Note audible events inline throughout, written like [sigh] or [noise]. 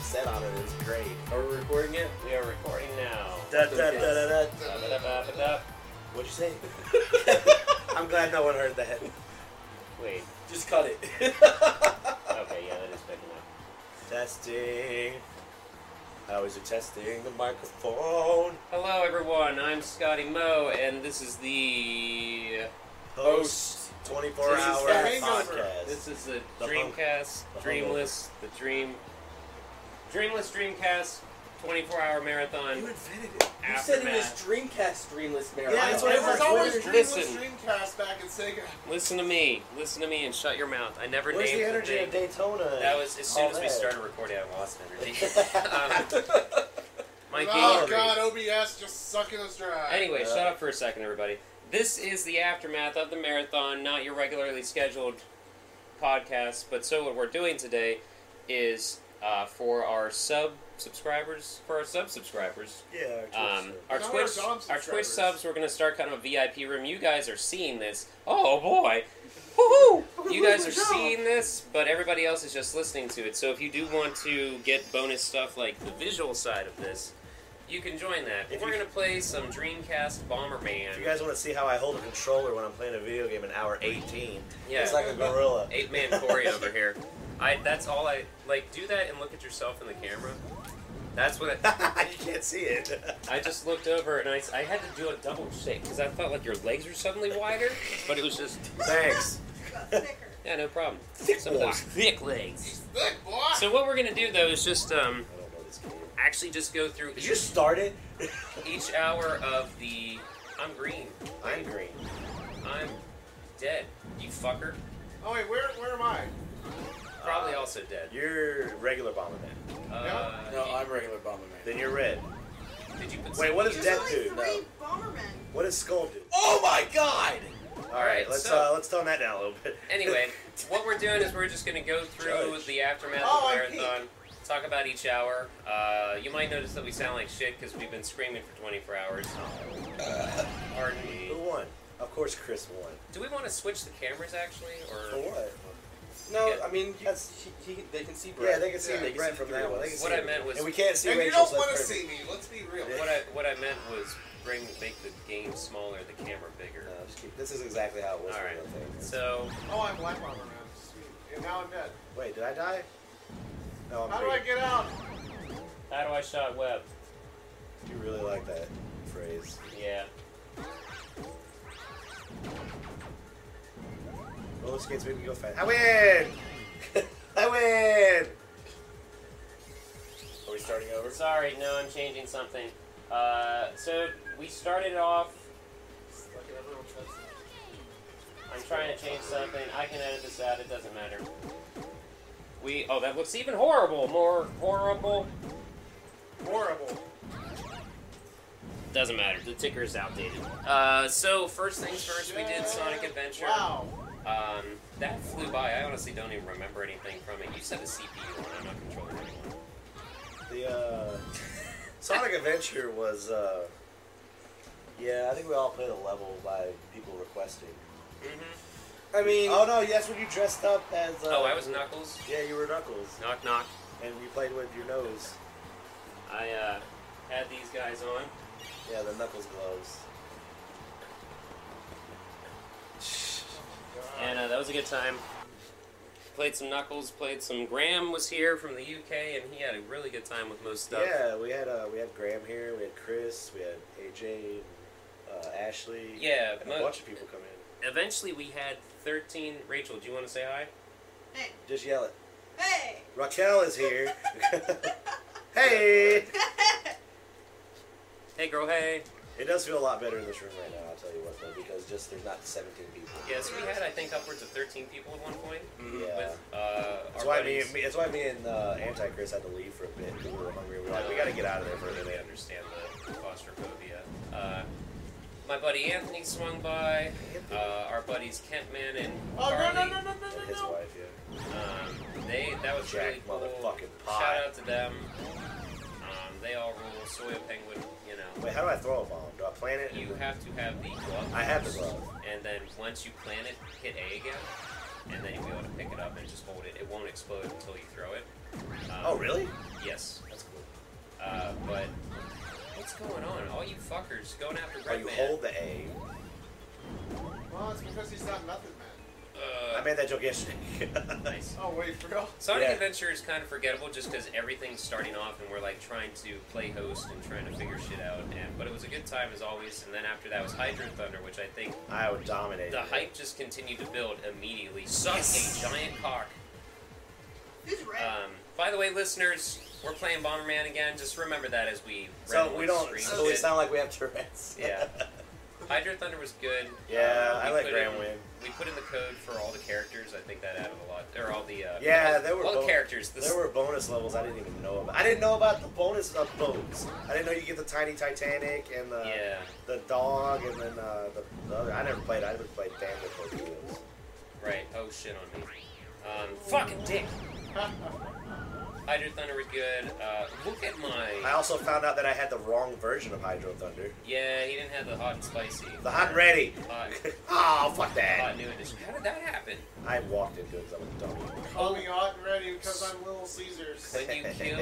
set on it is great. Are we recording it? We are recording now. Da, da, da, da, da. Ba-da-ba-ba-da. What'd you say? [laughs] I'm glad no one heard that. Wait. Just cut [laughs] it. Okay, yeah, that is big enough. testing. How is it testing the microphone? Hello, everyone. I'm Scotty Moe, and this is the Host 24 This is hour the hangover. podcast. this is the, The hung- Dreamcast, the hungover. Dreamless, the Dream, Dreamless Dreamcast, 24-hour marathon. You invented it. You You said said it it was was Dreamcast Dreamless Marathon. Yeah, that's what it I was heard. always Listen. Dreamless Dreamcast back in Sega. Listen to me. Listen to me and shut your mouth. I never Where's named the energy thing. of Daytona? That was as soon All as Oh, we that. started recording. I lost [laughs] everything. um, my oh game. god, OBS just sucking us dry. Anyway, Uh, shut up for a second, everybody. This is the aftermath of the marathon, not your regularly scheduled podcast. But so what we're doing today is uh, for our sub subscribers, for our sub subscribers, Yeah, our um, Twitch our Now we're Twitch, Dom our Twitch subscribers. subs, we're gonna start kind of a VIP room. You guys are seeing this. Oh boy, woohoo! You guys are seeing this, but everybody else is just listening to it. So if you do want to get bonus stuff like the visual side of this, you can join that. If we're you- gonna play some Dreamcast Bomberman. If you guys want to see how I hold a controller when I'm playing a video game in hour 18, yeah, it's like a gorilla. [laughs] eight man Corey over here. I that's all I like. Do that and look at yourself in the camera. That's what. I, you can't see it. I just looked over and I, s- I had to do a double shake because I felt like your legs were suddenly wider, but it was just Thanks. yeah, no problem. Some of those legs. thick legs. Thick boy. So what we're gonna do though is just um, I don't know this game. actually just go through Did you each, start it? [laughs] each hour of the. I'm green. I'm green. I'm dead. You fucker. oh wait, where where am I? Probably also dead. You're regular Bomberman. Uh, No, I'm regular Bomberman. Then you're red. Did you put? Wait, what is There's Death only Dude? three No. Bombermen. What does Skull do? Oh my god! All right, let's so- uh, let's tone that down a little bit. [laughs] Anyway, what we're doing is we're just going to go through Judge. the aftermath Oh, of I'm the marathon, talk about each hour. Uh, you might notice that we sound like shit because we've been screaming for 24 hours. Pardon me. Who won? Of course, Chris won. Do we want to switch the cameras actually, or what? No, Yeah. I mean, you, That's- he, he, they can see Brett. Yeah, they can see Yeah, me you right see from through that one. us. They can see What I me. meant was- and we can't see. And you Rachel, don't so want to that's see perfect. me. Let's be real. Yeah. what? I what I meant was bring make the game smaller, the camera bigger. No, just keep. This is exactly how it was. All right. from the thing. So Oh, I'm Black Bomberman. Sweet. And now I'm dead. Wait, did I die? No, I'm How do I free. get out? how do I shot web? You really like that phrase. Yeah. Roller skates make me go fast. I win! [laughs] I win! Are we starting over? Sorry, no, I'm changing something. Uh, so we started off. I'm trying to change something. I can edit this out. It doesn't matter. We. Oh, that looks even horrible. More horrible. Horrible. Doesn't matter. The ticker is outdated. Uh, so first things first, we did Shit. Sonic Adventure. Wow. Um, that flew by. I honestly don't even remember anything from it. You said the CPU one. I'm not controlling anyone. The uh, Sonic Adventure was. Uh, yeah, I think we all played a level by people requesting. Mm-hmm. I mean, Oh no, yes, when you dressed up as. Uh, Oh, I was Knuckles. Yeah, you were Knuckles, Knock knock. and we played with your nose. I uh, had these guys on. Yeah, the Knuckles gloves. and uh, that was a good time. Played some Knuckles, played some Graham was here from the UK, and he had a really good time with most stuff. Yeah, we had uh, we had Graham here, we had Chris, we had AJ, and, uh, Ashley. Yeah, and a mo- bunch of people come in. eventually we had 13. Rachel, do you want to say hi? Hey, Just yell it. hey, Raquel is here. [laughs] hey! Hey, girl, hey. It does feel a lot better in this room right now, I'll tell you what, though, because just there's not 17 people. Yes, we had, I think, upwards of 13 people at one point. Yeah. With, uh, That's our why, me, buddies. me, that's why me and uh, Anti Chris had to leave for a bit. 'cause We were hungry. We were like, we gotta get out of there for a They minute. understand the claustrophobia. Uh, my buddy Anthony swung by. Uh, our buddies Kentman and Oh no Carly. no no no And no his no no. wife, yeah. Um, they that was Jack really cool. motherfucking Pot. Shout out to them. Um, they all rule. Soya Penguin, you know. Wait, how do I throw a bomb? Do I plant it? You have to have the glove. I have the first, glove. And then once you plant it, hit A again, and then you'll be able to pick it up and just hold it. It won't explode until you throw it. Um, Oh, really? Yes. That's cool. Uh, but what's going on? All you fuckers going after Oh, Red you Man. hold the A. Well, it's because he's not nothing man. Uh, I made that joke yesterday. nice. Oh wait, for real? [laughs] Sonic Yeah. Adventure is kind of forgettable just because everything's starting off and we're like trying to play host and trying to figure shit out. And but it was a good time as always. And then after that was Hydro Thunder, which I think [laughs] I would dominate. the it. hype just continued to build immediately. Suck a giant cock. Who's red? Um, by the way, listeners, we're playing Bomberman again. Just remember that as we So randomly we don't. scream So we shit. sound like we have Tourette's. [laughs] Yeah. Hydro Thunder was good. yeah, Uh, I we let put Graham in- win. We put in the code for all the characters. I think that added a lot. Or all the uh, Yeah, all, there were all the bo- characters. This, There were bonus levels I didn't even know about. I didn't know about the bonus of boats. I didn't know you get the tiny Titanic and the yeah. the dog and then uh, the, the other. I never played. I never played damn with those games. Right. Oh shit on me. Um, fucking dick. Hydro Thunder was good. Uh, look at I my. also found out that I had the wrong version of Hydro Thunder. Yeah, he didn't have the hot and [laughs] spicy. The hot and ready. Hot, oh fuck hot that! new edition. How did that happen? I walked into it 'cause I'm a dummy. Call me hot and ready because I'm Little Caesars. When you [laughs] kill,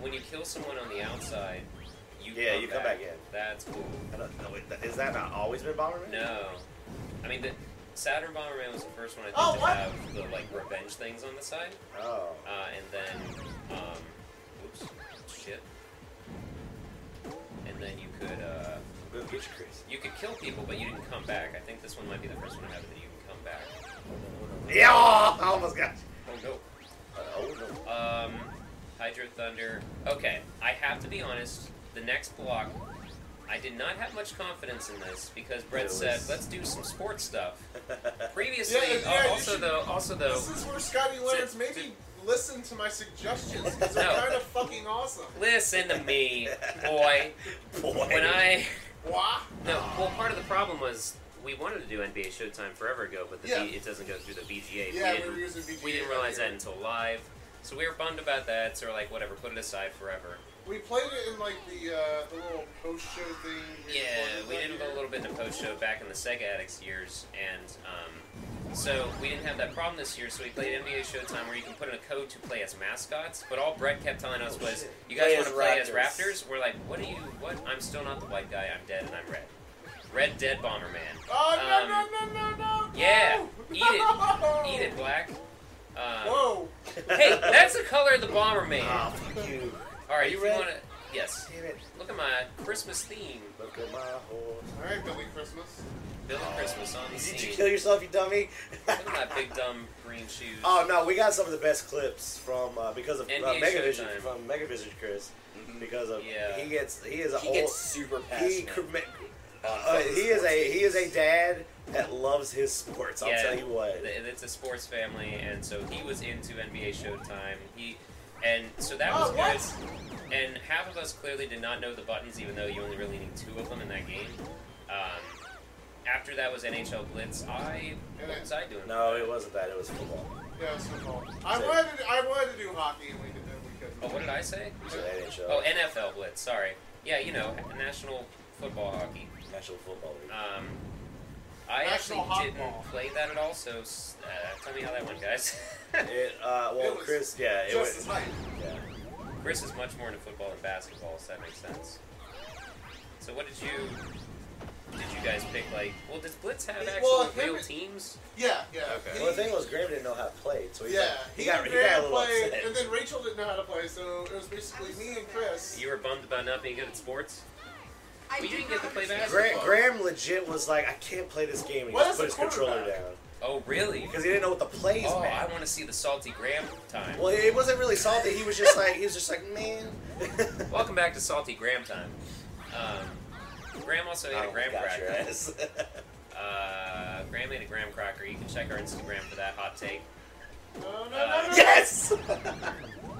when you kill someone on the outside, you Yeah, come you back. come back in. That's cool. I don't know. wait, Is that not always been Bomberman? No, I mean the Saturn Bomberman was the first one I think Oh, to what? have the like revenge things on the side, Oh. uh, and then, um, oops, shit, and then you could uh, Go get your Chris. you could kill people, but you didn't come back. I think this one might be the first one I have that you can come back. Yeah! I almost got you. Oh no. Uh, oh no. Um, Hydro Thunder. Okay, I have to be honest. The next block, I did not have much confidence in this because Brett It was- said, "Let's do some sports stuff." Previously, Yeah, yeah, uh, you also should- though, also though, This is where Scotty Leonard's maybe listen to my suggestions because they're No. kind of fucking awesome. Listen to me, [laughs] boy. Boy. When I Wah. no, well, part of the problem was we wanted to do NBA Showtime forever ago, but the Yeah. B, it doesn't go through the VGA. we, Yeah, we were didn't, using VGA. we didn't realize that until live, so we were bummed about that. So we're like, whatever, put it aside forever. We played it in like the uh, the little post show thing. we Yeah, recorded we that did it year. a little bit in the post show back in the Sega Addicts years, and um, so we didn't have that problem this year. So we played NBA Showtime, where you can put in a code to play as mascots. But all Brett kept telling us Oh, was, shit. "You guys Play want as to play as Raptors." Raptors?" We're like, "What are you? What? I'm still not the white guy. I'm dead, and I'm red. Red Dead Bomberman. Oh no no no no no! um, yeah, no! eat [laughs] it. Eat it, black." Um, Whoa! hey, [laughs] that's the color of the Bomberman. Ah, fuck you. all right, you if red? you want to, yes. Damn it. Look at my Christmas theme, Look at my horse. All right, Billy Christmas. Bill and Christmas on the Did scene. you kill yourself, you dummy? Look at my big dumb green shoes. oh no, we got some of the best clips from uh, because of uh, NBA Megavision Showtime. Mm-hmm. from Megavision Chris because of Yeah. he gets he is a He old gets super oh, he passionate. commit- about uh, he is sports a he is a games. dad that loves his sports. I'll Yeah. tell you what. Th- It's a sports family, and so he was into NBA Showtime. He and so that was Oh, what? good. And half of us clearly did not know the buttons, even though you only really need two of them in that game. Um, after that was NHL Blitz. I what was I doing? No, it wasn't that. It was football. Yeah, it's football. I Sick. wanted to, I wanted to do hockey and we did then we couldn't. Oh, what did I say? You said NHL. Oh, NFL Blitz. Sorry. Yeah, you know, National Football Hockey. National Football League. Um, I National actually didn't Hotball. play that at all. So s- uh, tell me how that went, guys. [laughs] It, uh, well, It was Chris, yeah, it Just as was. hype. Yeah. Chris is much more into football than basketball, so that makes sense. So what did you did you guys pick? Like, well, does Blitz have actual Well, him real and- teams? Yeah, yeah. Okay. He- Well, the thing was, Graham didn't know how to play, so he's yeah, like, he, got, he didn't got a know little how to play, upset. and then Rachel didn't know how to play, so it was basically me and Chris. You were bummed about not being good at sports. I we did didn't get not to play understand. basketball. Gra- Graham legit was like, I can't play this game. And he What just is put a his controller quarterback? down Oh, really? because he didn't know what the plays Oh, I meant. want to see the salty Graham time. Well, it wasn't really salty. He was just like, he was just like, [laughs] man. Welcome back to salty Graham time. Um, Graham also ate I a Graham got cracker. your ass. Uh, Graham ate a Graham cracker. You can check our Instagram for that hot take. No, no, no, Uh, [laughs] no. yes. No, no, no, no.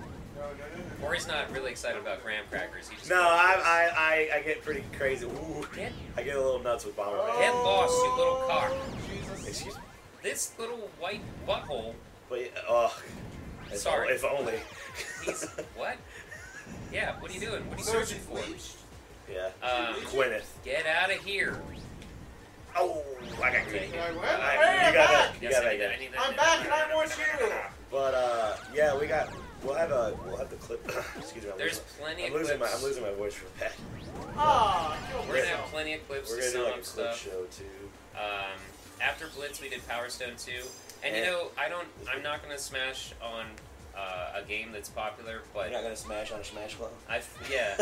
Corey's not really excited about Graham crackers. He just No, I, I, I, I get pretty crazy. Ooh, Get- I get a little nuts with Bomberman. Get lost, you little cock. Oh, Jesus. Excuse me. This little white butthole But yeah, oh, if, Sorry. if only. He's what? Yeah, what are you doing? What are you So searching she's for? leashed? [laughs] yeah. Um, Gwyneth. get out of here. Oh, I got Okay. greedy. And I went, I- hey, you I'm got back. it. You Yes, got I it. [laughs] need that, I need that, I'm I back need and that. I want you to uh, Yeah, we got. We'll have a. We'll have the clip. [coughs] Excuse me. I'm There's losing- plenty I'm of losing my. clips. I'm losing my voice real bad. Ah, kill We're gonna have yourself. plenty of clips We're to gonna sum do like a up clip stuff. show too. Um, after Blitz, we did Power Stone 2. And you Yeah. know, I don't, I'm not gonna smash on uh, a game that's popular, You're not but gonna smash on [laughs] a smash club. I, f- yeah,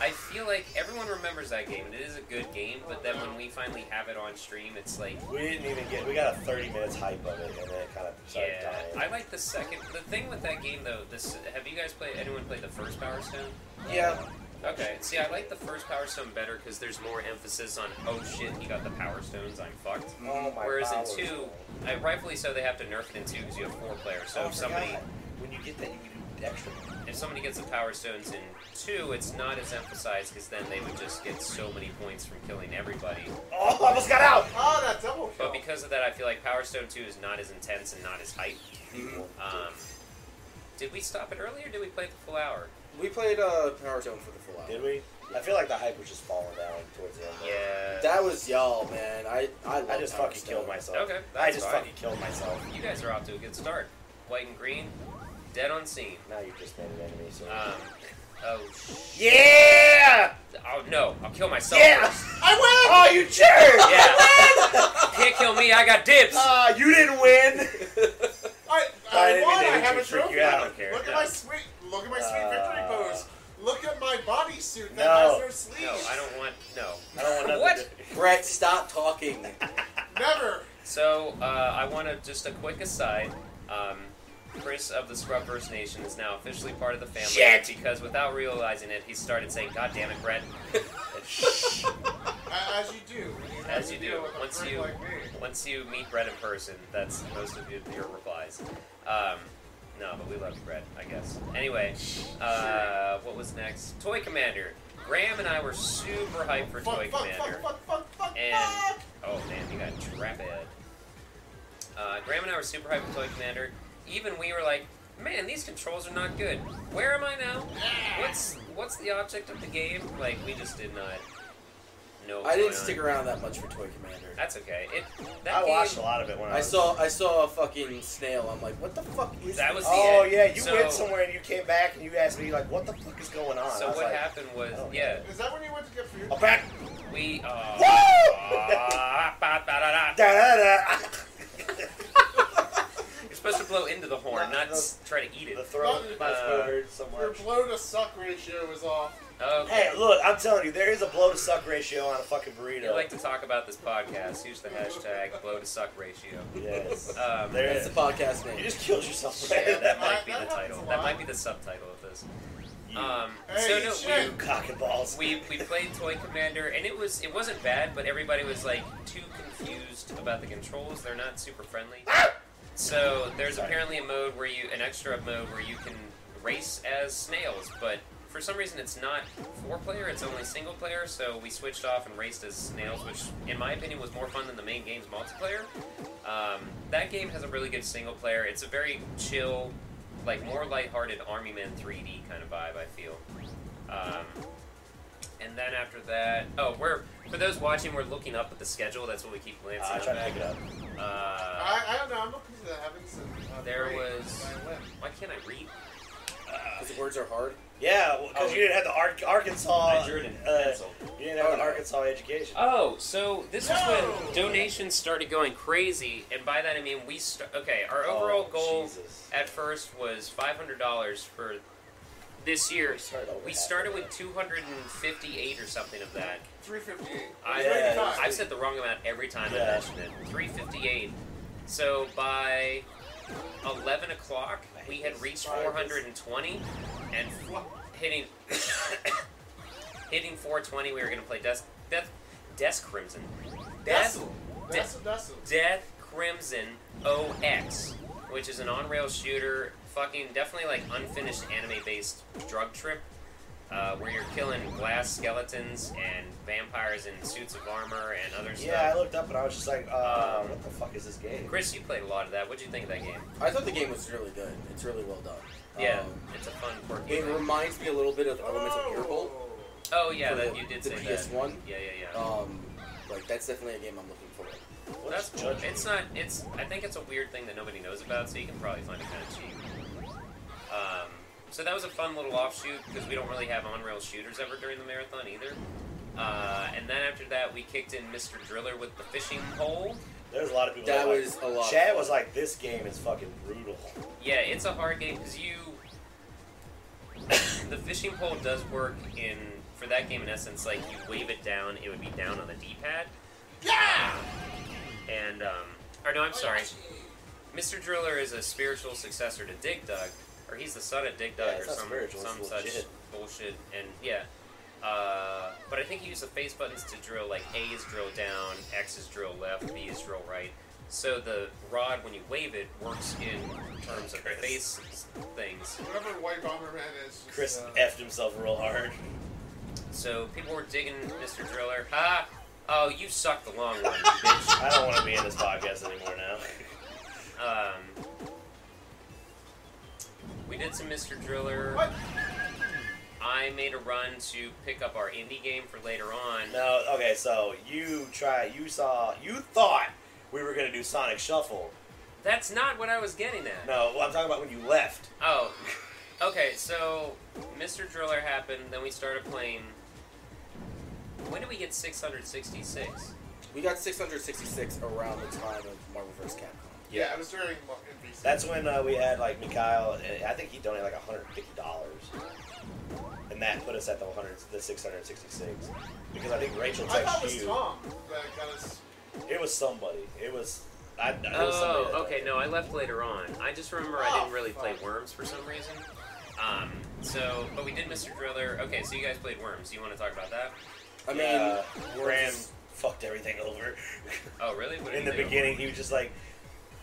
I feel like everyone remembers that game, and it is a good game. But then when we finally have it on stream, it's like, We didn't even get. We got a 30 minutes hype of it, and then it kind of started yeah, dying. I like the second. The thing with that game though, this have you guys played? Anyone played the first Power Stone? Yeah. Okay, see, I like the first Power Stone better because there's more emphasis on, oh shit, he got the Power Stones, I'm fucked. Mm, Oh my Whereas in powers, two, man. I, rightfully so, they have to nerf it in two because you have four players. So Oh, I if somebody forgot. when you get that, you can do extra. if somebody gets the power stones in two, it's not as emphasized because then they would just get so many points from killing everybody. Oh, I almost got out. Ah, that double kill. But because of that, I feel like Power Stone two is not as intense and not as hype. Um, did we stop it earlier? Did we play it the full hour? We played uh, Power Zone for the full hour. Did we? I feel like the hype was just falling down towards the end. Yeah. That was y'all, man. I I, I love just Power fucking Stone. killed myself. Oh, Okay, I that's just fine. fucking killed myself. you guys are off to a good start. White and green, dead on scene. Now you just made an enemy. So. Um, oh sh- yeah! Oh no! I'll kill myself. [laughs] Yeah! first. I win! Oh, you jerk! [laughs] Yeah. Can't kill me. I got dibs. Ah, you didn't [laughs] win. I, I I didn't won. I mean to have a interrupt you. trophy. Yeah, I don't care. Look No. at my sweet. Look at my sweet victory Uh, pose. Look at my bodysuit that No. has no sleeves. No, I don't want. No. I don't want nothing What? to do- Brett, [laughs] stop talking. Never. So uh, I want to just a quick aside. Um, Chris of the Scrubverse Nation is now officially part of the family Shit. because without realizing it, he started saying, "God damn it, Brett." A- As you do. You As you have to do. deal with a Once prick you- Like me. Once you meet Brett in person, that's most of your, your replies. Um, no, but we love Brett, I guess. Anyway, uh, what was next? Toy Commander. Graham and I were super hyped for Fuck, Toy fuck, Commander. fuck, fuck, fuck, fuck, And fuck. oh man, you got trap ed. Uh, Graham and I were super hyped with Toy Commander. Even we were like, man, these controls are not good. Where am I now? What's what's the object of the game? Like we just did not know. I didn't stick around that much for Toy Commander. That's okay. It that I game, watched a lot of it when I, I was- saw I saw a fucking snail. I'm like, what the fuck is That this? was the- Oh end. yeah, you So- went somewhere and you came back and you asked me like, "What the fuck is going on?" So I was what like, happened was I don't yeah know. Is that when you went to get food? I'm back. we uh, Woo! ah, ba- ba- da- da. Da, da, da. [laughs] [laughs] You're supposed to blow into the horn, No, not no. s- try to eat it. the throat Uh, must have hurt Your somewhere. blow to suck ratio is off. Okay. Hey, look, I'm telling you, there is a blow to suck ratio on a fucking burrito. You like to talk about this podcast? Use the hashtag blow to suck ratio. [laughs] yes. Um, there That's is. the podcast You name. just killed yourself. Yeah, that might be the That happens title. a That lot. might be the subtitle of this. [laughs] you, Um, Hey, so no, shit. you cock and balls. we, we we played Toy Commander, and it was it wasn't bad, but everybody was like too confused about the controls. They're not super friendly. So there's Sorry. apparently a mode where you an extra mode where you can race as snails, but for some reason it's not four player. It's only single player. So we switched off and raced as snails, which in my opinion was more fun than the main game's multiplayer. Um, that game has a really good single player. It's a very chill, like more lighthearted Army Men 3D kind of vibe. I feel. Um, and then after that, oh, we're for those watching, we're looking up at the schedule. That's what we keep Uh, glancing I tried to at. pick it up. Uh, I, I don't know. I'm looking to the heavens and uh, There praying was- that I win. why can't I read? Because words are hard. Yeah, because Oh. you didn't have the Ar- Arkansas. I drew it in uh, pencil. You didn't have Oh, the no. Arkansas education. Oh, so this is No! when donations started going crazy, and by that I mean we. St- okay, our overall Oh, goal Jesus. at first was five hundred dollars for this year. We started over We half started of with it. two hundred and fifty-eight or something of that. 358. I, uh, Yeah. I've said the wrong amount every time I Yeah. mentioned it. 358. So by 11 o'clock, we had reached 420 and f- hitting [coughs] hitting 420. We were going to play Death Death Death Crimson. Death Vessel. Vessel, vessel. Death Crimson OX, which is an on-rail shooter, fucking definitely like unfinished anime-based drug trip, uh, where you're killing glass skeletons and vampires in suits of armor and other Yeah, I stuff. looked up and I was just like, uh, Um, what the fuck is this game? Chris, you played a lot of that. What'd you think of that game? I thought the game was really good. It's really well done. Yeah, Um, it's a fun, quirky. it thing. reminds me a little bit of Elements of Earbolt. Oh yeah, for that the- you did the say that. PS1? Yeah, yeah, yeah. Um, like that's definitely a game I'm looking for. What's That's judgment? It's not. It's. I think it's a weird thing that nobody knows about, so you can probably find it kind of cheap. Um, so that was a fun little offshoot because we don't really have on rail shooters ever during the marathon either. Uh, and then after that, we kicked in Mr. Driller with the fishing pole. There's a lot of people. That were like- was a lot. Chad was like, "This game is fucking brutal." [laughs] Yeah, it's a hard game because you. [coughs] the fishing pole does work in for that game in essence. Like you wave it down, it would be down on the D-pad. Yeah. And um, or Oh, no, I'm sorry. Mr. Driller is a spiritual successor to Dig Dug, or he's the son of Dig Dug, Yeah, it's or not some spiritual, it's some such legit. bullshit. And yeah, uh, but I think you use the face buttons to drill. Like A is drill down, X is drill left, B is drill right. So the rod, when you wave it, works in terms of Chris. face things. Whatever White Bomberman is. Just, Chris uh, effed himself real hard. So people were digging Mr. Driller. Ha! Oh, you suck the long one, you bitch. I don't want to be in this podcast anymore now. [laughs] Um, we did some Mr. Driller. What? I made a run to pick up our indie game for later on. No, okay, so you try. You saw. You thought we were gonna do Sonic Shuffle. That's not what I was getting at. No, well, I'm talking about when you left. Oh, okay. So Mr. Driller happened. Then we started playing. When did we get 666? We got 666 around the time of Marvel vs. Capcom. Yeah, it was during Mo- NBC. That's when uh, we had like Mikhail, and I think he donated like 150 dollars, and that put us at the 100, the 666. Because I think Rachel I thought it texted was you. Tom that got us. It was somebody. It was. I, it was somebody that Oh, okay. donated. No, I left later on. I just remember I Oh, didn't really play fuck. Worms for some reason. Um, so, but we did Mr. Driller. Okay, so you guys played Worms. Do you want to talk about that? I mean, yeah, Graham Worms- fucked everything over. [laughs] Oh, really? What did In you the do? beginning, he was just like,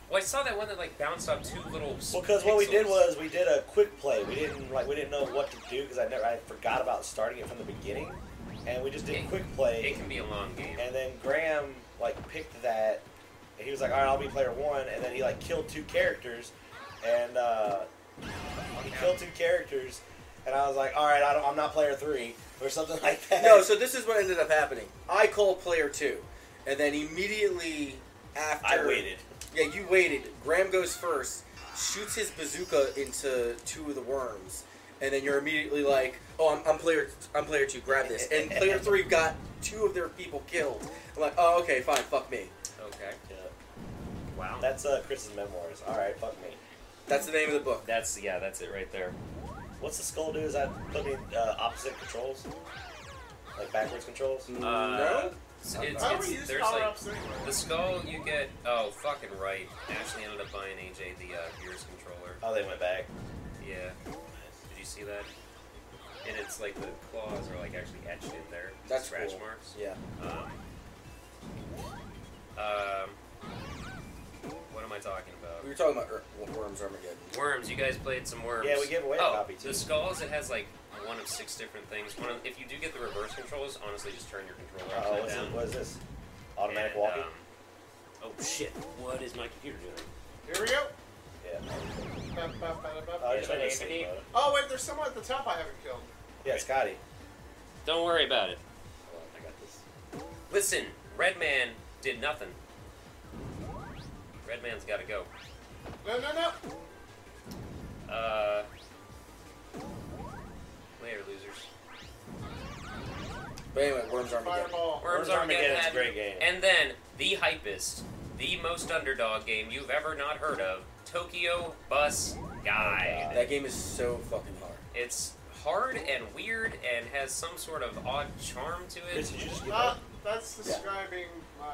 Well, I saw that one that like bounced off two little. s- Well, because what we did pixels. was we did a quick play. We didn't like we didn't know what to do because I never I forgot about starting it from the beginning, and we just did It- quick play. It can be a long game. And then Graham like picked that, and he was like, "All right, I'll be player one." And then he like killed two characters, and uh, he killed two characters, and I was like, "All right, I don't, I'm not player three or something [laughs] like that." No, so this is what ended up happening. I called player two, and then immediately after I waited. Yeah, you waited. Graham goes first, shoots his bazooka into two of the worms, and then you're immediately like, "Oh, I'm, I'm player, I'm player two. Grab this." And player three got two of their people killed. I'm like, "Oh, okay, fine. Fuck me." Okay. Yeah. Wow. That's uh, Chris's memoirs. All right, fuck me. That's the name of the book. That's yeah. That's it right there. What's the skull do? Is that put me uh, opposite controls, like backwards controls? Uh, no. So it's, How do we it's, use there's power like ups anyway? the skull you get. Oh, fucking right. Ashley ended up buying AJ the uh, Gears controller. Oh, they went back. Yeah. Did you see that? And it's like the claws are like actually etched in there. That's scratch cool. marks. Yeah. Um, um, what am I talking about? We were talking about Ur- Worms Armageddon. Worms. You guys played some worms. Yeah, we gave away a oh, copy, too. The skulls. It has like one of six different things. One of, if you do get the reverse controls, honestly, just turn your controller Oh, what's upside down. this, what is this? Automatic and, walking? um, oh shit! What is my computer doing? Here we go. yeah. Ba, ba, ba, ba, Oh, ba. I just yeah, wanted to think Anthony. about it. Oh wait, there's someone at the top I haven't killed. Yeah, Scotty. Don't worry about it. Hold on, I got this. Listen, Redman did nothing. Redman's got to go. No, no, no. Uh, later, losers. But anyway, Worms Armageddon. Fireball. Worms Worms Armageddon Armageddon is a had- great game. And then the hypest, the most underdog game you've ever not heard of, Tokyo Bus Guide. That game is so fucking hard. It's hard and weird and has some sort of odd charm to Chris, it. did you just get Ah, that? that's Yeah. describing my.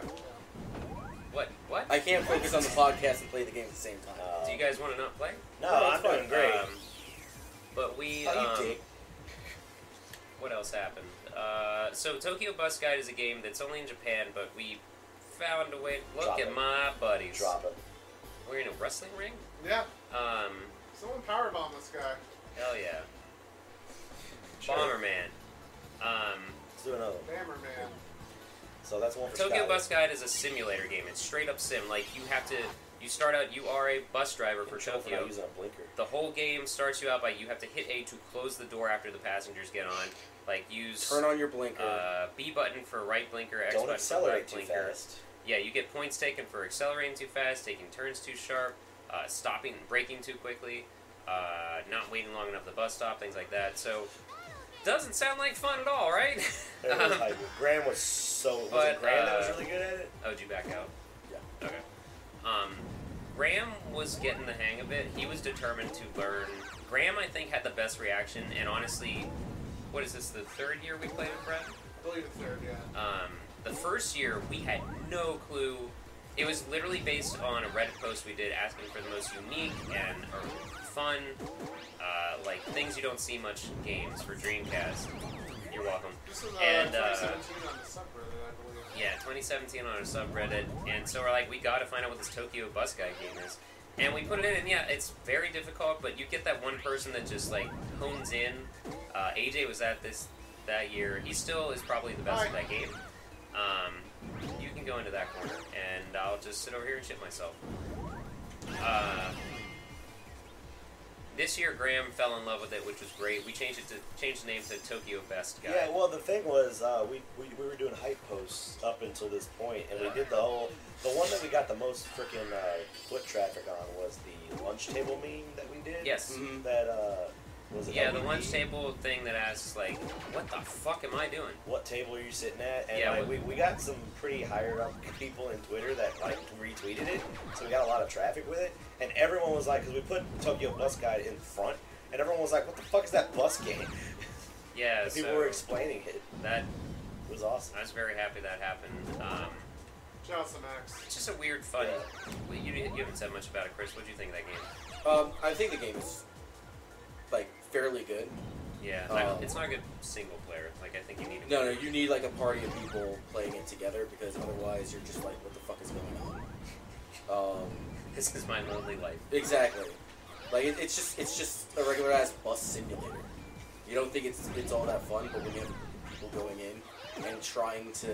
What? What? I can't focus on the podcast and play the game at the same time. Uh, Do you guys want to not play? no, No, I'm it's fine. doing great. Um, but we. Oh, you um, dick. What else happened? Uh, so Tokyo Bus Guide is a game that's only in Japan, but we found a way. Look Drop at it. my buddies. Drop it. We're in a wrestling ring. Yeah, Um, someone powerbomb this guy. hell yeah. Sure. Bomberman. Um, Let's do another one. Hammer man. So that's one for Tokyo Scotty. Bus Guide is a simulator game. It's straight up sim. Like you have to, you start out. You are a bus driver for Control for Tokyo. not using a blinker. The whole game starts you out by you have to hit A to close the door after the passengers get on. Like use Turn on your blinker. uh, B button for right blinker, X Don't button for accelerate left too blinker. fast. Yeah, you get points taken for accelerating too fast, taking turns too sharp, uh, stopping and braking too quickly. uh, not waiting long enough at the bus stop, things like that. So, doesn't sound like fun at all, right? [laughs] It was Um, like, Graham was so. Was but, it Graham that was uh, really good at it? Oh, did you back out? Yeah. Okay. Um, Graham was getting the hang of it. He was determined to learn. Graham, I think, had the best reaction, and honestly, what is this, the third year we played with Brett? I believe it's third, yeah. Um, the first year, we had no clue. It was literally based on a Reddit post we did asking for the most unique and or fun, uh, like things you don't see much in games for Dreamcast. You're welcome. This is uh, And, uh, 2017 on the subreddit, I believe. Yeah, 2017 on a subreddit, and so we're like, we gotta find out what this Tokyo Bus Guy game is. And we put it in, and yeah, it's very difficult, but you get that one person that just like hones in. Uh, AJ was at this that year. He still is probably the best at that game. Um, you can go into that corner, and I'll just sit over here and shit myself. Uh, this year, Graham fell in love with it, which was great. We changed it to changed the name to Tokyo Best Guy. Yeah, well, the thing was, uh, we, we, we were doing hype posts up until this point, and we did the whole. The one that we got the most freaking uh, foot traffic on was the lunch table meme that we did. yes. Mhm. That uh, was it Yeah, the WB? lunch table thing that asks like, "What the fuck am I doing?" What table are you sitting at? And Yeah, like, we, we got some pretty higher up [laughs] people in Twitter that like retweeted it, so we got a lot of traffic with it. And everyone was like, because we put Tokyo Bus Guide in front, and everyone was like, "What the fuck is that bus game?" [laughs] Yeah, And people so were explaining it. that It was awesome. I was very happy that happened. Um, Jealous of Max. it's just a weird, fun. well, You, you haven't said much about it, Chris. What do you think of that game? Um, I think the game is like fairly good. Yeah, I- Um, it's not a good single player. Like I think you need. A No, no, you need like a party of people playing it together because otherwise you're just like, what the fuck is going on? Um, [laughs] This is my lonely life. exactly. Like it, it's just it's just a regular ass bus simulator. You don't think it's it's all that fun, but when you have people going in and trying to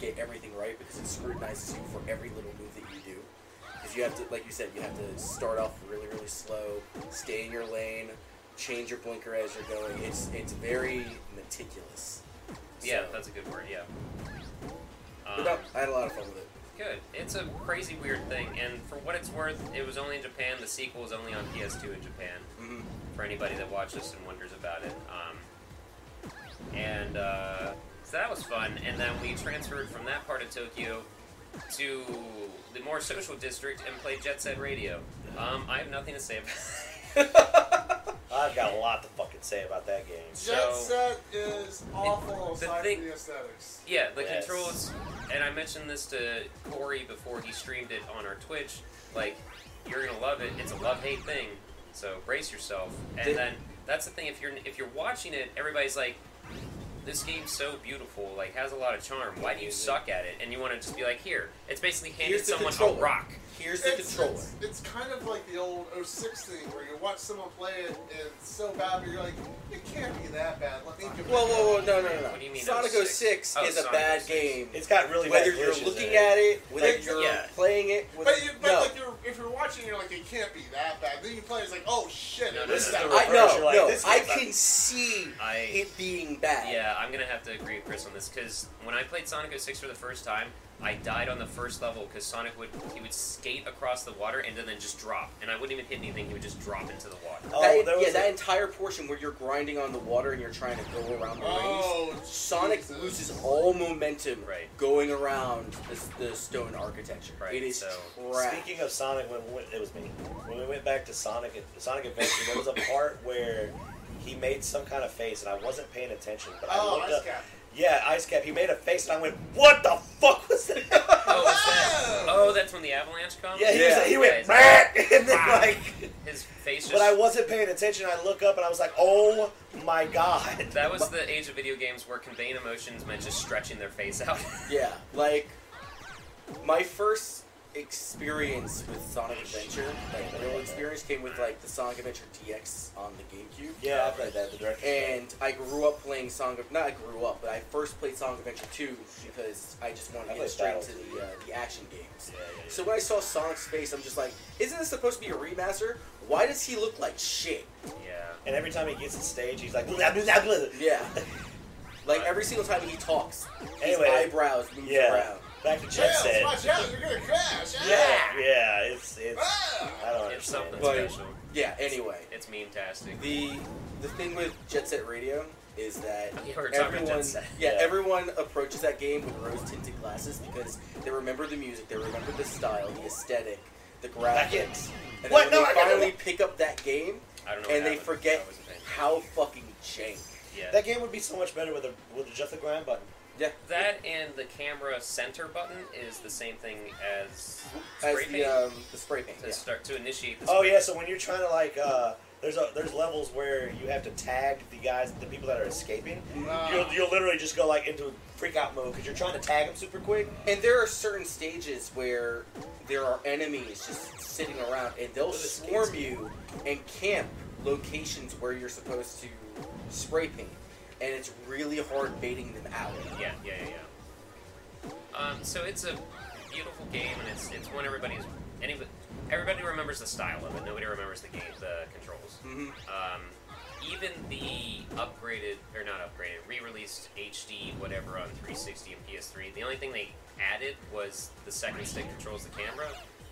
get everything right because it scrutinizes you for every little move that you do. Because you have to, like you said, you have to start off really, really slow, stay in your lane, change your blinker as you're going. It's it's very meticulous. Yeah, So- that's a good word. Yeah. But Um, no, I had a lot of fun with it. good. It's a crazy weird thing, and for what it's worth, it was only in Japan. The sequel was only on PS2 in Japan. Mhm. for anybody that watched this and wonders about it. Um, and uh, so that was fun. And then we transferred from that part of Tokyo to the more social district and played Jet Set Radio. Um, I have nothing to say about [laughs] I've got a lot to fucking say about that game. Jet So- Set is awful the aside thing- from the aesthetics. Yeah, the Yes. controls, and I mentioned this to Corey before he streamed it on our Twitch. Like, you're gonna love it. It's a love hate thing, so brace yourself. And Did- then that's the thing. If you're if you're watching it, everybody's like, "This game's so beautiful. Like, has a lot of charm. Why do you suck at it?" And you want to just be like, "Here." It's basically handed Here's the someone a controller. rock. Here's the controller. It's, it's kind of like the old 06 thing where you watch someone play it and it's so bad, but you're like, it can't be that bad. Let me give it a Whoa, whoa, whoa! go." No, no, no, no. What do you mean, Sonic 06? 06 Oh, is a Sonic bad 06. game. It's got really bad whether you're glitches looking in it. at it, whether Like, you're yeah. playing it, with, But, you, but no. like you're, if you're watching, you're like, it can't be that bad. Then you play, it's like, oh shit, No, it no, is no, that no. bad. I no, You're like, no, this I is- can see I- it being bad. Yeah, I'm gonna have to agree with Chris on this because when I played Sonic 06 for the first time, I died on the first level because Sonic would he would skate across the water and then, then just drop, and I wouldn't even hit anything. He would just drop into the water. Oh, that, there was yeah, a- that entire portion where you're grinding on the water and you're trying to go around the rings. Oh, Sonic Jesus. loses all momentum Right. going around the, the stone architecture. Right, It is so- trash. Speaking of Sonic, when we, it was me. When we went back to Sonic, Sonic Adventure, there was a part where he made some kind of face, and I wasn't paying attention. But I Oh, looked Ice up. Cap. Yeah, Ice Cap. He made a face, and I went, "What the fuck was that?" Oh, is that- oh, that's when the avalanche comes. [laughs] yeah, he, Yeah. Was, he went, Yeah, "Brrr," [laughs] and then Wow. like. His face just. But I wasn't paying attention. I look up, and I was like, "Oh my god." that was the age of video games where conveying emotions meant just stretching their face out. [laughs] Yeah, like my first experience with Sonic Adventure, like real experience, came with like the Sonic Adventure DX on the GameCube. Yeah, I played that. The director. And I grew up playing Sonic. Not I grew up, but I first played Sonic Adventure 2 because I just wanted I to played get straight Battles. to the uh, the action games. Yeah, yeah, yeah. So when I saw Sonic's face, I'm just like, isn't this supposed to be a remaster? Why does he look like shit? yeah. And every time he gets on stage, he's like, [laughs] "Blah, blah, blah, blah." [laughs] Yeah. Like every single time he talks, his Anyway. eyebrows move Yeah. around. Back to Jet Jails, Set. watch out, you're gonna crash. Yeah, yeah, it's it's. Ah. I don't It's understand. something Like- special. Yeah. Anyway, It's meme-tastic. the the thing with Jet Set Radio is that You heard something everyone, Jet Set. yeah, Yeah. everyone approaches that game with rose tinted glasses because they remember the music, they remember the style, the aesthetic, the graphics, and then What? when No, they I gotta finally look. pick up that game, I don't know. what and they happened. forget I wasn't paying attention. how fucking jank. Yeah. That game would be so much better with a with just a grind button. Yeah, That and the camera center button is the same thing as as spray paint the um, the spray paint. to Yeah. start to initiate. The Oh spray yeah, so when you're trying to like, uh, there's a, there's levels where you have to tag the guys, the people that are escaping. Uh. You'll, you'll literally just go like into freak out mode because you're trying to tag them super quick. And there are certain stages where there are enemies just sitting around, and they'll Those are swarm skates. you and camp locations where you're supposed to spray paint, and it's really hard baiting them out. Yeah, yeah, yeah, yeah. Um, so it's a beautiful game, and it's it's one everybody's anybody everybody remembers the style of it. Nobody remembers the game, the controls. hmm Um, even the upgraded or not upgraded, re-released HD whatever on 360 and PS3. The only thing they added was the second stick controls the camera,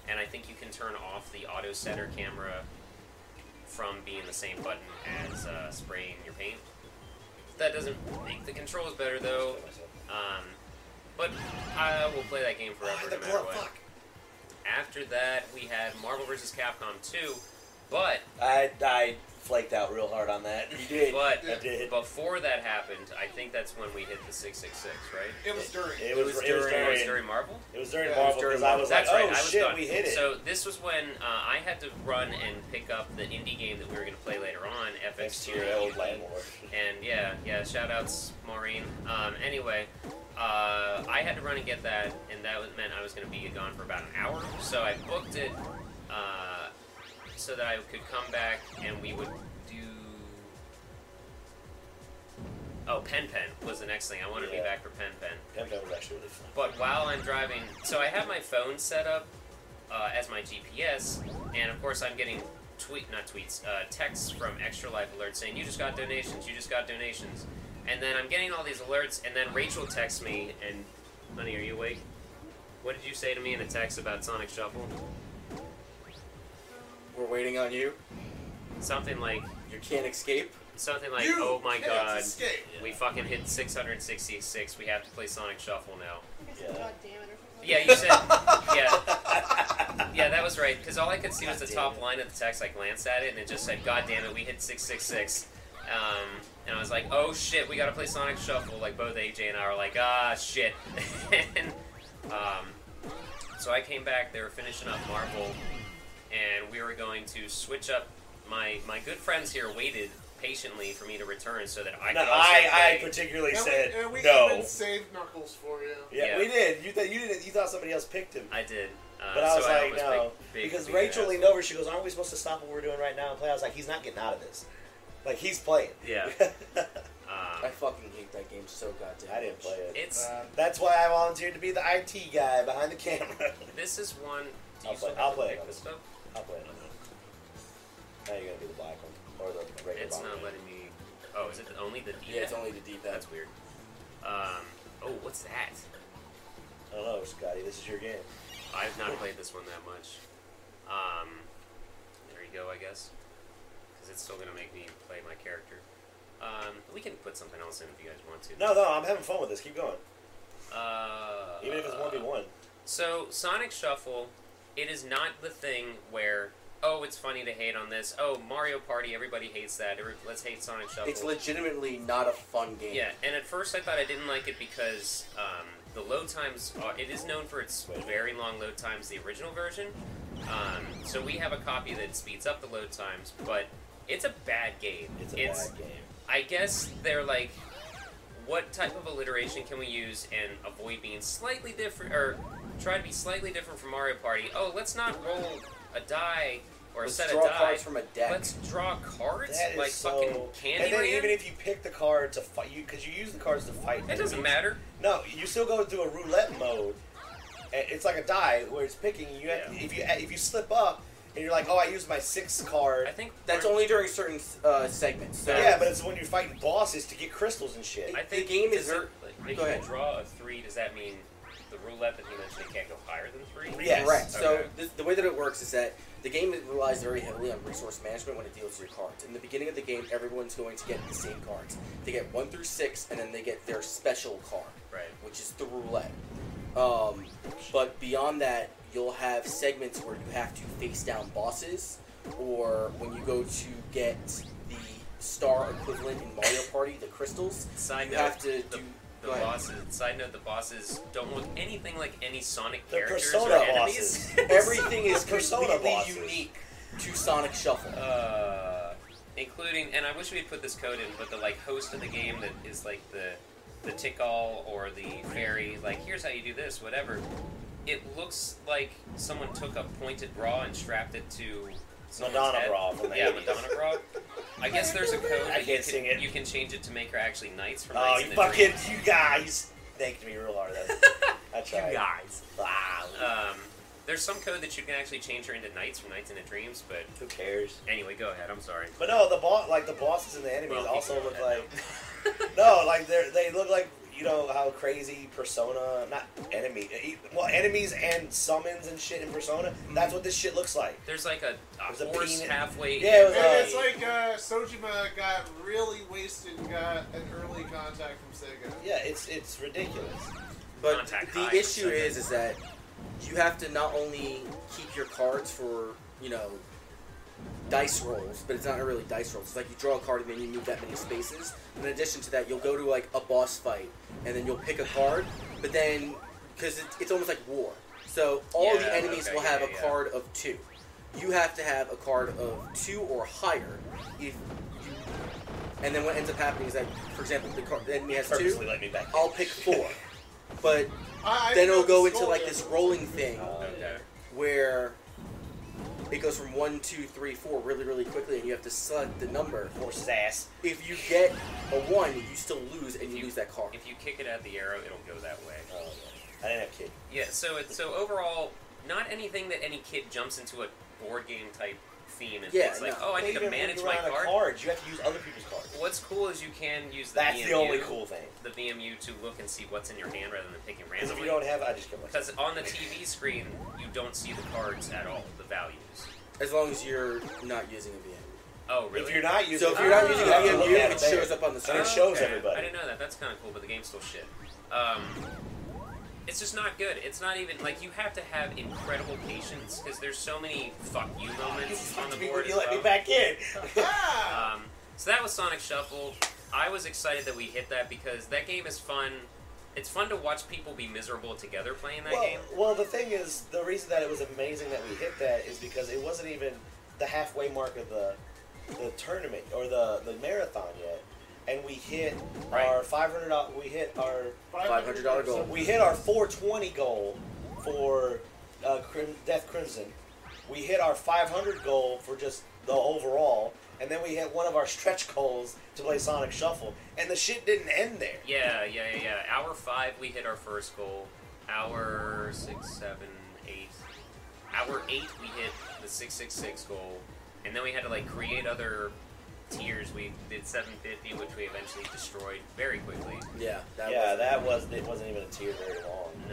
and I think you can turn off the auto setter camera from being the same button as uh, spraying your paint. That doesn't make the controls better though. Um, but I will play that game forever, Ah, the no matter glove, what. fuck. After that, we had Marvel vs. Capcom 2, but I I flaked out real hard on that. [laughs] You did. but I did. before that happened, I think that's when we hit the 666, right? It was during. It was, it was during, It was during Marvel. it was during Yeah, it was Marvel during because I was like, That's oh right. I was shit, done. we hit it. So this was when uh, I had to run and pick up the indie game that we were going to play later on, Thanks FX2 to your and old Yuki. landlord. And yeah, yeah, shout outs, Maureen. Um, anyway, uh, I had to run and get that, and that was, meant I was going to be gone for about an hour. So I booked it uh, so that I could come back and we would do. Oh, Pen Pen was the next thing. I wanted to Yeah. be back for Pen Pen. Pimp was actually really fun. But while I'm driving, so I have my phone set up uh, as my GPS, and of course I'm getting tweet, not tweets, uh, texts from Extra Life Alert saying you just got donations, you just got donations, and then I'm getting all these alerts, and then Rachel texts me and, honey, are you awake? What did you say to me in a text about Sonic Shuffle? We're waiting on you. Something like, You can't escape. something like, you oh my can't god, Escape. we fucking hit 666, we have to play Sonic Shuffle now. I guess Yeah. God damn it or something. Yeah, you said. Yeah. [laughs] Yeah, that was right. Because all I could see was God the damn top it. line of the text. I glanced at it and it just said, God damn it, we hit 666. Um, and I was like, oh shit, we gotta play Sonic Shuffle. Like, both AJ and I were like, ah, shit. [laughs] and, um, so I came back, they were finishing up Marvel, and we were going to switch up. My, my good friends here waited patiently for me to return so that I No, could also I, I play. particularly and said we, and we no. even saved Knuckles for you. yeah, Yeah. we did. You thought you didn't. You thought somebody else picked him. I did. Uh, But I was so like, almost no, big- big- because big Rachel asshole. leaned over. She goes, "Aren't we supposed to stop what we're doing right now and play?" I was like, "He's not getting out of this. Like he's playing." [laughs] Yeah. I Um, fucking hate that game so goddamn. I didn't much. play it. it's Um, That's why I volunteered to be the IT guy behind the camera. This is one. Do I'll you still play- I'll have to play pick it. this up? I'll play it. Now you're gonna be the black one or the regular It's black not one. letting me. Oh, is it only the D? Yeah, it's only the deep end. That's weird. Um. Oh, what's that? I don't know, Scotty. This is your game. I've not played this one that much. Um. There you go, I guess. Because it's still gonna make me play my character. Um. We can put something else in if you guys want to. No, no, I'm having fun with this. Keep going. Uh. Even if it's one v one. So Sonic Shuffle, it is not the thing where oh it's funny to hate on this. Oh Mario Party, everybody hates that. Every- Let's hate Sonic Shuffle. It's legitimately not a fun game. Yeah, and at first I thought I didn't like it because um, the load times are. It is known for its very long load times, the original version. Um, so we have a copy that speeds up the load times, but it's a bad game. It's a bad game. I guess they're like, what type of alliteration can we use and avoid being slightly different, or try to be slightly different from Mario Party? Oh, let's not roll a die or Let's a set draw of die. cards from a deck. Let's draw cards That is like so. fucking candy. and then even if you pick the card to fight, you because you use the cards to fight. it doesn't enemies. matter. No, you still go through a roulette mode. and It's like a die where it's picking. And you have, Yeah. if you if you slip up and you're like, oh, I used my sixth card. I think That's we're- only during certain uh, segments. So yeah, but it's when you're fighting bosses to get crystals and shit. Oh, I The think game does is it- ver- like, if go you ahead. Draw a three. Does that mean the roulette that he mentioned it can't go higher than three? Yes. Correct. So Okay. th- the way that it works is that The game relies very heavily on resource management when it deals with your cards. In the beginning of the game, everyone's going to get the same cards. They get one through six, and then they get their special card, Right. which is the roulette. Um, but beyond that, you'll have segments where you have to face down bosses, or when you go to get the star equivalent in Mario Party, the crystals, Side you note, have to the, do. the go ahead. bosses. Side note: the bosses don't look anything like any Sonic They're characters or Persona [laughs] enemies. Everything is Persona completely bosses. unique to Sonic Shuffle. uh, including, and I wish we'd put this code in, but the like host of the game that is like the the tickall or the fairy. Like, here's how you do this, whatever. It looks like someone took a pointed bra and strapped it to someone's Madonna head. bra from the yeah, 80s. Madonna bra. I guess there's a code. I that you can't can, sing it. You can change it to make her actually knights from Oh, Knights you in a fucking you Dream. guys thanked me real hard. [laughs] That's, that's right. guys. Wow. Um, there's some code that you can actually change her into knights from Knights in a Dreams, but Who cares? anyway, go ahead. I'm sorry. But no, the boss, like the bosses and the enemies, Well, also people look don't like [laughs] no, like they are they look like you know how crazy Persona, not enemy, e- well enemies and summons and shit in Persona. That's what this shit looks like. There's like a, a There's a horse penis. halfway. Yeah, it was, Maybe uh, it's like uh, Sojima got really wasted and got an early contact from Sega. Yeah, it's it's ridiculous. But Contact high the for issue Sega. is, is that you have to not only keep your cards for you know dice rolls, but it's not really dice rolls. It's like you draw a card and then you move that many spaces. In addition to that, you'll go to like a boss fight and then you'll pick a card, but then because it, it's almost like war. So all Yeah, the enemies okay, will have yeah, a yeah. card of two. You have to have a card of two or higher. If you, and then what ends up happening is that, for example, the card the enemy has Purposely two. let me back. in. I'll pick four, but I, I then it'll feel go the into score like there. this rolling thing Okay. where it goes from one, two, three, four really, really quickly, and you have to select the number. horse's ass. If you get a one, you still lose, and you, You- lose that card. If you kick it at the arrow, it'll go that way. Oh, yeah. I didn't have kid. Yeah. So it, so overall, not anything that any kid jumps into a board game type theme and Yeah, thinks like, no. oh, I need Even to when manage you my run out of card. cards. You have to use other people's cards. What's cool is you can use the That's the VMU, only cool thing. the VMU to look and see what's in your hand rather than picking Because if you randomly. don't have, I just get myself. Because on the TV screen, you don't see the cards at all, the values. as long as you're not using a VM. Oh, really? If you're not using, So if it, you're not Ah. using a you have to VM, look at it there. shows up on the And screen. it shows Oh, Okay. everybody. I didn't know that. That's kind of cool, but the game's still shit. Um, it's just not good. It's not even like you have to have incredible patience because there's so many fuck you [laughs] moments on the Me board. when you as let me well. back in. [laughs] Ah! Um, so that was Sonic Shuffle. I was excited that we hit that because that game is fun. It's fun to watch people be miserable together playing that well, game. well, the thing is, the reason that it was amazing that we hit that is because it wasn't even the halfway mark of the the tournament or the the marathon yet, and we hit Right. our five hundred. We hit our Uh, $500 goal. we hit our four twenty goal for uh, Crim- Death Crimson. We hit our five hundred goal for just the overall, and then we hit one of our stretch goals to play Sonic Shuffle, and the shit didn't end there. Yeah, yeah, yeah, yeah. Hour five, we hit our first goal. Hour six, seven, eight. Hour eight, we hit the six, six, six goal, and then we had to like create other tiers. We did seven fifty, which we eventually destroyed very quickly. Yeah, that yeah, was, that was it. Wasn't even a tier very long.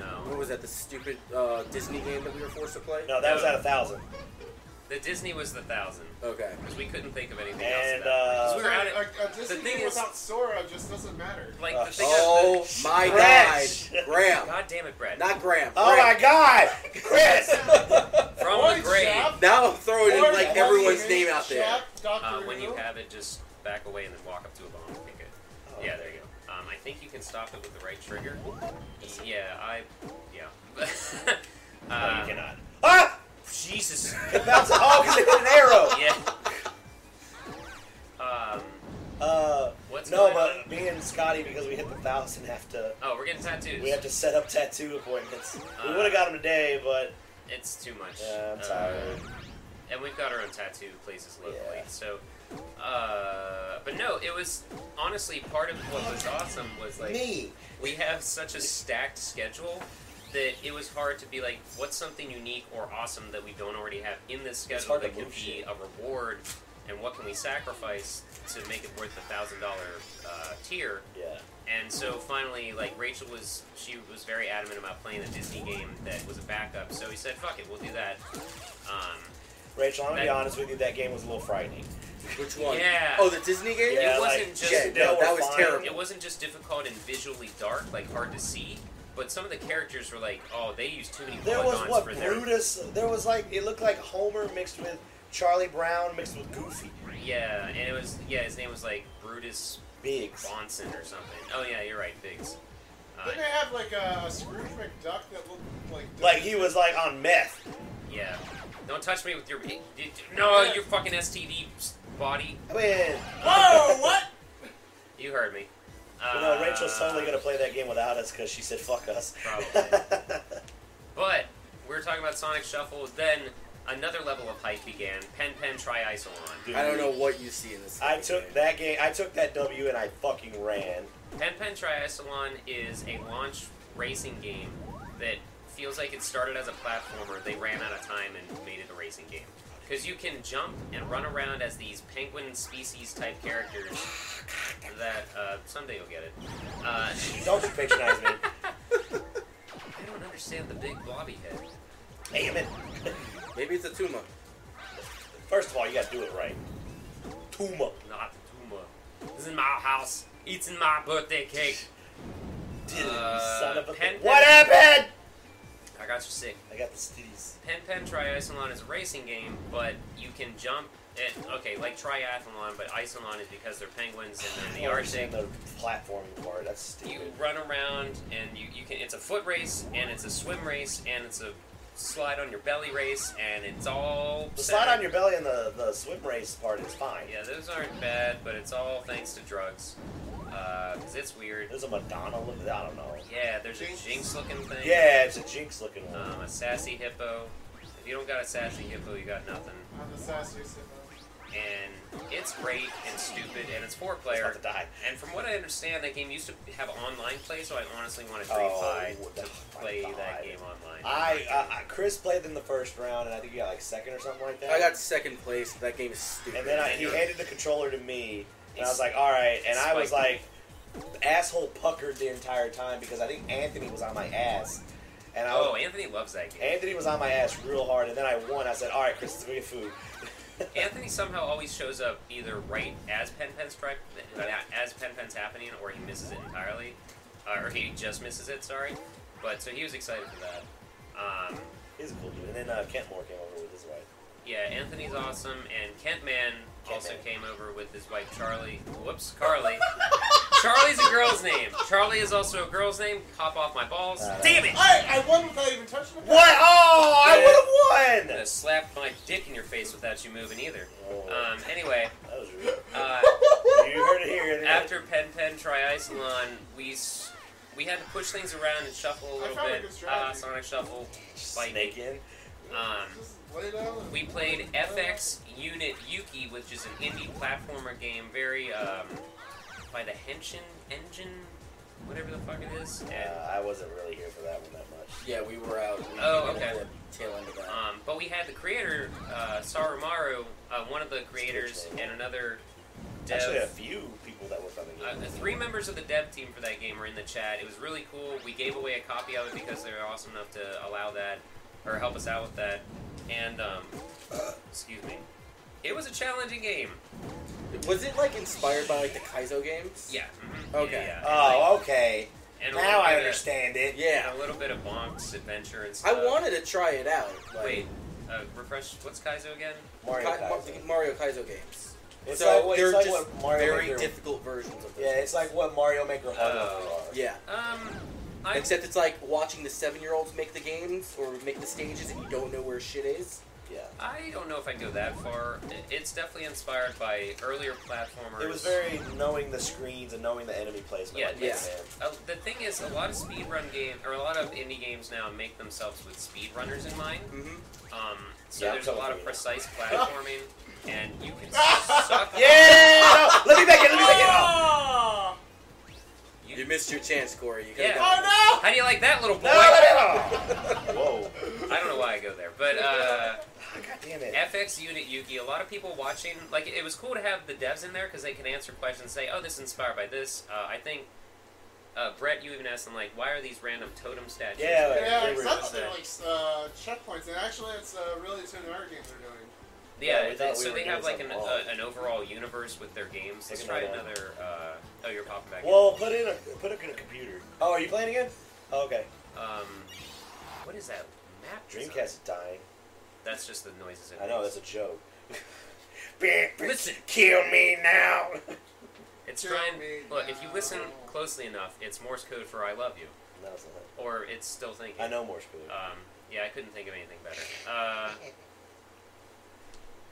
What No, was that? The stupid uh, Disney game that we were forced to play. No, that was at a thousand. the Disney was the thousand Okay. because we couldn't think of anything else. And about it. 'Cause uh, we were out a, at, a Disney thing game is- without Sora just doesn't matter. like uh, the thing. Oh my Stretch. [laughs] God, Graham, God damn it, Brad! not Graham. oh Graham. my God, Chris! From the Orange grave. Chef, Now I'm throwing in Orange like Chef, everyone's Orange name out there. Chef, Dr. Uh, when you Who. have it, just back away and then walk up to a bomb and pick it. Yeah, there you go. Um, I think you can stop it with the right trigger. Yeah, I. Yeah. [laughs] No, uh, you cannot. Ah! Jesus. It bounced off because it hit an arrow. [laughs] yeah. Um. Uh, What's no, going but on? me and Scotty, because we hit the thousand, have to Oh, we're getting tattoos. we have to set up tattoo appointments. We Uh, would have got them today, but It's too much. Yeah, I'm Uh, tired. and we've got our own tattoo places locally, Yeah. so. Uh, but no, it was honestly part of what was awesome was like me. we have such a stacked schedule that it was hard to be like, what's something unique or awesome that we don't already have in this schedule hard to that could move be shit. a reward, and what can we sacrifice to make it worth the thousand dollar uh, tier? Yeah. And so finally, like Rachel was, she was very adamant about playing the Disney game that was a backup. So we said, fuck it, we'll do that. Um, Rachel, I'm gonna be That- honest with you. That game was a little frightening. Which one? Yeah. Oh, the Disney game. Yeah. like, wasn't just- yeah, no, we're that was fine. terrible. It wasn't just difficult and visually dark, like hard to see, but some of the characters were like, oh, they used too many There was polygons what for their. Brutus. There was like it looked like Homer mixed with Charlie Brown mixed with Goofy. Yeah, and it was yeah. His name was like Brutus Biggs. Bonson or something. Oh yeah, you're right, Biggs. Uh, Didn't they have like a, a Scrooge McDuck that looked like Like [laughs] he was like on meth. yeah. Don't touch me with your. Did, no, your fucking STD body. I mean, Oh, Whoa! What? You heard me. Uh, Well, no, Rachel's totally gonna play that game without us because she said "fuck us." Probably. But we were talking about Sonic Shuffle. Then another level of hype began. Pen Pen Triisolon. Dude, I don't know what you see in this. I game. took that game. I took that W and I fucking ran. Pen Pen Triisolon is a launch racing game that feels like it started as a platformer. They ran out of time and made it a racing game. Because you can jump and run around as these penguin species type characters that uh, someday you'll get it. Uh, Don't you patronize me? I don't understand the big blobby head. Damn it! Maybe it's a Tuma. First of all, you gotta do it right. Tuma. Not Tuma. This is my house. Eating my birthday cake. Did it, Uh, you son of a. pen- what happened? I got you sick. I got the stitties. Pen Pen Triathlon is a racing game, but you can jump. At, okay, like triathlon, but isolon is because they're penguins and they're in the Arctic. Understand the platforming part. That's You stupid. run around and you, you can. It's a foot race and it's a swim race and it's a slide on your belly race and it's all. The slide on your belly and the, the swim race part is fine. Yeah, those aren't bad, but it's all thanks to drugs. Because it's weird. There's a Madonna. look- I don't know. Yeah, there's a Jinx. jinx looking thing. Yeah, it's a Jinx looking one. Um, a sassy hippo. If you don't got a sassy hippo, you got nothing. I'm the sassiest hippo. And it's great and stupid and it's four It's player. about to die. And from what I understand, that game used to have online play, so I honestly want to Oh, try to that's play fine. that game online. I, uh, I, I Chris played in the first round, and I think he got like second or something like that. I got second place. That game is stupid. And then I, he handed the controller to me, and I was like, "All right." And I was like, Spike. asshole puckered the entire time because I think Anthony was on my ass, and I oh, Anthony loves that game. Anthony was on my ass real hard. And then I won. I said, "All right, Chris, let's go get food." Anthony somehow always shows up either right as Pen Pen's tri- as Pen Pen's happening, or he misses it entirely, uh, or he just misses it. Sorry, but so he was excited for that. Um, He's a cool dude. And then uh, Kent Moore came over with his wife. yeah, Anthony's awesome, and Kent Man Kent also Man. came over with his wife Charlie. Whoops, Carly. [laughs] Charlie's a girl's name. Charlie is also a girl's name. Hop off my balls. Uh, Damn it! I, I won without even touching the What? Oh, I would I'm have gonna won. slap my dick in your face without you moving either. Oh, Um, anyway, that was rude. [laughs] uh, You heard it here. after Pen Pen Triisolon, we s- we had to push things around and shuffle a I little found a bit. good strategy. Ah, Sonic Shuffle. snake in. Um, Just lay down. and- We played FX Unit Yuki, which is an indie platformer game, very um, by the Henshin Engine, whatever the fuck it is. And, Uh, I wasn't really here for that one that much. Yeah, we were out. We Oh, were okay. at the Tail end of that. Um, but we had the creator, uh, Sarumaru, uh, one of the creators, and another dev. Actually, a few people that were coming Uh, in. the three members of the dev team for that game were in the chat. It was really cool. We gave away a copy of it because they were awesome enough to allow that or help us out with that. And um, excuse me, it was a challenging game. was it like inspired by like the Kaizo games? Um, Yeah. mhm, Okay. Yeah, yeah. Oh, okay. And like- and a Now little I bit of- understand it. Yeah. and a little bit of Bonk's adventure and I Uh, stuff. wanted to try it out. Like, Wait, uh, refresh. What's Kaizo again? Mario Ka- Ma- Kaiser. the Mario Kaizo games. It's so like, what- they're it's like just what Mario very Maker. difficult versions of those. Yeah, it's like what Mario Maker Hard Oh. are. Yeah. Um, I Except it's like watching the seven-year-olds make the games or make the stages, and you don't know where shit is. Yeah. I don't know if I go that far. I- It's definitely inspired by earlier platformers. It was very knowing the screens and knowing the enemy placement. Yeah, like yeah. Mega Man. Uh, the thing is, a lot of speedrun game or a lot of indie games now make themselves with speedrunners in mind. Mm-hmm. Um, so Yeah, I'm there's a lot totally with [laughs] of precise platforming, and you can suck. Yeah! let me back in, let me back in. Oh, Ah! You, You missed your chance, Corey. You Yeah. could've Oh gotten it. no! how do you like that little boy? no, let me in. Whoa. I don't know why I go there, but uh, Ah, God damn it. FX Unit Yuki. A lot of people watching, like it was cool to have the devs in there because they can answer questions. Say, oh, this is inspired by this. Uh, I think uh, Brett, you even asked them like, why are these random totem statues? Yeah, Yeah, they were because I thought they were insane. uh, like uh, checkpoints, and actually, it's a really Nintendo game they're doing. Yeah, we thought so we they were have doing like an, something uh, odd. an overall universe with their games. Let's Take try another one. another. Uh, oh, you're popping back. in. Well, put in a put it in a computer. Oh, are you playing again? Oh, okay. Um, what is that map? design? Dreamcast is dying. That's just the noises. It I know makes. that's a joke. Listen. [laughs] kill me now. [laughs] It's Kill trying. me Look, if you listen now. closely enough, it's Morse code for "I love you," No, it's not. or it's still thinking. I know Morse code. Um, yeah, I couldn't think of anything better. Uh,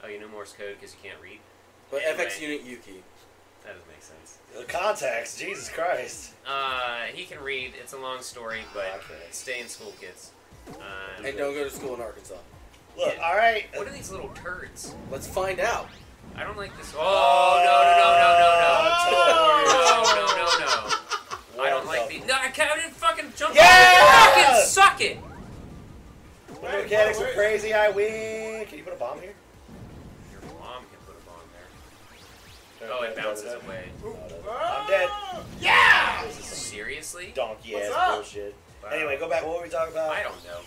oh, you know Morse code because you can't read. But Oh. Anyway. FX Unit Yuki. That doesn't make sense. The contacts, Jesus Christ. Uh, he can read. It's a long story, but Okay. stay in school, kids. Uh, And don't go to school in Arkansas. Look, Yeah. all right. what are these little turds? Let's find out. I don't like this. Oh no no no no no no no no no! no. I don't like the. No, I can't I didn't fucking jump. Yeah! on it. Fucking suck it. The mechanics are crazy. I win. Can you put a bomb here? Your mom can put a bomb there. Oh, it bounces away. I'm dead. Ah! Yeah. Seriously? Donkey What's ass up? bullshit. Wow. Anyway, go back. What were we talking about? I don't know.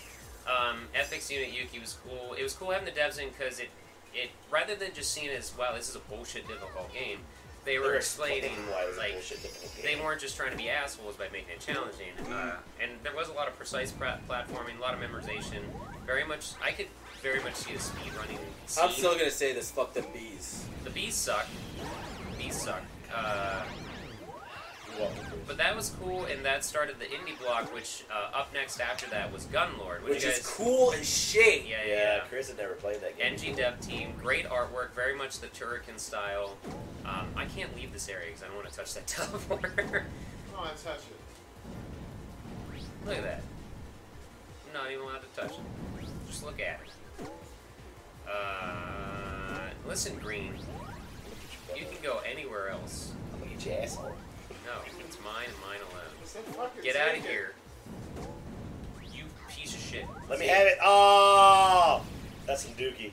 Um, FX Unit Yuki was cool. It was cool having the devs in because it, it rather than just seeing it as wow, this is a bullshit difficult game, they were explaining why it was a like bullshit difficult game. Mm-hmm. they weren't just trying to be assholes by making it challenging. Uh, and there was a lot of precise pra- platforming, a lot of memorization. Very much, I could very much see a speed running. Scene. I'm still gonna say this. Fuck them bees. the bees suck. Bees suck. Uh, You're welcome. but that was cool, and that started the indie block, which uh, up next after that was Gunlord, Which you guys, is cool as shit. Yeah, yeah, Yeah, yeah. Chris had never played that game. NG Dev Team, great artwork, very much the Turrican style. Um, I can't leave this area because I don't want to touch that [laughs] teleporter. Come on, touch it. look at that. I'm not even allowed to touch it. Just look at it. Uh, listen, Green, you can go anywhere else. I'm gonna get your asshole. No, it's mine and mine alone. I said, fuck it, Get take out of it. here. You piece of shit. Let me have it. Oh, that's some dookie.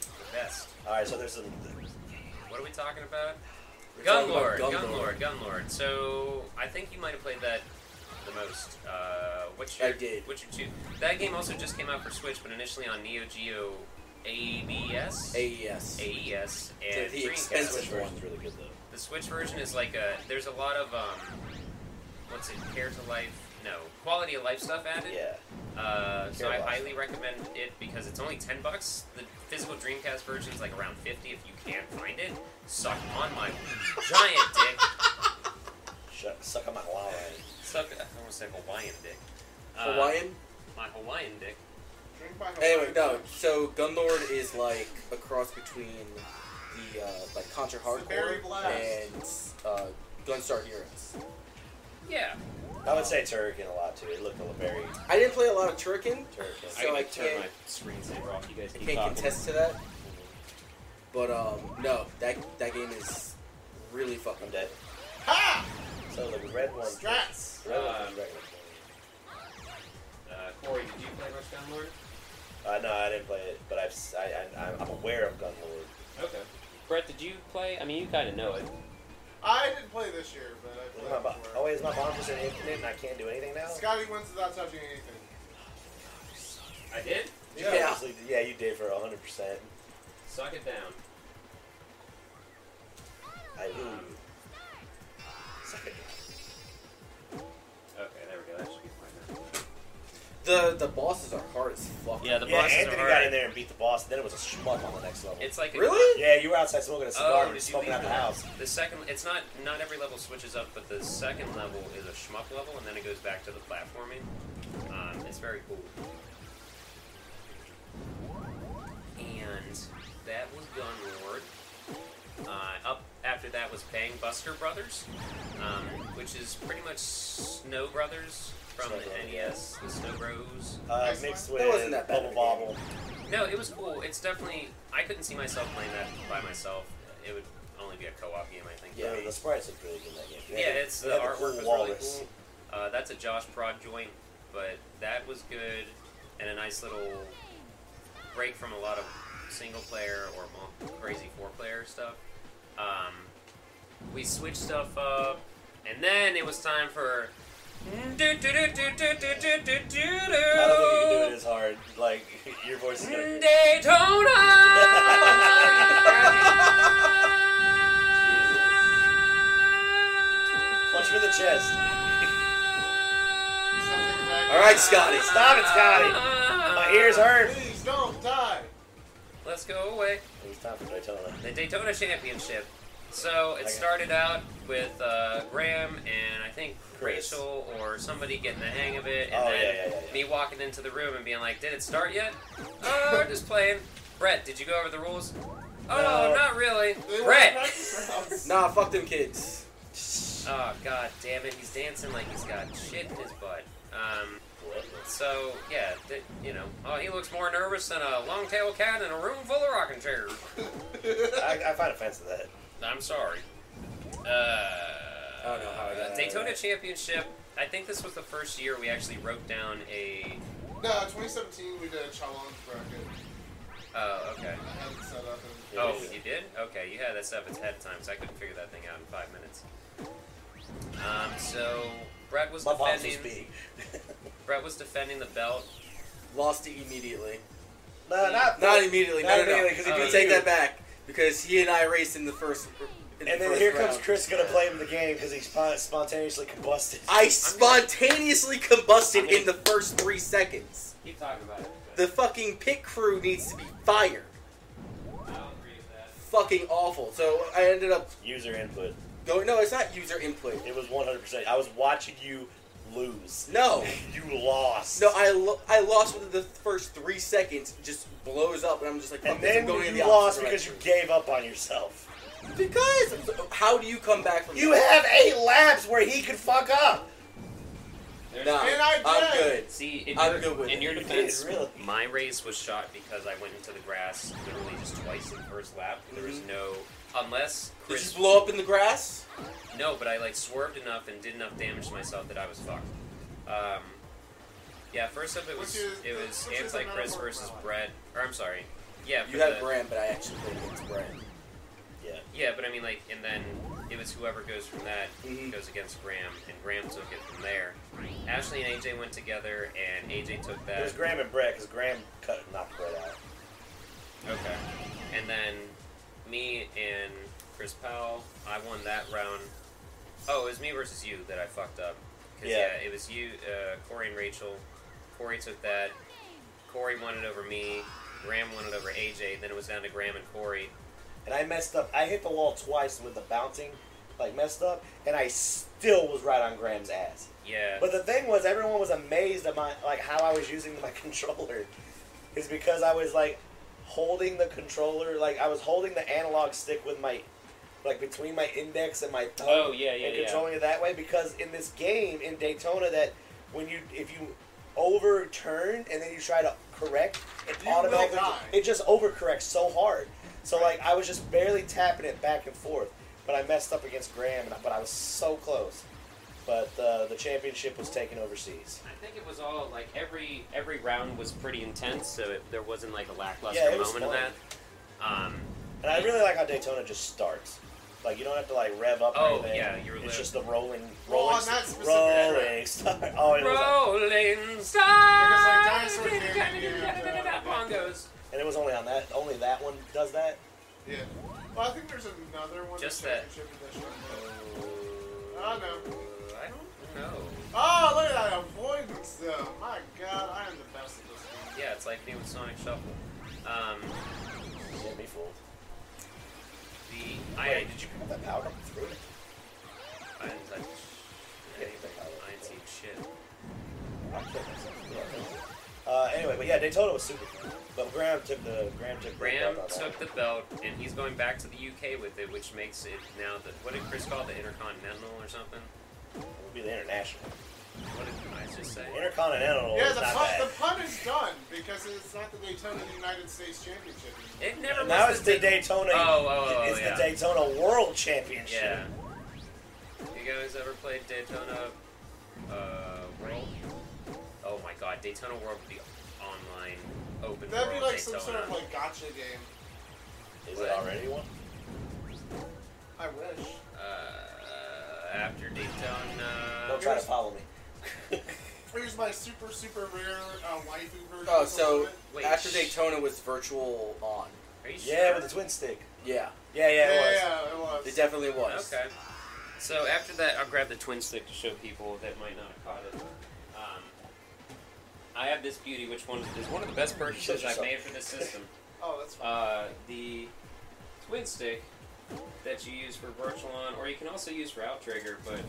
The best. All right, so there's some. What are we talking about? We're talking Gunlord, about Gunlord, Gunlord. Gunlord. So I think you might have played that the most. Uh, what's your, I did. What's your two? That game also just came out for Switch, but initially on Neo Geo ABS, AES. E AES, To and the Yeah, Dreamcast. expense- Switch Expensive one. version's really good though. The Switch version is like a. There's a lot of um, what's it? Care to life? No, quality of life stuff added. Yeah. Uh, so Care I to Life. highly recommend it because it's only ten bucks. The physical Dreamcast version is like around fifty if you can't find it. Suck on my giant dick. Shut, suck on my line. Suck. I almost said Hawaiian dick. Uh, Hawaiian. My Hawaiian dick. Drink by Hawaii. Anyway, no. So Gunlord is like a cross between the uh, like Contra It's the Barry Hardcore Blast. and uh, Gunstar Heroes. Yeah. I would say Turrican a lot too. It looked a little very I didn't play a lot of Turrican. Turrican. So gotta I turn can't- my screensaver off. You guys I keep can't talking. contest to that. But um, no, that that game is really fucking I'm dead. Ha! So the red one. Strats! The red one Um, was regular. Uh, Corey, did you play much Gunlord? Uh, no, I didn't play it, but I've, si I, am aware of Gunlord. Okay. Brett, did you play? I mean, you kind of know it. I didn't play this year, but I Is my played bo- before. oh, wait, is my bomb just an infinite and I can't do anything now? Scotty wins without touching anything. I did. You Yeah. obviously- yeah, you did for 100%. Suck it down. I ooh. Sorry. Okay, there we go. That should be fine. The the bosses are hard as fuck. Yeah, the yeah, bosses Anthony are got hard. in there and beat the boss, and then it was a schmuck on the next level. It's like a- Really? yeah, you were outside smoking a cigar Oh, and did you smoking leave out the that? house. The second, it's not not every level switches up, but the second level is a schmuck level, and then it goes back to the platforming. Um, it's very cool. And that was Gunlord. Uh, up after that was Bang Buster Brothers, um, which is pretty much Snow Brothers from Snow the Bros, NES, the Snow Bros. Uh, Excellent. mixed That with wasn't that bad Bubble of a Bobble. No, it was cool. It's definitely I couldn't see myself playing that by myself. It would only be a co-op game, I think. for Yeah, me. the sprites look really good in that game. Yeah, had the- it's they the had artwork cool was really walrus. cool. Uh, that's a Josh Prod joint, but that was good and a nice little break from a lot of single player or mul- crazy four player stuff. Um, we switched stuff up, and then it was time for I don't think you can Mm. I don't think you can do do it as hard. Like [laughs] your voice is gonna. Daytona. Punch me in the chest. All right, Scotty. Stop it, Scotty. My ears hurt. Please don't die. Let's go away. It was time for Daytona. The Daytona Championship. So it started out with uh, Graham and I think Chris. Rachel or somebody getting the hang of it, and Oh, then yeah, yeah, yeah, yeah. me walking into the room and being like, "Did it start yet?" Oh, just playing. Brett, did you go over the rules? Oh, No. not really. They were Brett. practice rounds. Nah, fuck them kids. Oh god damn it, he's dancing like he's got shit in his butt. Um, so yeah, th- you know, oh he looks more nervous than a long-tailed cat in a room full of rocking chairs. I, I find offense to that. I'm sorry. Uh, I don't know how I got that. Daytona Championship. I think this was the first year we actually wrote down a. [laughs] No, 2017 we did a challenge bracket. Oh, okay. I had it set up. And Oh, you did? Okay, you had this up ahead of time, so I couldn't figure that thing out in five minutes. Um, so Brett was My boss was defending. big. [laughs] Brett was defending the belt. Lost it immediately. no, not Not immediately. Not no, no, Uh, no. immediately, 'cause he I'm gonna beat take you. that back because he and I raced in the first. in the And then first here comes round. Chris gonna blame the game because he spon- spontaneously combusted. I spontaneously combusted in the first three seconds. Keep talking about it. The fucking pit crew needs to be fired. Fucking awful. So I ended up User input. going. No, it's not user input. It was 100%. I was watching you lose. No. You lost. No, I, lo- I lost within the first three seconds. Just blows up, and I'm just like, fuck And this, then I'm going in the you lost opposite because you direction. gave up on yourself. Because I'm so- how do you come back from You that? have eight laps where he could fuck up. No, And I I'm did. good. See, in I'm your, good with in it. your You did, defense, really. my race was shot because I went into the grass literally just twice in the first lap. There was Mhm. no, unless Did you Chris blow up in the grass? No, but I like swerved enough and did enough damage to myself that I was fucked. Um, yeah, first up it was Which is- it was which is Anti Chris another versus one. Brett, or I'm sorry, yeah, for You had the- Bram, but I actually played against Bram. Yeah. yeah, but I mean like, and then it was whoever goes from that Mhm. goes against Graham, and Graham took it from there. Ashley and AJ went together, and AJ took It that. was Graham and Brett because Graham cut knocked Brett out. Okay, and then me and Chris Powell, I won that round. Oh, it was me versus you that I fucked up. 'Cause, Yeah. yeah, it was you, uh, Corey and Rachel. Corey took that. Corey won it over me. Graham won it over AJ. Then it was down to Graham and Corey. And I messed up. I hit the wall twice with the bouncing, like messed up, and I still was right on Graham's ass. Yeah. But the thing was, everyone was amazed at my like how I was using my [laughs] controller, is because I was like holding the controller, like I was holding the analog stick with my, like between my index and my thumb. Oh, yeah, yeah, and yeah. controlling it that way because in this game in Daytona that when you if you overturn and then you try to correct, it You will automatically die. it just overcorrects so hard. So like I was just barely tapping it back and forth, but I messed up against Graham, and I, but I was so close. But uh, the championship was taken overseas. I think it was all like every every round was pretty intense, so it, there wasn't like a lackluster Yeah, it was moment of that. fun. Um, And I really like how Daytona just starts. Like you don't have to like rev up Oh, or anything. yeah, you're it's lit. just the rolling, Well, rolling, on that st- specific track. rolling start. [laughs] Oh, it was like, Rolling Because, Stars. like, dinosaur candy and, uh, Bongos. and it was only on that. Only that one does that. Yeah. Well, I think there's another one. Just that's that. championship edition. Ah, I know. I don't know. Oh, look at that avoidance, though. My God, I am the best at this game. Yeah, it's like me with Sonic Shuffle. Um, Can't be fooled. the I Wait, did you have that power up through it? I didn't touch Yeah, you anything. think I would. I didn't see shit. I killed myself. Yeah, thank you. Uh, anyway, but yeah, Daytona was super. cool. But Graham took the Graham took the Graham belt on that. took the belt, and he's going back to the UK with it, which makes it now the what did Chris call it, the Intercontinental or something? It would be the international. What did I just say? Intercontinental. Yeah, is the Oh, not pun, bad. the pun is done because it's not the Daytona United States Championship. anymore. It never Now was it's the Day- Daytona. Oh, oh, oh, it's yeah. the Daytona World Championship. Yeah. You guys ever played Daytona uh, World? Oh my god, Daytona World would be online open That'd be world like some Daytona. sort of like gotcha game. Is it already one? I wish. uh, after Daytona. Uh, Don't try to follow me. Here's my super, super rare uh, waifu version. Oh, of so it. Wait, after sh- Daytona was virtual on. Are you Yeah, sure? with the twin stick. Yeah, Yeah, yeah, it was. yeah, it was. it definitely was. Okay. So after that, I'll grab the twin stick to show people that might not have caught it. Um, I have this beauty, which one is one of the best purchases I've made for this system. Oh, that's fine. Uh, the twin stick that you use for virtual on, or you can also use for outrigger, but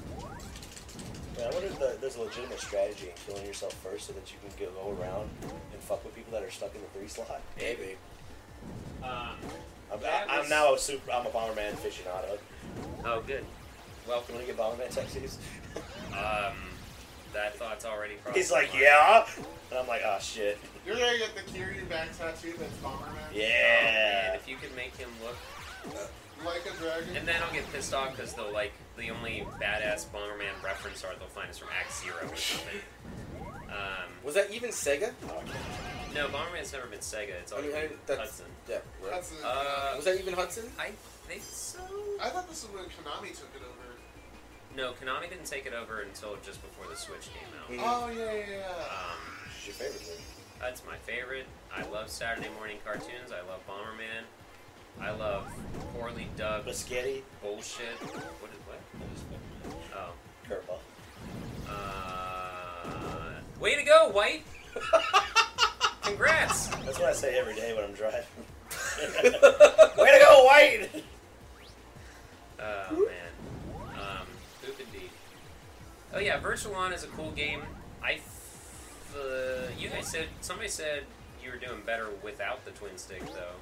Yeah, I wonder if the, there's a legitimate strategy in killing yourself first so that you can go around and fuck with people that are stuck in the three slot. Maybe. um, I'm, That I, am was- now a super. I'm a Bomberman aficionado. oh, good. Welcome. You want to get Bomberman [laughs] tattoos? Um, that thought's already crossed. He's my like, mind. yeah, and I'm like, oh shit, You're gonna get the Kiryu back tattoo that's Bomberman. Oh, man, yeah. if you could make him look Like a dragon. And then I'll get pissed off because they'll like the only badass Bomberman reference art they'll find is from Act Zero or something. Um, Was that even Sega? no, Bomberman's never been Sega. It's I always mean, I, been that's Hudson. yeah. right. That's a- Uh, was that even Hudson? I think so. I thought this is when Konami took it over. No, Konami didn't take it over until just before the Switch Hmm. Mm. came out. Oh yeah, yeah, yeah. Um, What's your favorite thing? that's my favorite. I love Saturday morning cartoons. I love Bomberman. I love poorly dubbed Biscotti, bullshit. What is what? Oh. curveball. Uh, way to go, White! [laughs] Congrats! That's what I say every day when I'm driving. Way to go, White! Oh man. Um, poop indeed. Oh yeah, Virtualon is a cool game. I, f- uh, you guys said somebody said you were doing better without the twin stick though,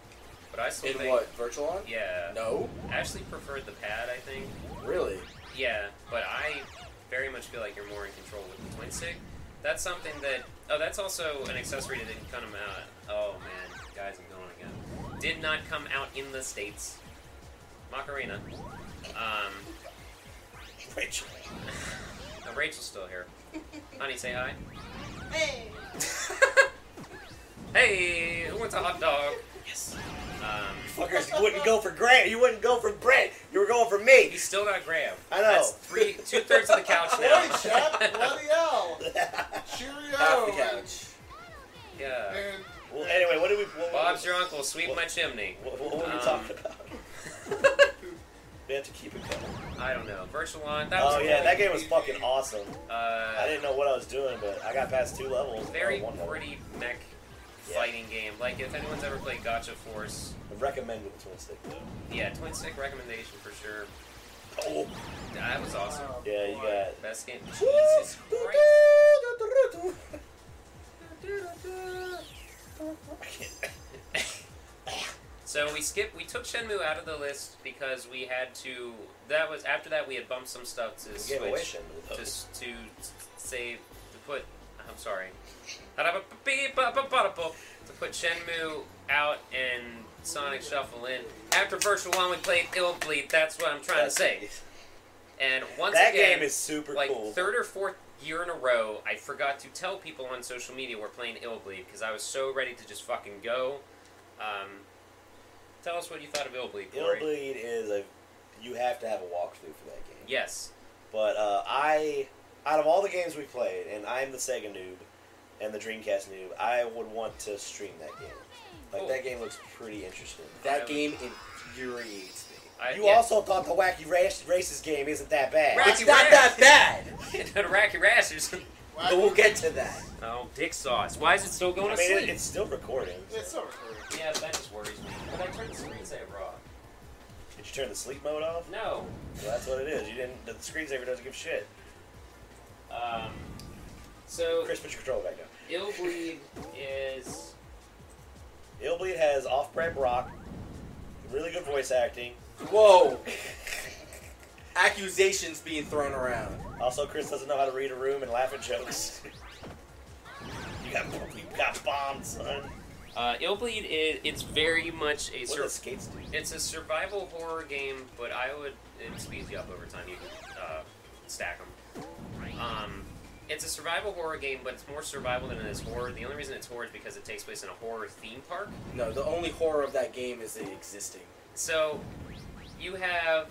but I still In think what? Virtual on? yeah. No, Ashley preferred the pad, I think. really. Yeah, but I very much feel like you're more in control with the twin stick. That's something that. Oh, that's also an accessory that didn't come out. Oh man, guys, I'm going again. Did not come out in the states. Macarena. Um, [laughs] Rachel. no, Rachel's still here. Honey, say hi. Hey. hey, who wants a hot dog? Yes. Um, Fuckers, you wouldn't go for Grant. You wouldn't go for Brent. You were going for me. he's still not Graham. I know. That's three, two thirds of [laughs] the couch now. Hey, [laughs] chap, bloody hell! Half the Cheerio. And, couch. yeah. and well, anyway, what did we? What, Bob's your uncle. Sweep my chimney. What, what, what were we Um, talking about? [laughs] we have to keep it going. I don't know. Virtualon. That was Oh a yeah, really that game was fucking awesome. Uh, I didn't know what I was doing, but I got past two levels. very uh, one level. pretty mech Yeah. fighting game. Like if anyone's ever played Gotcha Force, I recommend with the twin stick though. yeah, twin stick recommendation for sure. Oh. That was awesome. uh, Yeah, you got. Best game. Jesus Christ. [laughs] So we skipped. We took Shenmue out of the list because we had to. That was after that we had bumped some stuff to We gave away switch Shenmue, to though. s- to s- save to put. I'm sorry. To put Shenmue out and Sonic Shuffle in. After Virtual One, we played Ill Bleed. That's what I'm trying to say. And once That again, game is super like cool. third or fourth year in a row, I forgot to tell people on social media we're playing Illbleed because I was so ready to just fucking go. Um, tell us what you thought of Illbleed, Corey. Illbleed is a. You have to have a walkthrough for that game. Yes. But uh, I, out of all the games we played, and I'm the Sega noob, and the Dreamcast noob, I would want to stream that game. Like Cool. that game looks pretty interesting. That game infuriates me. I, You [laughs] yeah. also thought the wacky race, racist game isn't that bad. Wacky it's not that bad, the Racky Rashers. but we'll get to that. [laughs] oh, dick sauce. Why is it still going I to mean, sleep? it, it's still recording. so- It's so recorded. Yeah, that just worries me. But I turned the screensaver off. Did you turn the sleep mode off? No. Well, that's what it is. You didn't. The screensaver doesn't give shit. Um, so Chris, put your controller back down. Illbleed is Illbleed has off-brand rock, really good voice acting. [laughs] Whoa. Accusations being thrown around. Also, Chris doesn't know how to read a room and laugh at jokes. [laughs] you got you got bombed, son. uh, Illbleed is it's very much a What sur- does skates do? It's a survival horror game, but I would it speeds you up over time. You can uh, stack them. Um, it's a survival horror game, but it's more survival than it is horror. The only reason it's horror is because it takes place in a horror theme park. No, the only horror of that game is the existing. So you have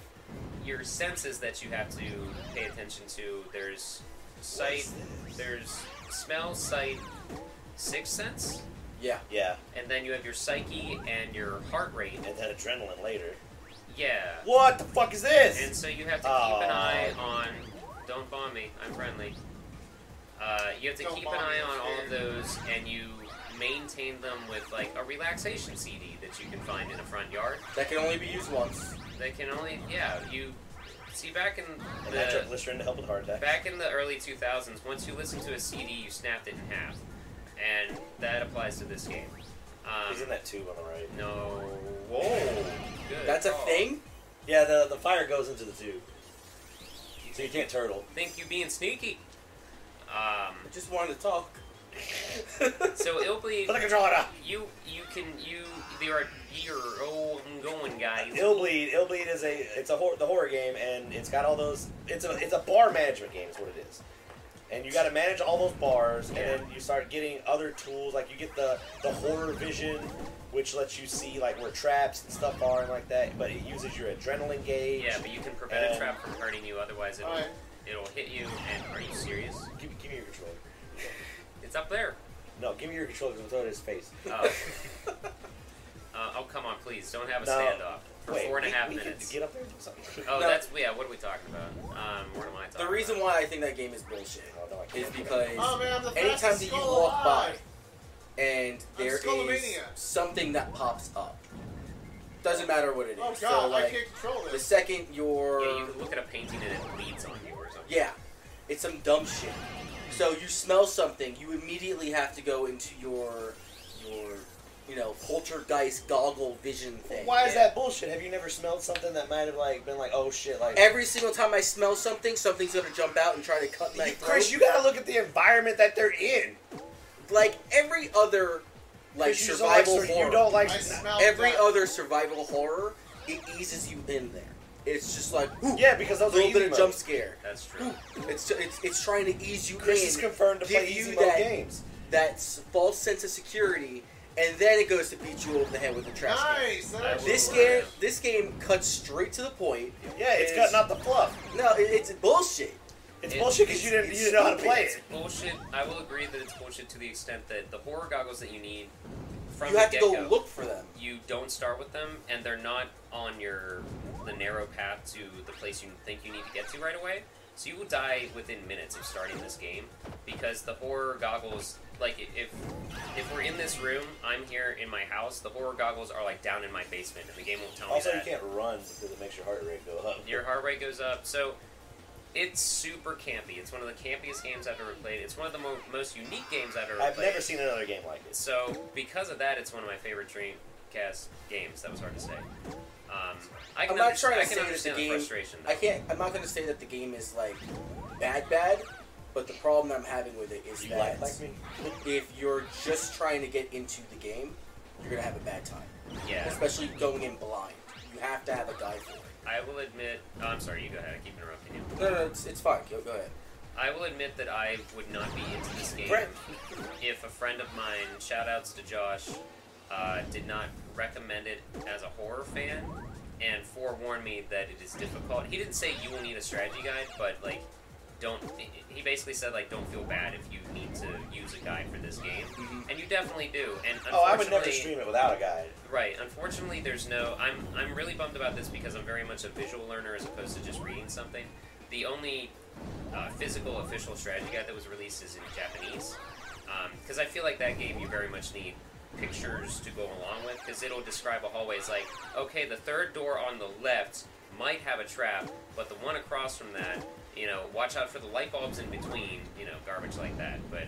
your senses that you have to pay attention to. There's sight. this? There's smell, sight, sixth sense, Yeah. Yeah, and then you have your psyche and your heart rate. and then adrenaline later. Yeah. What the fuck is this? And so you have to keep Oh. an eye on. Don't bomb me. I'm friendly. Uh, you have to Don't keep an bomb me, eye I'm on all of scared. those, and you maintain them with like a relaxation CD that you can find in a front yard. That can only be used once. They can only yeah you see back in and that's your the glycerin to help with heart attack. back in the early 2000s. Once you listened to a CD, you snapped it in half, and that applies to this game. Um, He's in that tube on the right. No, whoa, good. That's a call. thing. Yeah, the, the fire goes into the tube. So you can't [laughs] turtle. Think you being sneaky? Um, I just wanted to talk. [laughs] so [laughs] Ilbleed Put the controller down. You you can you there are year old and going Uh, guys. Illbleed, Illbleed is a it's a hor- the horror game and it's got all those it's a it's a bar management game is what it is, and you got to manage all those bars and then you start getting other tools like you get the the horror vision, which lets you see like where traps and stuff are and like that, but it uses your adrenaline gauge. Yeah, but you can prevent a Um, trap from hurting you. Otherwise, it'll Alright. it'll hit you. And are you serious? give, me- give me your controller. It's up there. No, give me your controller. 'cause I'm throwing it in his face. Oh. uh, oh come on, please don't have a No. standoff for Wait, four and a we- half we could minutes. Get up there and do something. Oh, No. that's yeah. What are we talking about? Um, what am I talking? The reason about? why I think that game is bullshit Oh, no, I can't. is because Oh man, I'm the Anytime fastest that you skull walk by, alive. and there is Skullomania. something that pops up. Doesn't matter what it is. Oh god, so I like can't control the this. second you're yeah, you could look at a painting and it bleeds on you or something. Yeah, it's some dumb shit. So you smell something, you immediately have to go into your your you know poltergeist goggle vision thing. Why is Yeah. that bullshit? Have you never smelled something that might have like been like, oh shit, like Every single time I smell something, something's gonna jump out and try to cut my You- throat. Chris, you gotta look at the environment that they're in. like every other like Chris, you just don't like survival sur- horror. You don't I like. smell every death. other survival horror, it eases you in there. It's just like ooh, Yeah, because a those are little easy bit of mode. jump scare. that's true. Ooh, It's, it's it's trying to ease you Chris in. is confirmed to give play you easy mode that- games. that s- false sense of security, and then it goes to beat you over the head with a trash can. Nice. that I actually This Well, worked. game, this game cuts straight to the point. Yeah, it's is- cutting out the fluff. No, it, it's bullshit. It's It- bullshit because you it's- didn't you it's didn't know how to play stupid. it. Bullshit. I will agree that it's bullshit to the extent that the horror goggles that you need from you the have to go get-go- look for them. you don't start with them and they're not on your the narrow path to the place you think you need to get to right away so you will die within minutes of starting this game because the horror goggles like i- if if we're in this room i'm here in my house the horror goggles are like down in my basement and the game won't tell Also, me you that can't run because it makes your heart rate go up. your heart rate goes up so it's super campy it's one of the campiest games i've ever played it's one of the mo- most unique games i've ever I've played never seen another game like this. so because of that, it's one of my favorite Dreamcast games. That was hard to say. Um, I can I'm not underst- trying to I can say that understand the the game- frustration. Though. I can't. I'm not going to say that the game is like bad, bad. But the problem that I'm having with it is You that like, like me? if you're just trying to get into the game, you're going to have a bad time. Yeah, Especially going in blind. You have to have a guide for it. I will admit. Oh, I'm sorry. You go ahead. I keep interrupting you. No, no, it's, it's fine. Go, go ahead. I will admit that I would not be into this game Brett. if a friend of mine, shout outs to Josh, uh, did not recommend it as a horror fan and forewarn me that it is difficult. He didn't say you will need a strategy guide, but like, don't. He basically said like, don't feel bad if you need to use a guide for this game, and you definitely do. And unfortunately, Mm-hmm. Oh, I would never stream it without a guide. Right. Unfortunately, there's no. I'm I'm really bummed about this because I'm very much a visual learner as opposed to just reading something. The only uh, physical official strategy guide that was released is in Japanese, because I feel like that game you very much need pictures to go along with because it'll describe a hallway. It's like, okay, the third door on the left might have a trap, but the one across from that, you know, watch out for the light bulbs in between, you know, garbage like that. But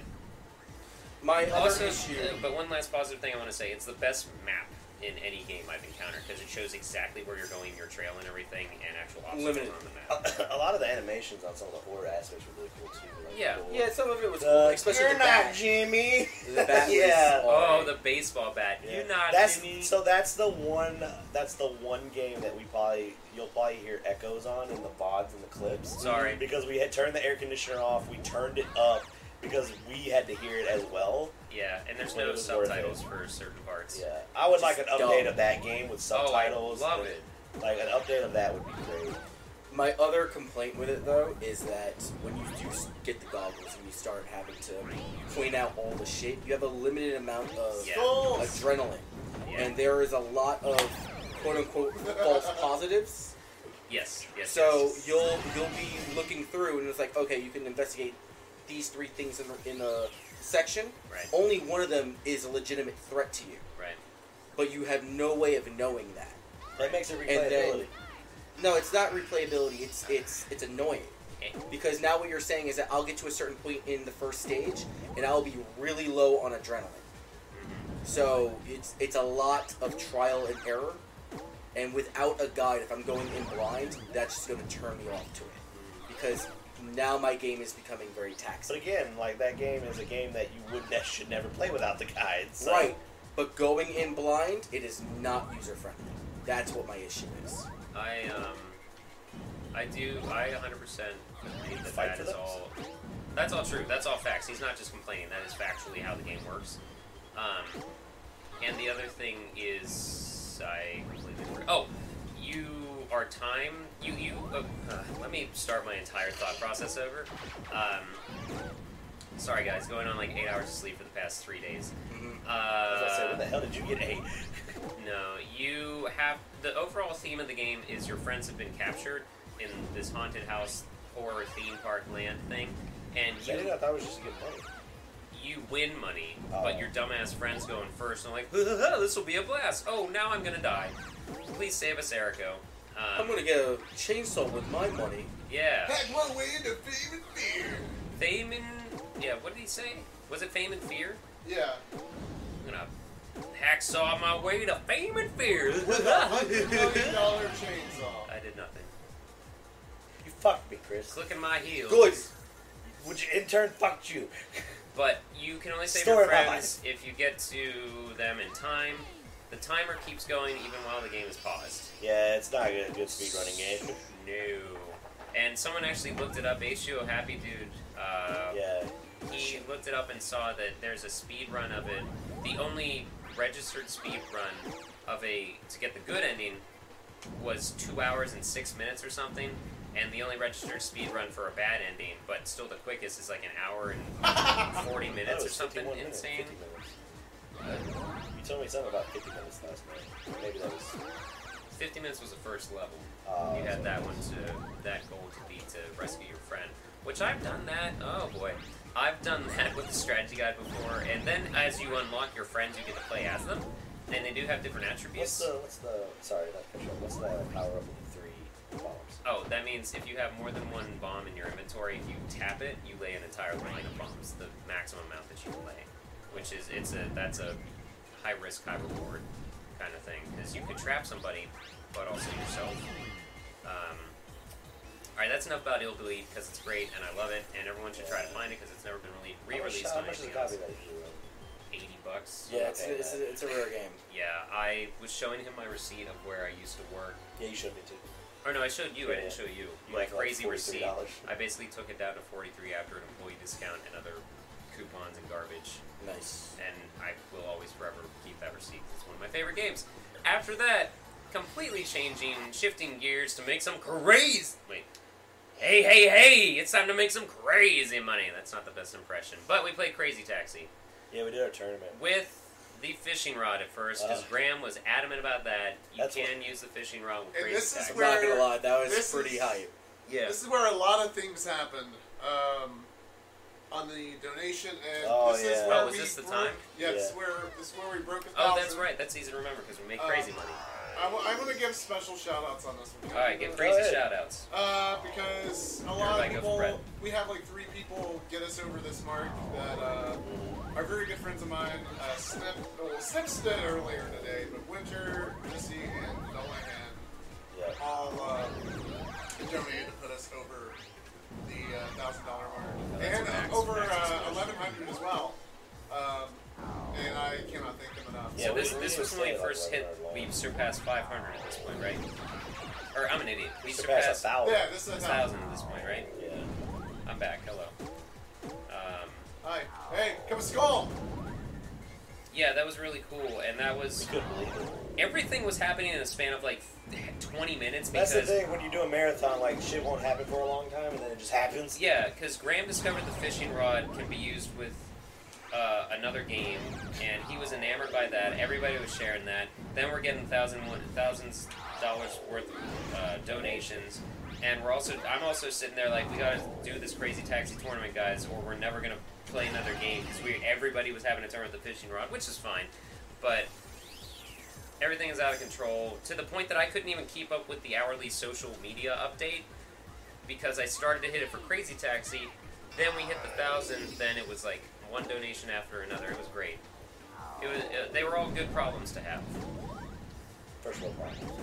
My also, other issue. uh, but one last positive thing I want to say: it's the best map in any game I've encountered because it shows exactly where you're going, your trail, and everything, and actual obstacles Limited. on the map. a lot of the animations on some of the horror aspects were really cool too. Like Yeah. the whole- Yeah, some of it was cool, Uh, especially you're the not bat. Jimmy. The bat [laughs] was yeah. Oh, alright. the baseball bat! Yeah. You not that's Jimmy. so that's the one that's the one game that we probably you'll probably hear echoes on in the VODs and the clips. Sorry. Because we had turned the air conditioner off, we turned it up because we had to hear it as well. yeah, and there's Well, it no was worth subtitles for certain parts. Yeah. I would Just like an dumb. update of that game with Oh, I subtitles. love and- it. Like an update of that would be great. My other complaint with it though is that when you do s- get the goggles and you start having to clean out all the shit, you have a limited amount of Yeah. Skulls! adrenaline, Yeah. and there is a lot of quote unquote [laughs] false positives. yes, yes. So yes. you'll you'll be looking through, and it's like, okay, you can investigate these three things in, the, in a section. Right. Only one of them is a legitimate threat to you, right. but you have no way of knowing that. That makes it And then- replayability. No, it's not replayability. It's it's it's annoying Eh. because now what you're saying is that I'll get to a certain point in the first stage, and I'll be really low on adrenaline. So it's it's a lot of trial and error, and without a guide, if I'm going in blind, that's just going to turn me off to it because now my game is becoming very But taxing. again, like that game is a game that you would that should never play without the guides. So. Right, but going in blind, it is not user friendly. That's what my issue is. I um, I do. I 100 percent believe that Fight that for is those. all. That's all true. That's all facts. He's not just complaining. That is factually how the game works. Um, and the other thing is, I completely forgot. Oh, you are time. You you. Uh, uh, let me start my entire thought process over. Um, sorry guys, going on like eight hours of sleep for the past three days. Mhm. Uh, Mm-hmm. As I said, where the hell did you get eight? no, you have the overall theme of the game is your friends have been captured in this haunted house horror theme park land thing, and I didn't know. you [laughs] I thought it was just a good money. [laughs] you win money, Oh. but your dumbass friends going first and like, [laughs] this will be a blast. Oh, now I'm gonna die. Please save us, Erico. I'm Um, gonna get a chainsaw with my money. yeah, Had one way into fame and fear. fame and yeah, what did he say? Was it fame and fear? [laughs] Yeah. I'm gonna hacksaw my way to fame and fear. [laughs] Hundred million dollar chainsaw. I did nothing. You fucked me, Chris. Clicking my heels. Good. Would you intern fucked you? [laughs] But you can only save Story your of my friends if you get to them in time. The timer keeps going even while the game is paused. Yeah, it's not a good, good speedrunning game. No. And someone actually looked it up. H2O Happy Dude, uh, Yeah. he looked it up and saw that there's a speed run of it. The only registered speed run of a to get the good ending was two hours and six minutes or something. And the only registered speed run for a bad ending, but still the quickest, is like an hour and [laughs] forty That minutes or was something 51 minutes, insane. 50 minutes. You told me something about 50 minutes last night. Maybe that was. 50 minutes was the first level. Uh, You had that one to that goal to beat to rescue your friend, which I've done that. Oh boy, I've done that [laughs] with the strategy guide before. And then as you unlock your friends, you get to play as them, and they do have different What's attributes. the what's the sorry not to cut you off, what's the power up of the three bombs? Oh, that means if you have more than one bomb in your inventory, if you tap it, you lay an entire line of bombs, the maximum amount that you can lay, which is it's a that's a high risk, high reward kind of thing because you could trap somebody, but also yourself. Um, all right, that's enough about Ill Bleed because it's great and I love it, and everyone should try to find it because it's never been really How much, re-released how on much is a anything copy else. of that usually? run? Eighty bucks. Yeah, it's, it's, a, it's a rare game. Yeah, I was showing him my receipt of where I used to work. Yeah, you showed me too. Or no, I showed you. I didn't show you. You my have, like, crazy receipt. $43. I basically took it down to 43 after an employee discount and other coupons and garbage. Nice. And I will always forever keep that receipt. It's one of my favorite games. After that, completely changing, shifting gears to make some crazy. Wait. Hey, hey, hey! It's time to make some crazy money. That's not the best impression. But we played Crazy Taxi Yeah, we did our tournament. with the fishing rod at first because Ugh. Graham was adamant about that. You That's what- can use the fishing rod with And Crazy this is Taxi. I'm not gonna Where- lie, that was this pretty is- hype. yeah. This is where a lot of things happen. Um, on the donation and Oh, this yeah. is where Oh, was we this the broke, time? Yeah, This is Yeah. where this is where we broke a Oh, thousand. that's right. That's easy to remember because we make Um, crazy money. I want to give special shout outs on this one. All right, give Uh, crazy ahead. shout outs. Uh, because a lot Everybody go for of people, bread. we have like three people get us over this mark that uh, are very good friends of mine. Uh, Snip, well, Snip's did earlier today, but Winter, Missy, and Delahan Yeah. Oh, all uh, donated to put us over the uh, thousand dollar mark, That's and a max- uh, over max uh, explosion. eleven hundred as well. Um, and I cannot thank them enough. Yeah, so we- this we this need was to when stay we like first right hit. where we're We've surpassed 500 at this point, right? Or I'm an idiot. We Surpassed surpassed a thousand. yeah, this is a thousand. 1,000 at this point, right? Yeah. I'm back. Hello. Um, Hi, hey, come a skull. yeah, that was really cool, and that was We couldn't believe it. everything was happening in a span of like 20 minutes That's because the thing when you do a marathon, like shit won't happen for a long time, and then it just happens. Yeah, because Graham discovered the fishing rod can be used with uh, another game, and he was enamored by that. Everybody was sharing that. Then we're getting thousand, thousands dollars worth of uh, donations, and we're also I'm also sitting there like we gotta do this crazy taxi tournament, guys, or we're never gonna play another game because we everybody was having a turn with the fishing rod, which is fine, but. Everything is out of control to the point that I couldn't even keep up with the hourly social media update because I started to hit it for Crazy Taxi. Then we hit the thousand. Then it was like one donation after another. It was great. It was. Uh, they were all good problems to have. First world problem.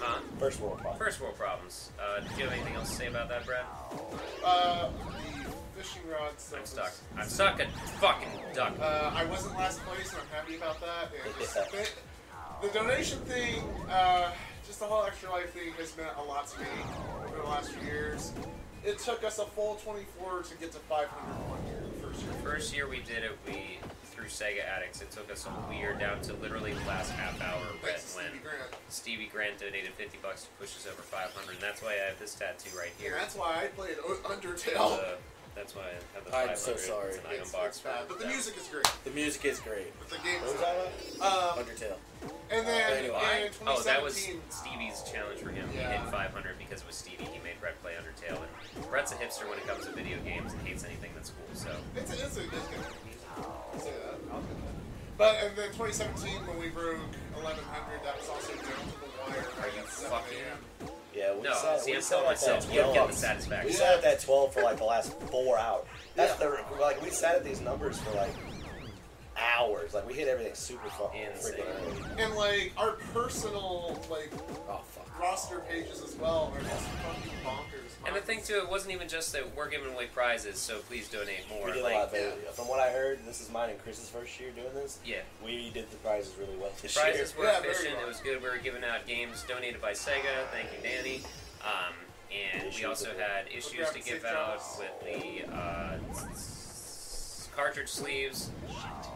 Huh? First world problem. Um, First world problems. Uh, do you have anything else to say about that, Brad? Uh, the fishing rod stuff I'm was- stuck. I'm stuck a fucking duck. Uh, I wasn't last place, and I'm happy about that. [laughs] And just, Yeah. the, the donation thing, uh, just the whole extra life thing, has meant a lot to me over the last few years. It took us a full 24 to get to 501 here the first year. First year we did it, we through Sega Addicts. It took us a whole year down to literally the last half hour. Brett Thanks to when Stevie Grant. Stevie Grant donated 50 bucks to push us over 500. And that's why I have this tattoo right And here. that's why I played O- Undertale. Uh, that's why I have the 500. I'm so sorry. It's an item it's, box. it's bad, but the Yeah. music is great. The music is great. But the game's What was not. that about? Um, Undertale. and then Anyway, in Oh, that was 2017, Stevie's challenge for him. He Yeah. hit 500 because it was Stevie. He made Brett play Undertale, and Brett's a hipster when it comes to video games and hates anything that's cool. So It's a, it's a, it's good. I'll say that. I'll admit that. But and then 2017 when we broke 1100, that was also down to the wire. Are you at 7 fucking- a.m. Yeah, we no, saw, see, we I'm saw it telling at that myself you don't get the 12. We satisfaction. sat at that 12 for like the last four hours. That's the like we sat at these numbers for like hours. Like we hit everything super fucking Insane. freaking early. And like our personal like Oh fuck. roster pages as well are just fucking bonkers. And the thing too, it wasn't even just that we're giving away prizes, so please donate more. We did a like, lot better. From what I heard, this is mine and Chris's first year doing this. yeah, We did the prizes really well this prizes year. were Yeah, very efficient. well. It was good. We were giving out games donated by Sega. Thank you, Danny. Um, and we Issues also with- had issues to graphic give six out jobs. with the uh, s- s- cartridge sleeves.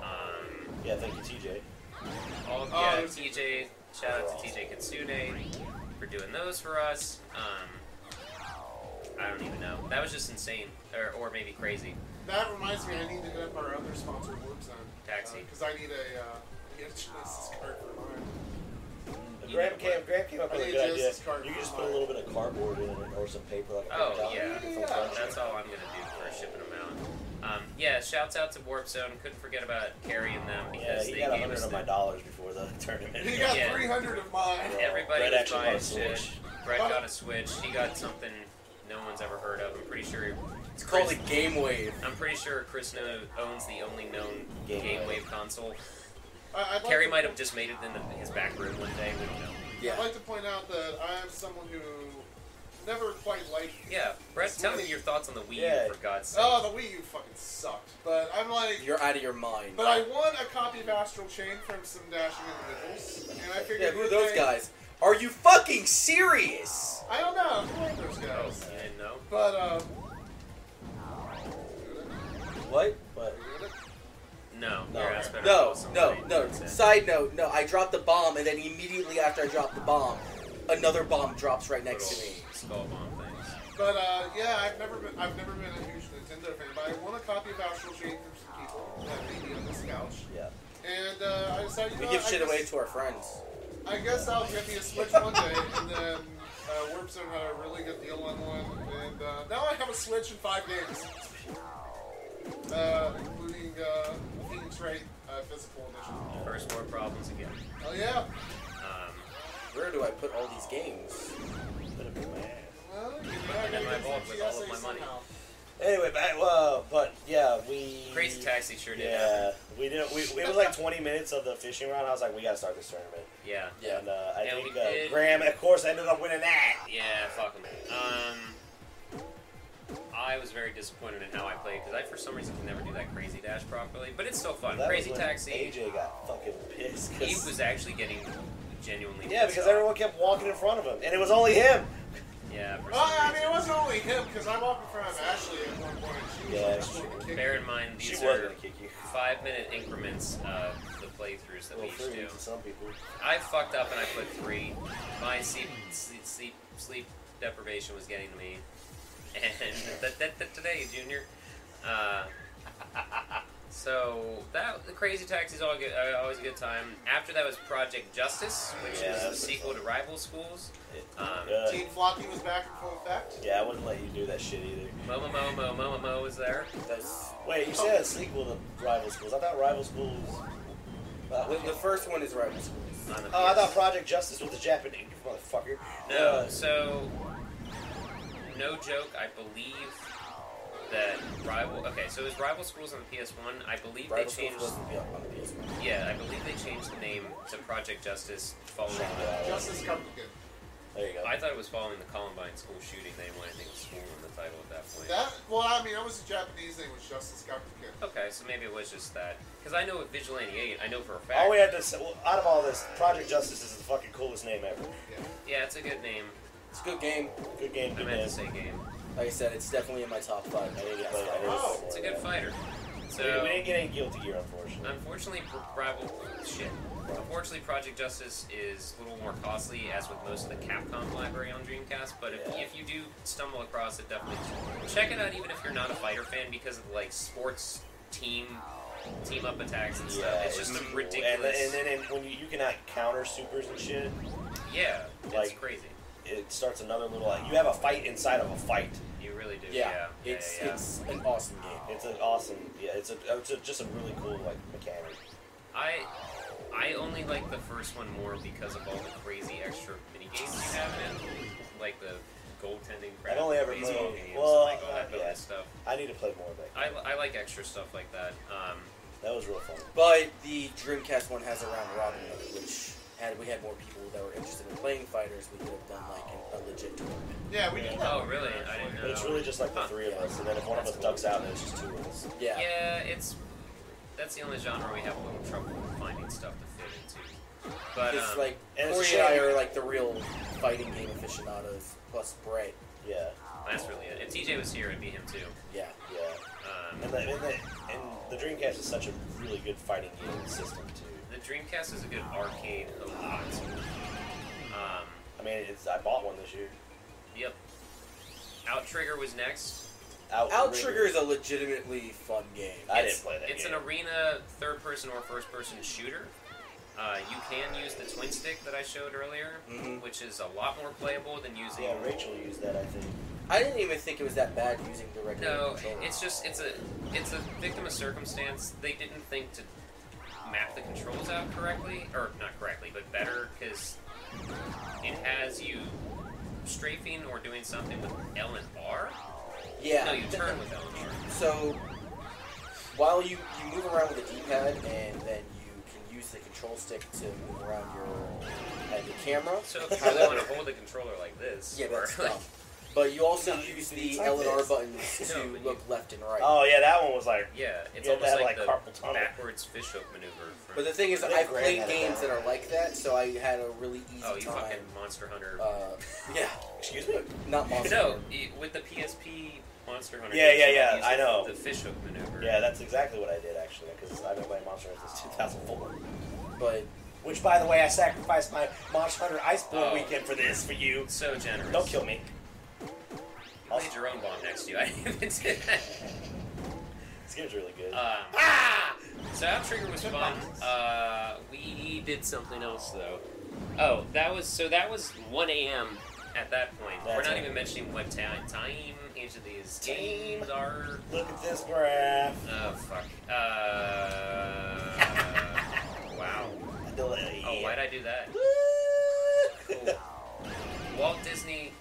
Um, Yeah, thank you, TJ. Mm-hmm. All Oh, yeah, it was- TJ. Shout out to TJ Katsune for doing those for us. Um, I don't even know. That was just insane, or, or maybe crazy. that reminds me, I need to hit up our other sponsor, Warp Zone. Taxi. Oh. Because I need a uh, I need a Genesis card for mine. Graham came, Graham came up with I a need good Jason's idea. card You for can just mine. put a little bit of cardboard in it or some paper, like a Oh, paper towel, yeah. you can fold it That's out. all I'm gonna do for shipping them out. Um, yeah, shouts out to Warp Zone. Couldn't forget about Carrie and them Yeah, because he they got gave 100 us of my the, dollars before the [laughs] tournament. He got Yeah. 300 of mine. Yeah. everybody Brett was actually buying bought a shit. Switch. Brett got a Switch. He got something no one's ever heard of. I'm pretty sure. It's called a game wave. I'm pretty sure Chris know, owns the only known Game Game Wave. Wave console. I, I'd like Carrie to- might have just made it in the, his back room one day. We don't know. Yeah. I'd like to point out that I am someone who never quite liked Yeah, Brett, tell me your thoughts on the Wii U, Yeah. for God's sake. Oh, the Wii U fucking sucked. But I'm like, You're out of your mind. but I won a copy of Astral Chain from some dashing individuals, and I figured. yeah, who are if those they- guys? Are you fucking serious? I don't know. Who are those Oh, guys? you didn't know? But uh, What? But No, No. your ass better No, call no, somebody. no. That's it. Side note, no. I dropped the bomb, and then immediately after I dropped the bomb, another bomb drops right next to me. Little Skull bomb things. but uh, yeah, I've never been. I've never been a huge Nintendo fan. But I won a copy of Astral Chain from some people that may be on this couch, yeah. and uh, I decided. you We know give what, I shit guess- away to our friends. I guess I'll get me a Switch one day, and then uh, Warp Zone had a really good deal on one, and uh, now I have a Switch in five games, uh, including uh, Phoenix Wright uh, physical edition. First world problems again. Oh yeah, Um, Where do I put all these games? Put it in my ass. well, you know, I And gotta I'm get involved some with all of TSA my money. somehow. Anyway, but, well, but yeah, we crazy Taxi sure did happen. Yeah, we did. We, it was like 20 minutes of the fishing round. I was like, we gotta start this tournament. Yeah. Yeah. And uh, I And we think did. uh, Graham, of course, ended up winning that. Yeah, fuck 'em. Um, I was very disappointed in how I played because I, for some reason, can never do that crazy dash properly. But it's still fun. That crazy was when Taxi. AJ got fucking pissed. 'cause- He was actually getting genuinely. [laughs] yeah, pissed because off. everyone kept walking in front of him, and it was only him. Yeah. For Ah, Well, some Uh, I mean, it reason. wasn't only him because I'm up in front of Ashley at one point. and She was Yeah, like, she- "I'm gonna kick Bear in mind She these was are gonna kick you. five minute increments of the playthroughs that [laughs] Well, we used to free do. to some people. I fucked up and I put three. My sleep sleep sleep, sleep deprivation was getting to me, [laughs] and that, that, that today, Junior. Uh, so that the Crazy Taxi is all good, uh, always a good time. After that was Project Justice, which Yeah, is the that's sequel to awesome. Rival Schools. Yeah. Um, Good. Teen Floppy was back in full effect. Yeah, I wouldn't let you do that shit either. Mo Mo Mo Mo Mo Mo Mo was there. That's, Wait, you said a sequel to Rival Schools. I thought Rival Schools. Uh, the, the first one is Rival Schools. On the oh, I PS. thought Project Justice was the Japanese motherfucker. No, Uh, so no joke. I believe that rival. Okay, so it was rival schools on the PS1. I believe Rival they Schools changed. wasn't the on the PS1. Yeah, I believe they changed the name to Project Justice following. Justice Cumberkin. There you go. I thought it was following the Columbine school shooting. They didn't want anything with school in the title at that point. That, well, I mean, that was the Japanese name was Justice Cumberkin. Okay, so maybe it was just that. Because I know with Vigilante 8, I know for a fact. All we had to say, well, out of all this, Project Justice is the fucking coolest name ever. Yeah, it's a good name. It's a good game. Good game, I good meant name. to say game. Like I said, it's definitely in my top five. I need to Yes, play. I need to guys. Oh, play It's a that. good uh, fighter. So. We, we didn't get any Guilty Gear, unfortunately. Unfortunately, pr- rival shit. Unfortunately, Project Justice is a little more costly, as with most of the Capcom library on Dreamcast. But if, Yeah. if you do stumble across it, definitely check it out. Even if you're not a fighter fan, because of like sports team team up attacks and stuff, it's just a cool. And, then- ridiculous. and then and when you, you cannot counter supers and shit, yeah, it's like- crazy. it starts another little. Like, you have a fight inside of a fight. You really do. Yeah, Yeah, yeah, it's yeah. it's an awesome game. It's an awesome. Yeah, it's a, it's a just a really cool like mechanic. I I only like the first one more because of all the crazy extra mini games you have in it, like the goaltending crap, only ever baseball played- games, well, like all uh, that bonus yeah. stuff. I need to play more of that. I, I like extra stuff like that. Um, That was real fun. But the Dreamcast one has a round robin mode, which had we had more people that were interested in playing fighters, we could have done like an, a legit tournament. Yeah, we did that. Oh, one, really? actually. I didn't know. But it's really just like the Huh. three of us, and then if one of us ducks out, then it's just two of us. Yeah. yeah. it's that's the only genre we have a little trouble finding stuff to fit into. But Because um, like and it's Corey a and I shame. are like the real fighting game aficionados, plus Brett. Yeah, that's really it. If TJ was here, it'd be him too. Yeah. yeah. Um, And the, and the and the Dreamcast is such a really good fighting game system too. the Dreamcast is a good arcade lot. Um, I mean, it's I bought one this year. yep. Outrigger was next. Out Outrigger is a legitimately fun game. I It's- didn't play that. It's game. an arena third-person or first-person shooter. Uh, you can use the twin stick that I showed earlier, Mhm. which is a lot more playable than using Mm-hmm. Yeah, Rachel used that, I think. I didn't even think it was that bad using the regular No, controller. it's just it's a it's a victim of circumstance. They didn't think to map the controls out correctly, or not correctly, but better because it has you strafing or doing something with L and R. yeah. No, you turn with L and R. So while you, you move around with the D-pad and then you can use the control stick to move around your and the camera. So [laughs] if you really want to hold the controller like this, yeah, or [laughs] that's like, dumb. But you also No, you use can the use L and R this. buttons [laughs] No, to but you- look left and right. Oh yeah, that one was like yeah, it's Yeah, almost that, like, like, carpal the tunnel. backwards fishhook maneuver. From, But the thing is, They I've grab played that games about. that are like that, so I had a really easy oh, you time. fucking Monster Hunter. Uh, [laughs] yeah, Excuse me? [laughs] not monster. no, y- with the PSP Monster Hunter. Yeah, games, yeah, you yeah, use I the- know. The fishhook maneuver. Yeah, that's exactly what I did actually, because I've been playing Monster Hunter since 2004. But Which, by the way, I sacrificed my Monster Hunter Iceborne Oh. weekend for this for you. So generous. Don't kill me. I laid your own bomb next to you. [laughs] I didn't even do that. This game's really good. Um, Ah! So Outrigger was fun. Uh, we did something else though. Oh, that was so that was 1 a.m. at that point. We're That's not it. even mentioning what time time each of these Time. games are. Look at this graph. Oh fuck. Uh, wow. Delay. Oh, why'd I do that? [laughs] Cool. Walt Disney.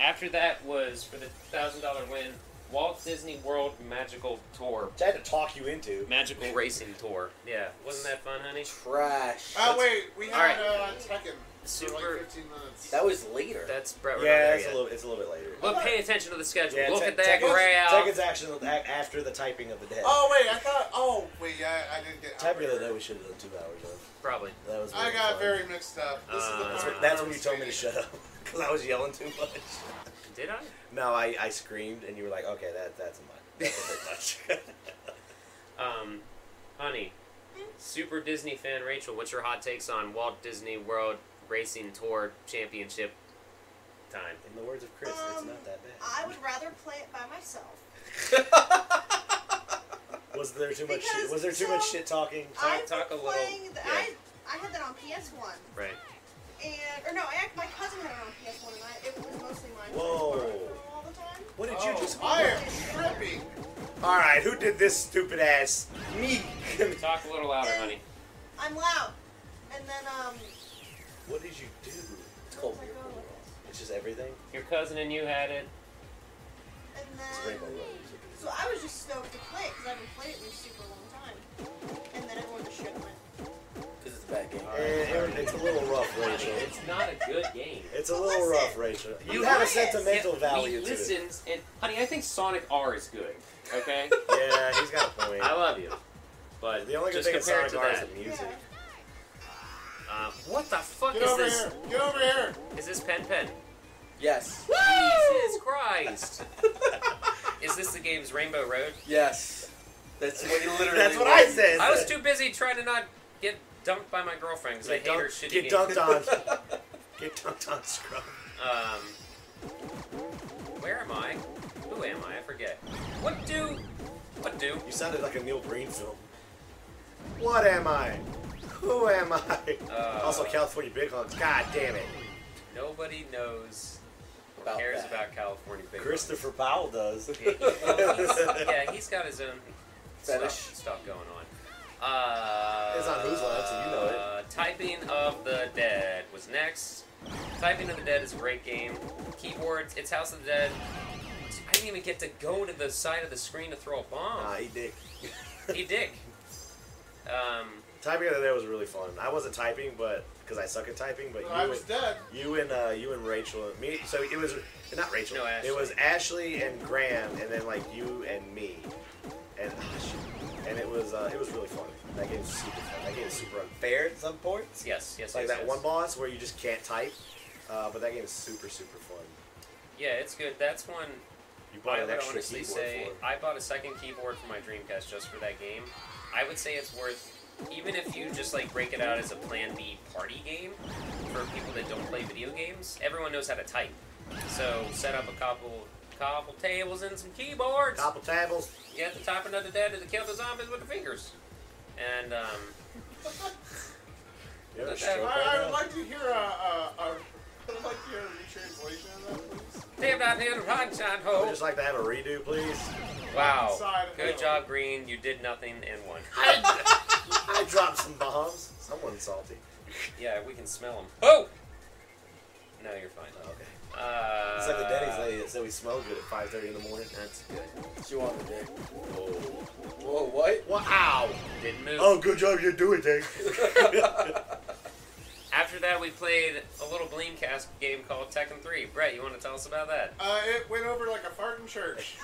After that was for the thousand dollar win. Walt Disney World Magical Tour, Which I had to talk you into. Magical Racing Tour. Yeah, wasn't that fun, honey? trash. Oh, wait, we All right. had uh, Tekken for Super- like 15 minutes. that was later. That's Brett. We're Yeah, not it's a there little, it's a little bit later. yet. Look, pay attention to the schedule. Yeah, Look Tek- at that Tekken's- graph. Tekken's action a- after the typing of the dead. Oh, wait, I thought. Oh, wait, I, I didn't get. Typing of the Outrigger. dead we should have done two hours of. Probably. That was. I really got fun. very mixed up. This is the Uh, part That's, what- [laughs] when- where that's I when you was told me to stating- shut up [laughs] because I was yelling too much. Did I? No, I, I screamed and you were like, okay, that that's a much. That's a bit much. Um, honey, Super Disney fan Rachel, what's your hot takes on Walt Disney World Racing Tour Championship time? [laughs] In the words of Chris, it's Um, not that bad. I would rather play it by myself. Was there too much? Because- Shit, was there too much so- shit talking? I've been talk a little- playing The, yeah. I, I had that on PS1. Right. And, or no, I, act- my cousin had it on PS1 and I, it was mostly mine. Whoa. So I borrowed it from him all the time. What did you Oh, just? I am tripping. [laughs] All right, who did this stupid ass? Me. Talk a little louder, honey. I'm loud. And then, um, [laughs] what did you do? It's called where was I going with this? It's just everything. Your cousin and you had it. And It's then, Rainbow Road. so I was just stoked to play it because I haven't played it in a super long time. And then everyone just shit on it. because it's a bad game. Eh, it- it's a little rough, Honey, [laughs] Rachel. it's not a good game. It's a But little listen. rough, Rachel. But You have a listen. sentimental Yeah, value he to it. listens, and honey, I think Sonic R is good. Okay, [laughs] Yeah, he's got a point. I love you, but The only good just thing about compared to Sonic R is that, the music. uh, what the fuck Get is over this? here. Get over here. Is this Pen Pen? Yes. Jesus [laughs] Christ! is this the game's Rainbow Road? Yes. That's what he literally. That's what I was. said. I was too busy trying to not get dumped by my girlfriend because I hate Get her dunked, shitty get game. dunked [laughs] [laughs] on. Get dunked on, scrub. Um, where am I? Who am I? I forget. What do? What do? You sounded like a Neil Breen film. What am I? Who am I? Uh, also, California Big Hugs. God damn it. Nobody knows or About cares that. about California Big Christopher Powell does. Bun. Yeah, [laughs] he- he's- yeah, he's got his own Fetish. Stuff, stuff going on. Uh, It's on Who's Line, so you know it. Uh, Typing of the Dead was next. Typing of the Dead is a great game. Keyboards, it's House of the Dead. I didn't even get to go to the side of the screen to throw a Nah, bomb. he dick. He dick. Um, typing the other day was really fun. I wasn't typing, but because I suck at typing, but I you was and, dead. you and uh, you and Rachel and me. So it was not Rachel. No, Ashley. It was Ashley and Graham, and then like you and me, and ah, shit. and it was uh, it was really fun. That game's super fun. That game's super unfair at some points. yes, yes, Like that yes, yes. one boss where you just can't type, uh, but that game is super super fun. Yeah, it's good. That's one You bought I an would extra honestly keyboard say for. it. I bought a second keyboard for my Dreamcast just for that game. I would say it's worth, even if you just like break it out as a Plan B party game for people that don't play video games. Everyone knows how to type, so set up a couple couple tables and some keyboards. Couple tables. You have to type another dead to kill the zombies with the fingers, and um, You have a Okay. stroke I, right I now? would like to hear a, a, [laughs] a I would like to hear a retranslation of that, please. damn out here to hide shine I would hole. just like to have a redo, please. Wow, Inside of good it. job, Green. You did nothing and won. I dropped some bombs. Someone's salty. Yeah, we can smell them. Oh. No, you're fine. Oh, Okay. Uh, It's like the Denny's lady that said we smell good at 5:30 in the morning. That's good. She wanted it. Oh. Whoa, what? Wow. Didn't move. Oh, good job you're doing, Dick. After that, we played a little Bleamcast game called Tekken 3. Brett, you want to tell us about that? Uh, it went over like a fart [laughs] in church.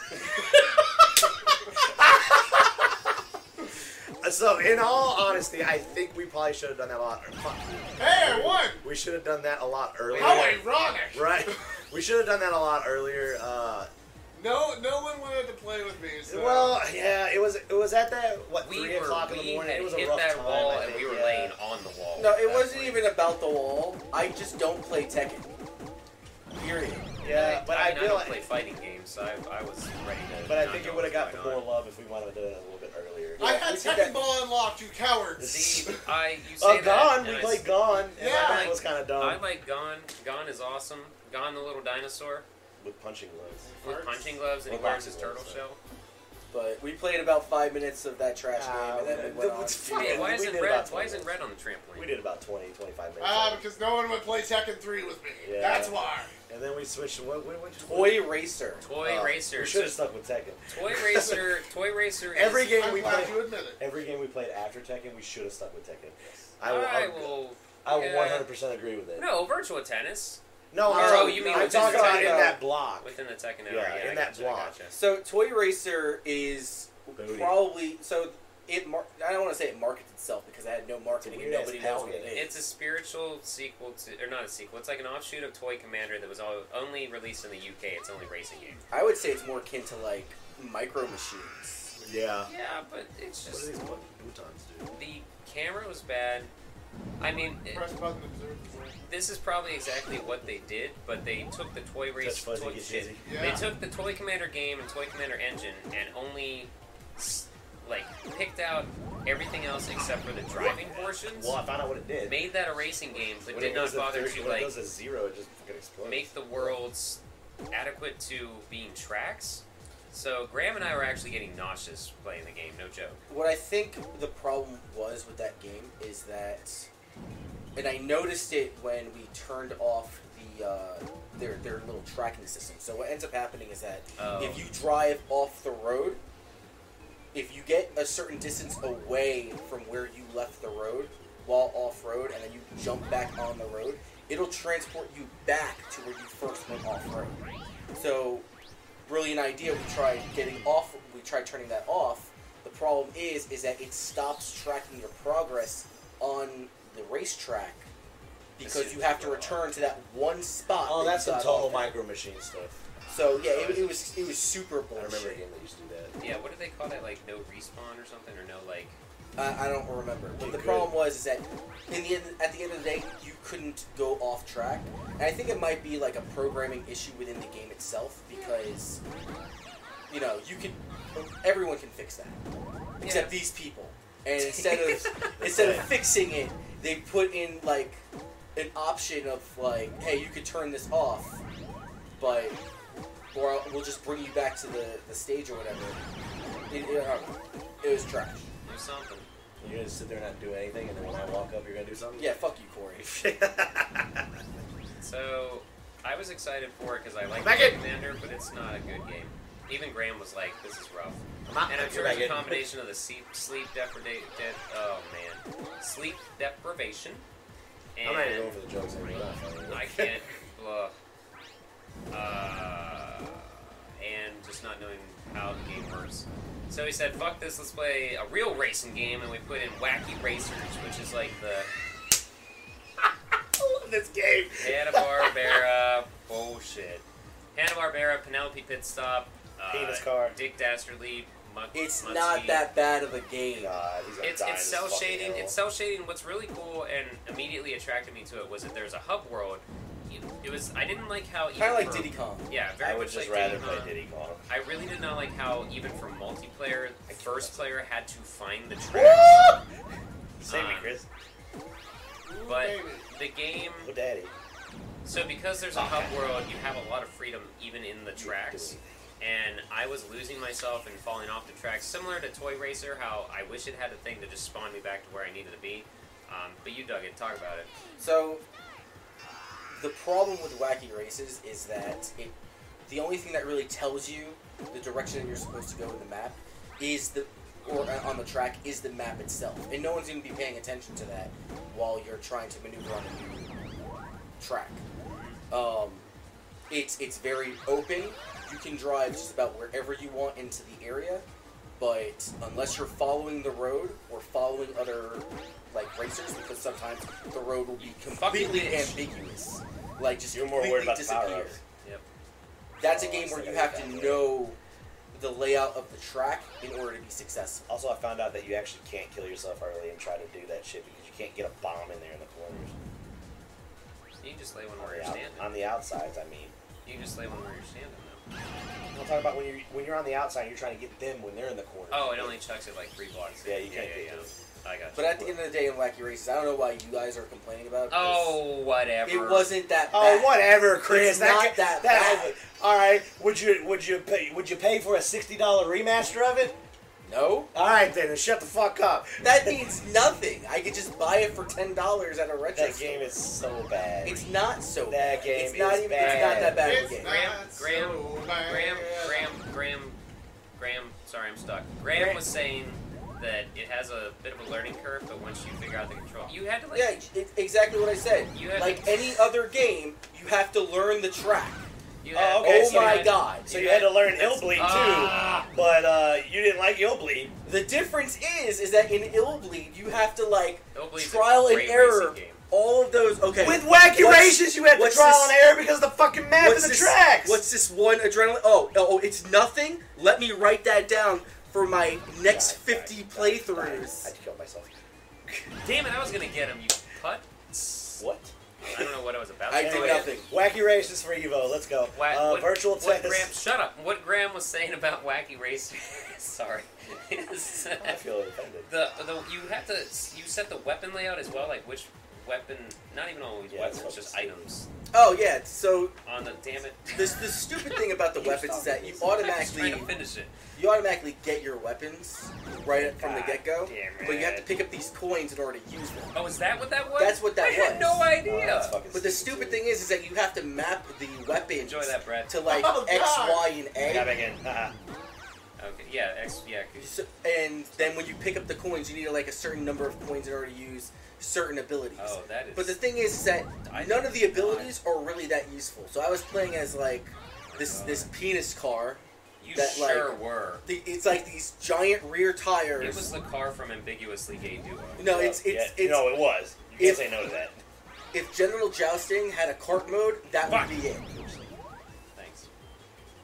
so, in all honesty, I think we probably should have done that a lot. fuck. hey, I won! We should have done that a lot earlier. How ironic! Right. We should have done that a lot earlier. Uh, No, no one wanted to play with me. So. well, yeah, it was it was at that what we three were o'clock we in the morning. had It was a hit rough that time, wall I and think, we were yeah. laying on the wall. No, at it that wasn't e- point. even about the wall. I just don't play Tekken. Period. Yeah, uh, but I, mean, feel don't play like, fighting games, so I, I was ready to. but I not think know it would have what was got the [laughs] going more on. love if we wanted to do it a little bit earlier. I Yeah, had we did Tekken that. Ball unlocked, you cowards! See, I you say Oh, that, Gone. and We I played s- Gone. and Yeah. I thought it was kind of dumb. I like Gone. Gone is awesome. Gone the little dinosaur with punching gloves. with Farts. punching gloves and he Well, wears his boxing turtle gloves, shell. But we played about five minutes of that trash Ah, game, and then we- it went the- on. it's- Dude, Yeah, why we isn't did red? about Why 20 isn't red on the trampoline? We did about 20, 25 minutes. Ah, Um, of it. because no one would play Tekken 3 with me. Yeah. That's why. and then we switched. What? What? what Toy Racer. Toy uh, Racer. We should have stuck with Tekken. [laughs] Toy Racer. Toy Racer. Is Every game I'm we glad played. you admit it. Every game we played after Tekken, we should have stuck with Tekken. I I will. will. I will, I will yeah. 100% agree with it. No, virtual tennis No, I'm Oh, talking- you mean I'm with talking Tekken. about in that block. within the Tekken Yeah, era. Yeah, in I that gotcha, I block. gotcha. So Toy Racer is Booty. probably so it. Mar- I don't want to say it markets itself because I had no marketing and weird-ass nobody knows what helmet. it is. It's a spiritual sequel to, or not a sequel. It's like an offshoot of Toy Commander that was all, only released in the UK. It's the only racing game. I would say it's more akin to like micro machines. Yeah. Yeah, but it's What do just these fucking boutons do? the camera was bad. I mean, it- Press button, observe the scene. this is probably exactly what they did, but they took the toy race Touch fuzzy, toy get shit. dizzy. Yeah. They took the Toy Commander game and Toy Commander engine and only s- like picked out everything else except for the driving portions. Well, I found out what it did. Made that a racing game, but When it did not goes to bother three- to when it like goes to zero, it just fucking explodes. make the worlds adequate to being tracks. So Graham and I were actually getting nauseous playing the game. No joke. What I think the problem was with that game is that, and I noticed it when we turned off the uh, their their little tracking system. So what ends up happening is that Oh. if you drive off the road, if you get a certain distance away from where you left the road while off road, and then you jump back on the road, it'll transport you back to where you first went off road. So, brilliant idea. We tried getting off. We tried turning that off. The problem is, is that it stops tracking your progress on the racetrack because you have to return to that one spot. Oh, that you that's some got Toho off at. micro machine stuff. So yeah, it, it was it was super Oh, I bullshit. remember a game that used to do that. Yeah, what do they call that? Like no respawn or something, or no like. I, I don't remember. But You the could. problem was is that in the end, at the end of the day, you couldn't go off track. And I think it might be like a programming issue within the game itself because you know you can everyone can fix that except these people. [laughs] And instead of instead of fixing it, they put in like an option of like, hey, you could turn this off, but or I'll- we'll just bring you back to the, the stage or whatever. It, it, I don't know. it was trash. do something. You're gonna sit there and not do anything, and then when I walk up, you're gonna do something. [laughs] Yeah, fuck you, Corey. So I was excited for it because I like Back Toy it. Commander, but it's not a good game. Even Graham was like, "This is rough," not and I'm gonna sure back it's a it. combination of the sleep sleep deprivation. De- oh man, sleep deprivation. And I'm not even going for the jokes anymore. Not funny. [laughs] I can't. Blah. Uh, and just not knowing how the game works. So he said, fuck this, let's play a real racing game, and we put in Wacky Racers, which is like the I love this game. [laughs] Hanna-Barbera bullshit. Hanna-Barbera, Penelope Pit Stop, uh, Penis car. Dick Dastardly, Muck, It's Mugsy. not that bad of a game. God, he's gonna It's, die in this it's cell fucking shading. hell. It's cell shading. What's really cool and immediately attracted me to it was that there's a hub world. It, it was I didn't like how even Kind of like for- Diddy Kong. Yeah, very I would much just like rather Diddy Kong. play Diddy [laughs] Kong. I really did not like how even for multiplayer, the first player had to find the tracks. Woo! Save me, Um, Chris. Ooh, But- baby. The game. Oh, daddy. So because there's a hub world, you have a lot of freedom even in the tracks. And I was losing myself and falling off the tracks, similar to Toy Racer. How I wish it had a thing to just spawn me back to where I needed to be. Um, but you dug it. Talk about it. So the problem with Wacky Races is that it the only thing that really tells you the direction that you're supposed to go in the map is the or uh, on the track is the map itself, and no one's going to be paying attention to that while you're trying to maneuver on the track. Um, it's it's very open. You can drive just about wherever you want into the area, but unless you're following the road or following other like racers, because sometimes the road will be fucking completely bitch. ambiguous, like just You're more worried completely about the disappear. power-ups. Yep. That's a Oh, game so where you they have got to that. know the layout of the track in order to be successful. Also, I found out that you actually can't kill yourself early and try to do that shit because you can't get a bomb in there in the corners. You can just lay one On where the, you're out- standing. on the outsides, I mean. You can just lay one where you're standing though. I'm talking about when you're when you're on the outside, you're trying to get them when they're in the corner. Oh, it only chucks it like three blocks. Yeah, you yeah, can't yeah, do yeah. I got you. But at the end of the day, in Wacky Races, I don't know why you guys are complaining about it. because oh, whatever. it wasn't that. Oh, bad. whatever, Chris. It's that not ca- that bad. All right. Would you would you pay would you pay for a sixty dollar remaster of it? No, All right, then shut the fuck up. that means nothing. I could just buy it for ten dollars at a retro that store. game is so bad. It's not so. That bad. game It's not is even. bad. It's not that bad It's of a game. not- Graham, so Graham, bad. Graham, Graham, Graham, Graham. Sorry, I'm stuck. Graham Graham. was saying that it has a bit of a learning curve, but once you figure out the control, you had to like. Yeah, it, exactly what I said. You have like to- any other game, you have to learn the track. You Oh, had, okay, you oh my had- god! so you had to learn That's- ill bleed too, Ah. but uh, you didn't like ill bleed. The difference is, is that in Illbleed, you have to like Don't believe it's a trial and great error. racing game. All of those. Okay. With wacky What's- races, you had to what's trial this- and error because of the fucking map and the this, tracks. What's this one adrenaline? Oh, oh, it's nothing. Let me write that down for my next Die, die, 50 die, die. playthroughs. I'd kill myself. Damn it, I was gonna get him, you putt. What? I don't know what I was about I to did do. Anyway, nothing. Wacky races for Evo. Let's go. Wha- uh, what, virtual what test. Graham, shut up. What Graham was saying about wacky race. [laughs] sorry. is, uh, [laughs] I feel offended. the, the you have to you set the weapon layout as well, like which weapon not even always Yeah, weapons, that's just what- items. Oh yeah. So On the damn it. this the stupid thing about the He was weapons is talking that to me. I'm you just [laughs] automatically trying to finish it. you automatically get your weapons right from the God get go, damn but you have it. to pick up these coins in order to use them. Oh, is that what that was? That's what that I was. had no Oh, idea. that's fucking But the stupid. stupid thing is, is that you have to map the weapons Enjoy that, Brad. to like Oh, X, God. Y, and I got A. back in. Haha. Okay, yeah, X, yeah. good. So- and then when you pick up the coins, you need like a certain number of coins in order to use certain abilities. Oh, that is. But the thing is, is that I- none of the abilities are really that useful. So I was playing as like this this penis car. you that, sure like- were. The, it's like these giant rear tires. It was the car from Ambiguously Gay Duo. no, it's Yeah, it's it's no, it was. You can't if- say no to that. if General Jousting had a cart mode, that would Fuck. be it. Thanks.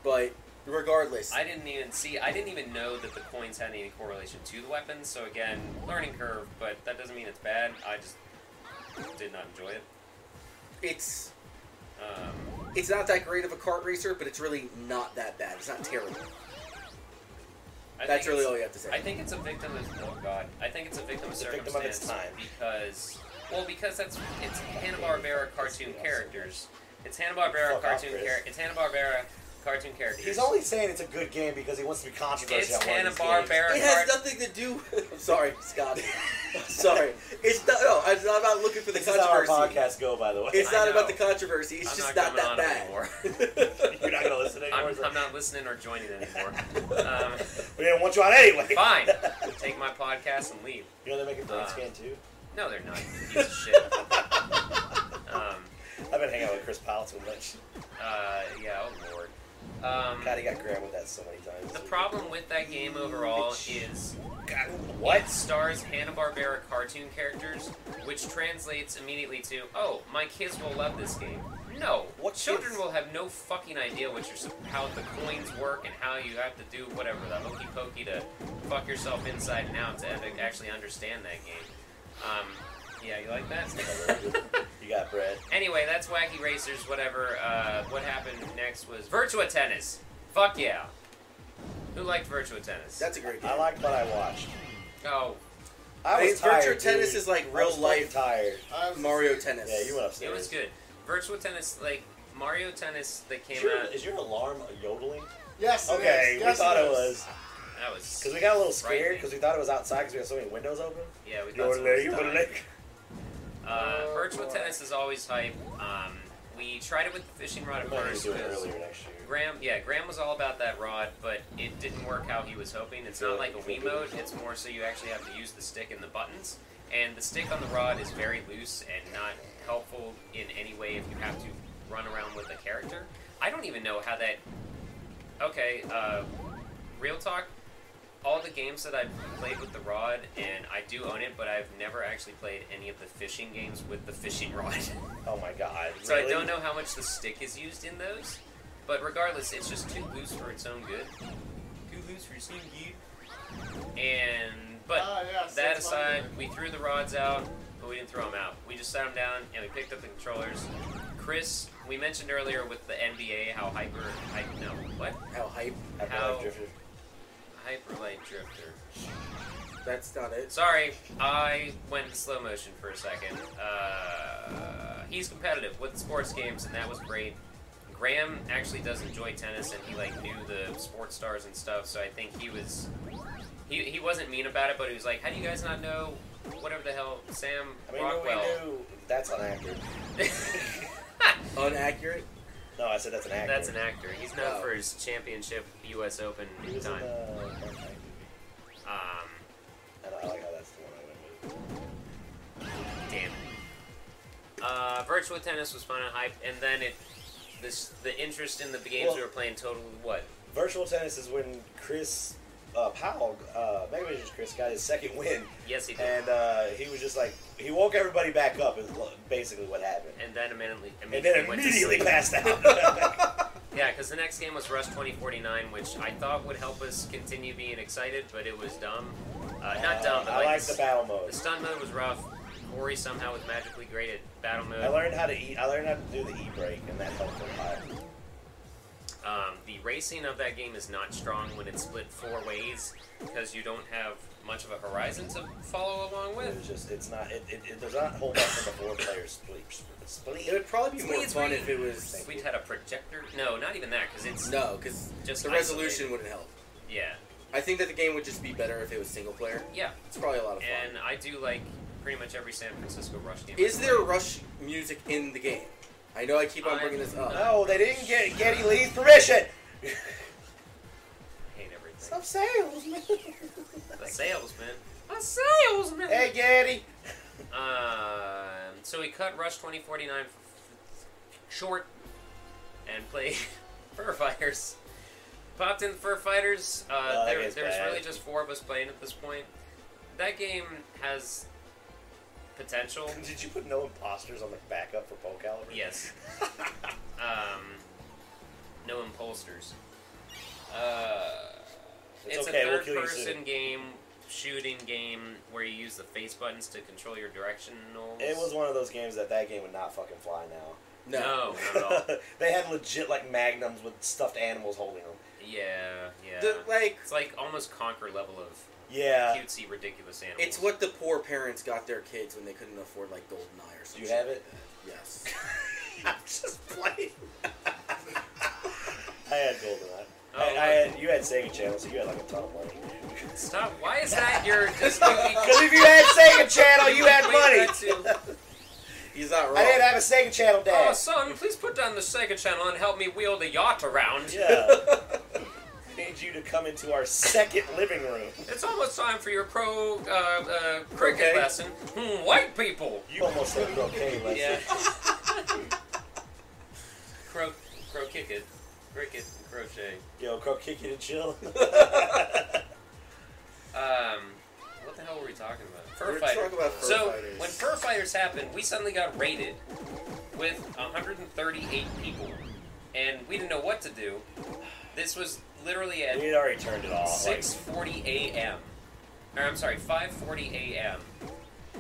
But regardless, I didn't even see. I didn't even know that the coins had any correlation to the weapons. So again, learning curve, but that doesn't mean it's bad. I just did not enjoy it. it's Um, it's not that great of a kart racer, but it's really not that bad. It's not terrible. I think That's really it's- all you have to say. I think it's a victim of oh god. I think it's a victim of It's a victim of circumstance its time. because well because that's it's Hanna Barbera cartoon Fuck off, characters. It's Hanna Barbera Chris. cartoon char- It's Hanna Barbera cartoon characters. He's only saying it's a good game because he wants to be controversial. It's on one of these Hanna-Barbera. games. it cart- has nothing to do. I'm sorry, Scott. [laughs] sorry, it's not. No, I'm not- I'm not looking for the This is how our controversy. podcast go, by the way. It's I not about know. the controversy. It's I'm just not not, coming that on [laughs] anymore. bad. [laughs] You're not gonna listen anymore. I'm, so- I'm not listening or joining anymore. [laughs] um, We didn't want you on anyway. fine, take my podcast and leave. [laughs] You know they're making brain Uh, scan too. No, they're not. you Piece of shit. Um, I've been hanging out with Chris Powell too much. uh, yeah, oh lord. Um, God, he got Graham with that so many times. the problem with that game overall is God, it what? stars Hanna Barbera cartoon characters, which translates immediately to "Oh, my kids will love this game." No, What children kids? will have no fucking idea what you're, sup- how the coins work and how you have to do whatever the hokey pokey to fuck yourself inside and out to ev- actually understand that game. Um, yeah, you like that? [laughs] You got Brad. Anyway, that's Wacky Racers, whatever. Uh, what happened next was Virtua Tennis. Fuck yeah. Who liked Virtua Tennis? That's a great game. I liked what I watched. oh, I Hey, was virtual tired. tennis dude. is like I real was fucking life. tired. I was Mario just- Tennis. Yeah, you went it upstairs. was good. Virtua Tennis, like Mario Tennis that came Is your, out, is your alarm a yodeling? Yes. it Okay, is. we Yes, thought it is. was that was. because we got a little scared Frightening. because we thought it was outside because we had so many windows open. Yeah, we thought someone was Yodeling, dying. yodeling. Uh, Oh, Virtua boy. Tennis is always hype. Um, we tried it with the fishing rod We at might need to first. do it 'cause earlier next year. Graham, yeah, Graham was all about that rod, but it didn't work how he was hoping. It's not like a Wii mode. It's more so you actually have to use the stick and the buttons. And the stick on the rod is very loose and not helpful in any way if you have to run around with a character. I don't even know how that. Okay, uh, real talk. All the games that I've played with the rod, and I do own it, but I've never actually played any of the fishing games with the fishing [laughs] rod. Oh my god. So I really? don't know how much the stick is used in those, but regardless, it's just too loose for its own good. Too loose for its own good. And but Ah, yes, that that's fine. aside, we threw the rods out, but we didn't throw them out. We just set them down and we picked up the controllers. Chris, we mentioned earlier with the NBA how hyper, hype, no, what How hype? After how- I've drifted. hyper light drifter. That's not it. Sorry, I went in slow motion for a second. Uh, he's competitive with sports games, and that was great. Graham actually does enjoy tennis, and he like knew the sports stars and stuff. So I think he was he, he wasn't mean about it, but he was like, "How do you guys not know whatever the hell Sam I mean, no, Rockwell?" [laughs] we knew that's an actor. Unaccurate. No, I said that's an actor. That's an actor. He's known Oh. for his championship U.S. Open He was in time. the. Um, I, don't, I like how that's the one I went with. Damn it. Uh, Virtual Tennis was fun and hype, and then it this the interest in the games we Well- were playing total what? Virtual tennis is when Chris uh, Powell, uh, Mega Vision's Chris, got his second win, Yes, he did. And, and uh, he was just like he woke everybody back up. Is lo- basically what happened, then immediately and immediately then went [laughs] immediately to sleep. passed out. Yeah, 'cause because the next game was Rush 2049, which I thought would help us continue being excited, but it was dumb. Uh, not dumb, but I like the, the battle the mode. stun mode was rough. Corey somehow was magically great at battle mode. I learned how to eat. I learned how to do the e break, and that helped a lot. Um, the racing of that game is not strong when it's split four ways because you don't have much of a horizon to follow along It with. was just, it's not, it, it, it does not hold up in the four player split. split. It would probably be more Please fun read. if it was We had a projector. No, not even that because it's no, because Just the isolate. resolution wouldn't help. yeah, I think that the game would just be better if it was single player. yeah. It's probably a lot of fun. uh, And I do like pretty much every San Francisco Rush game. Is there Rush music in the game? I know I keep on I'm bringing this up. No, they didn't get Getty Lee's permission. I hate everything. Stop sales, man. A salesman. A salesman. hey, Getty. Um, so we cut Rush 2049 f- f- short and played [laughs] Fur Fighters. Popped in Fur Fighters. Uh, Oh, that there game's there was bad. really just four of us playing at this point. That game has potential. Did you put no imposters on the backup for Poe Caliber? Yes. um, no impulsors. Uh, It's it's, okay, a we'll kill you third-person soon. game, shooting game where you use the face buttons to control your [laughs] directionals. It was one of those games that that game would not fucking fly now. No. no, not at all. [laughs] they had legit like magnums with stuffed animals holding them. Yeah, yeah. The, like it's like almost conquer level of Yeah. cutesy, ridiculous animals. it's what the poor parents got their kids when they couldn't afford like golden eye or Do something. you have it? Yes. I'm just playing. I had GoldenEye. Oh, I, I had, you had Sega Channel, so you had like a ton of money. Stop! Why is that [laughs] your just? you- Because if you had Sega Channel, you had Wait, money. that's you. [laughs] He's not wrong. I didn't have a Sega Channel, Oh, Dad. son, please put down the Sega Channel and help me wheel the yacht around. [laughs] Yeah. Need you to come into our second living room. It's almost time for your pro uh, uh, cricket Okay. lesson. Hmm, white people. You almost said cocaine, Leslie. [laughs] Crow, crow kick it, cricket, and crochet. Yo, come kick it and [laughs] chill. Um, what the hell were we talking about? Fur We're fighter. talking about fur so fighters. when fur fighters happened, we suddenly got raided with 138 people, and we didn't know what to do. This was literally we at had already turned it off. like- 6:40 a.m. Or I'm sorry, 5:40 a.m.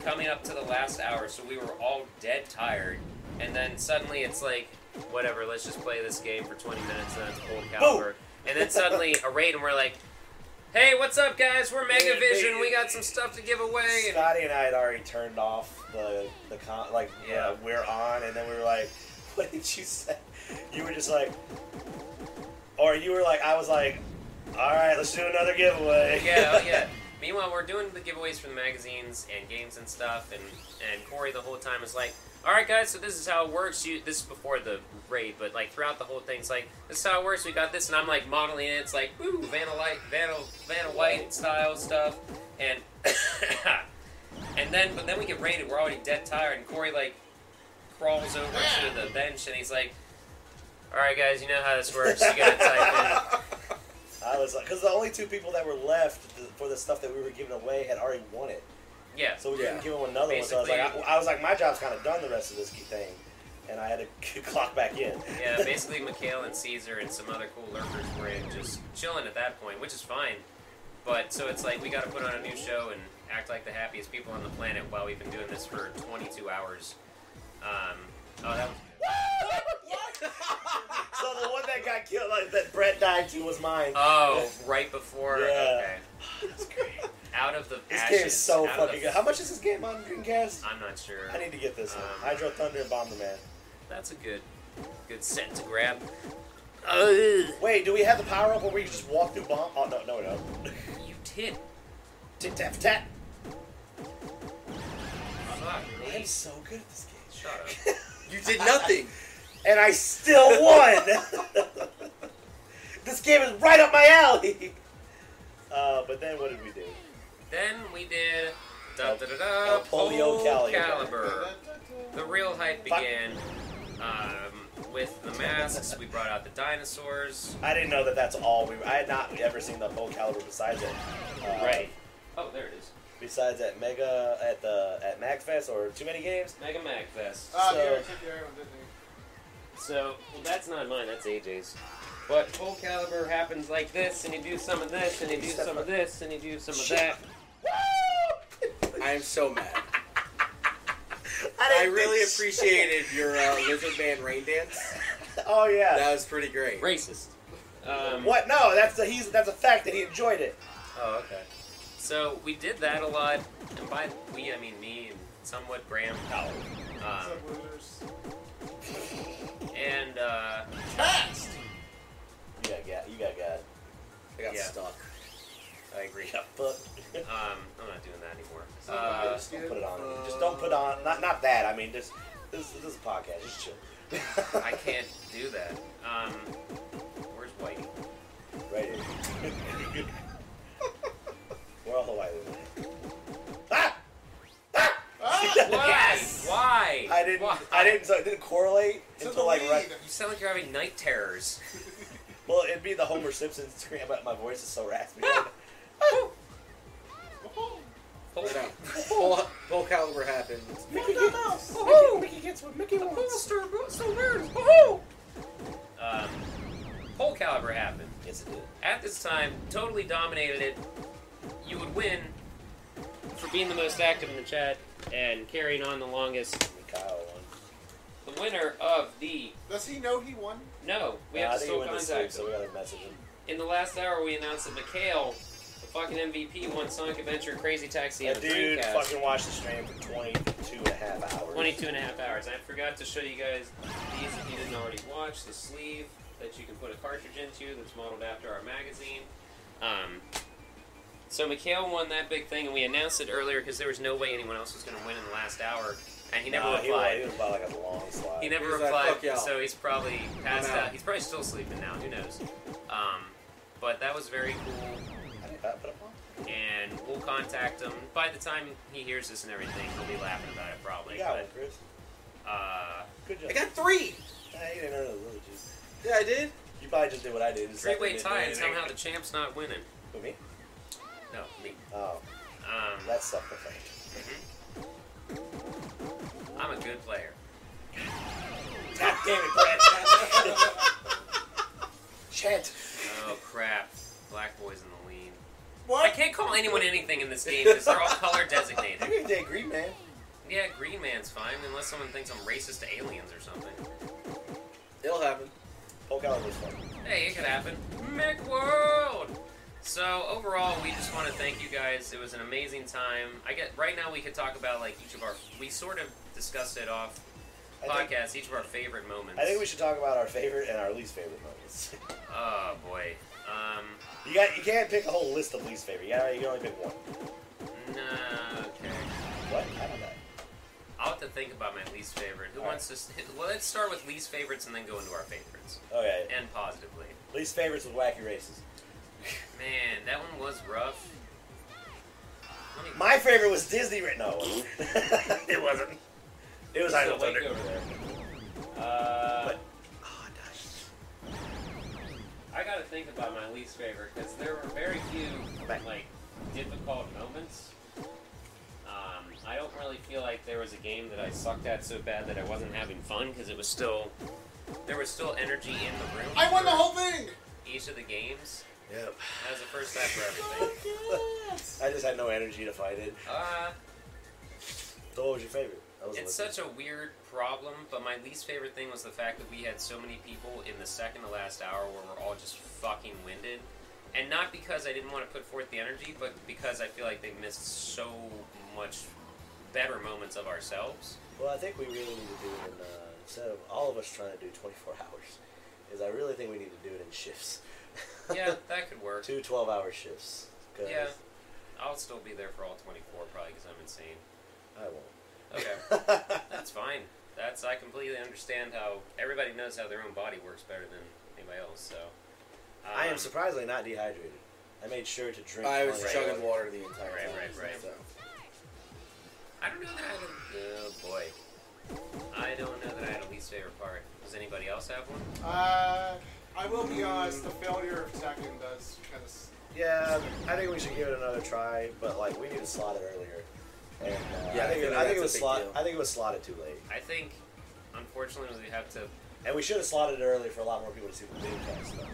Coming up to the last hour, so we were all dead tired, and then suddenly it's like, whatever, let's just play this game for 20 minutes, and that's cold caliber. And then suddenly a raid, and we're like, hey, what's up, guys? We're Yeah, Megavision. they- We got some stuff to give away. And Scotty and I had already turned off the the con- like yeah Yeah. we're on, and then we were like, [laughs] what did you say? You were just like, or you were like, I was like, all right, let's do another giveaway. yeah, [laughs] oh, yeah. Meanwhile, we're doing the giveaways for the magazines and games and stuff, and and Corey the whole time is like, "All right, guys, so this is how it works." You, this is before the raid, but like throughout the whole thing, it's like, "This is how it works." We got this, and I'm like modeling it. It's like, "Ooh, Vanna Light, Vanna, Vanna White style stuff," and [coughs] and then but then we get raided. We're already dead tired, and Corey like crawls over to the bench, and he's like. All right, guys, you know how this works. You [laughs] gotta type in. I was like, because the only two people that were left th- for the stuff that we were giving away had already won it, Yeah. so we Yeah. couldn't give them another one. So I was Basically- like, I, I was like, my job's kind of done the rest of this thing, and I had to [laughs] clock back in. Yeah, basically Mikhail and Caesar and some other cool lurkers were in just chilling at that point, which is fine. But so it's like we got to put on a new show and act like the happiest people on the planet while we've been doing this for 22 hours. Um, oh, that was [laughs] so the one that got killed, like that Brett died to, was mine. oh right before. Yeah. Okay. Out of the This ashes. game is so out of the fucking good. How much is this game on Dreamcast? I'm not sure. I need to get this one. Um, Hydro Thunder and Bomberman. That's a good, good set to grab. Ugh. Wait, do we have the power up where we just walk through bomb? Oh no, no, no. You tit. Tit tap tat. Fuck I'm me. so good at this game, Shut up. You did nothing. and I still won. this game is right up my alley. Uh, but then what did we do? Then we did da El- da da da El Polio Pole Caliber. Caliber. The real hype began um, with the masks. We brought out the dinosaurs. I didn't know that that's all we. I had not ever seen the whole caliber besides it. Uh, Oh, there it is. Besides at Mega at the at MagFest or too many games. Mega Mag Fest. Ah, So- yeah, he took the iron, didn't he? So, well, that's not mine, that's AJ's. But full caliber happens like this, and you do some of this, and you do some of this, and you do some of that. I am so [laughs] mad. didn't I really think- appreciated your uh, lizard man rain dance. [laughs] Oh yeah. That was pretty great. Racist. Um, What? No, that's a he's that's a fact that he enjoyed it. Oh, okay. So we did that a lot, and by we I mean me and somewhat Graham Powell. Um, What's up, losers? and uh, Cast! You got got you got [laughs] got. I got Yeah. stuck. I agree. You got [laughs] fucked. Um, I'm not doing that anymore. Uh, just don't put it on. Just don't put on. Not not that. I mean, just this this is a podcast. Just chill. [laughs] I can't do that. Um, where's Whitey? Right [laughs] here. We're all Hawaii. Ah! Ah, wow. Yes. Why? [laughs] I didn't. Why? I didn't. So it didn't correlate To the until like right. lead. You sound like you're having night terrors. Well, it'd be the Homer Simpson scream, but my voice is so [laughs] raspy. [laughs] Pull But uh, no. [laughs] Full, full caliber happened. Mickey, gets, Woohoo! Mickey gets what Mickey wants. so weird. Woohoo! Um, whole caliber happened. Yes, it did. at this time totally dominated it. You would win for being the most active in the chat and carrying on the longest. And Kyle won. The winner of the Does he know he won? no, we Nah, I have to think he still went to contact sleep, him. so we gotta message him. In the last hour, we announced that Mikhail, the fucking MVP, won Sonic Adventure, Crazy Taxi, and That the dude Dreamcast. fucking watched the stream for 22 and a half hours. 22 and a half hours. I forgot to show you guys these if you didn't already watch. The sleeve that you can put a cartridge into that's modeled after our magazine. Um, so Mikhail won that big thing, and we announced it earlier because there was no way anyone else was going to win in the last hour, and he never Nah, He was, replied. he He, was about like a long slide. never He was like, replied, "Fuck y'all. so he's probably passed out." out. He's probably still sleeping now. Who knows? Um, but that was very cool I didn't- I put him on. and we'll contact him. By the time he hears this and everything, he'll be laughing about it probably. You got one, Chris. But uh, Good job. I got three. Nah, you didn't earn those little juice. Yeah, I did. You probably just did what I did. and three sucked way it in tie, and anything. somehow the champ's not winning. Who, me? No, me. Oh, Um, that sucked the thing. I'm a good player. God damn it, Brad. Chant. Oh crap! Black boys in the lead. I What? can't call anyone anything in this game because they're all color You designated. can date Green Man. Yeah, Green Man's fine unless someone thinks I'm racist to aliens or something. It'll happen. Poke out this one. Hey, it could happen. Mick World. So overall, we just want to thank you guys. It was an amazing time. I get right now we could talk about like each of our. We sort of discussed it off I think, podcast. each of our favorite moments. I think we should talk about our favorite and our least favorite moments. [laughs] Oh boy. Um. You got you can't pick a whole list of least favorite. You, gotta, you can only pick one. Nah. Okay. What? I don't know. I'll have to think about my least favorite. Who All wants to? s- [laughs] Well, let's start with least favorites and then go into our favorites Okay. and positively. Least favorites with wacky races. Man, that one was rough. Let me- My favorite was Disney. Ra- no, it wasn't. [laughs] it wasn't. It was Still Idle wake Thunder. over there. Uh, But- Oh, gosh. I gotta think about my least favorite because there were very few like difficult moments. Um, I don't really feel like there was a game that I sucked at so bad that I wasn't having fun because it was still there was still energy in the room. I won the for whole thing! each of the games. Yep. That was the first time for everything. I just had no energy to fight it. Uh, So what was your favorite? I was It's such a weird problem, but my least favorite thing was the fact that we had so many people in the second to last hour where we're all just fucking winded. And not because I didn't want to put forth the energy, but because I feel like they missed so much better moments [laughs] of ourselves. Well, I think we really need to do it in, uh, instead of all of us trying to do 24 [laughs] hours, is I really think we need to do it in shifts. Yeah, that could [laughs] work. Two 12 hour shifts. 'cause Yeah. I'll still be there for all 24 probably because I'm insane. I won't. [laughs] Okay, that's fine. That's I completely understand how everybody knows how their own body works better than anybody else. So I am um, surprisingly not dehydrated. I made sure to drink. I was plenty of chugging water the entire Right, time. right, right. So. I don't know that I had a. Oh boy. I don't know that I had a least favorite part. Does anybody else have one? Uh, I will be honest, the failure of Tekken does oh, kind of. Yeah, um, I think we should give it another try, but like we need to slot it earlier. And, uh, Yeah, I think, I feel it, like I think it that's a was big slot. deal. I think it was slotted too late. I think, unfortunately, we have to And we should have slotted it early for a lot more people to see the Dreamcast. Though.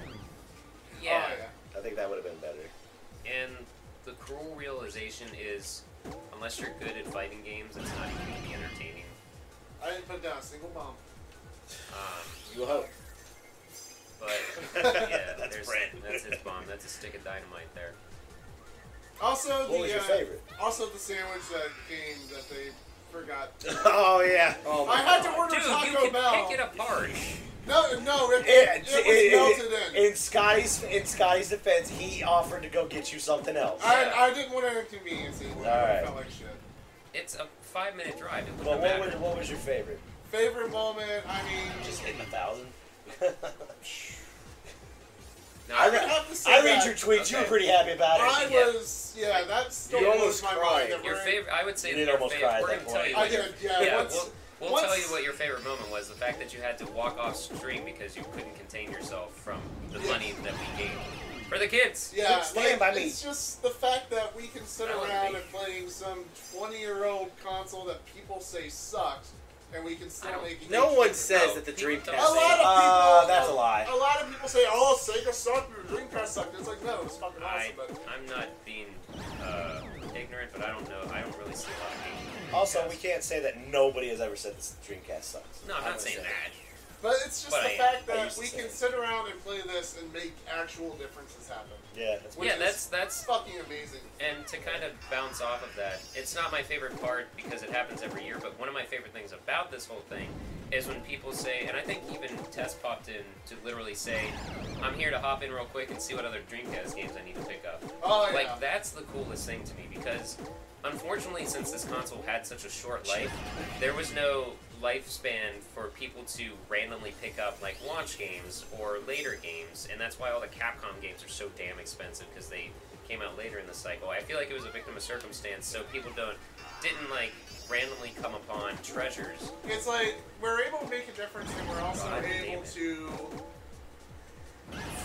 Yeah. Oh, yeah. I think that would have been better. And the cruel realization is, unless you're good at fighting games, it's not even going to be entertaining. I didn't put down a single bomb. Um, You hope. but [laughs] yeah, there's, [laughs] That's his bomb. That's a stick of dynamite there. Also, the What was your uh, favorite? also the sandwich that came that they forgot. oh yeah. [laughs] Oh I my had to God. order Dude, you Taco can Bell. pick it apart. No, no, it, It- it, it- was it- melted in. in Scotty's in Scotty's defense, he offered to go get you something else. I, I didn't want to inconvenience anyone. I Alright. felt like shit. It's a five minute drive. It But what wouldn't matter. was, what was your favorite? Favorite moment? I mean, Just hitting a thousand. [laughs] No, I would have to say I read that your tweets. You were Okay. pretty happy about I it. Yeah. was, yeah, that story almost was my cried. mind. your Right? favorite. I would say You that did your almost favorite. cry at We're that gonna tell point. you. I What did, your, yeah. yeah, once, we'll, we'll once- tell you what your favorite moment was. The fact that you had to walk off stream because you couldn't contain yourself from the money that we gave for the kids. Yeah, Quit standing by like, me. it's just the fact that we can sit That would around be- and playing some 20 year old console that people say sucks, and we can I still don't- make it. No one says. says No, that the people Dreamcast. don't. A lot of people. Uh, that's a lie. A lot of people say, "Oh, Sega sucked, your Dreamcast sucked." It's like, no, it's fucking I, awesome. But I'm not being uh, ignorant, but I don't know. I don't really see a lot of hate. in the Also, Dreamcast. we can't say that nobody has ever said this Dreamcast sucks. No, I'm gonna not saying say that. but it's just But the I am. fact I that used to we say can it. sit around and play this and make actual differences happen. Yeah, that's Which yeah, is that's that's fucking amazing. and to kind of bounce off of that. It's not my favorite part because it happens every year, but one of my favorite things about this whole thing is when people say, and I think even Tess popped in to literally say, "I'm here to hop in real quick and see what other Dreamcast games I need to pick up." Oh yeah. Like that's the coolest thing to me because unfortunately since this console had such a short life, there was no lifespan for people to randomly pick up like launch games or later games, and that's why all the Capcom games are so damn expensive because they came out later in the cycle. I feel like it was a victim of circumstance, so people don't didn't like randomly come upon treasures. It's like we're able to make a difference, and we're also God damn able it. to.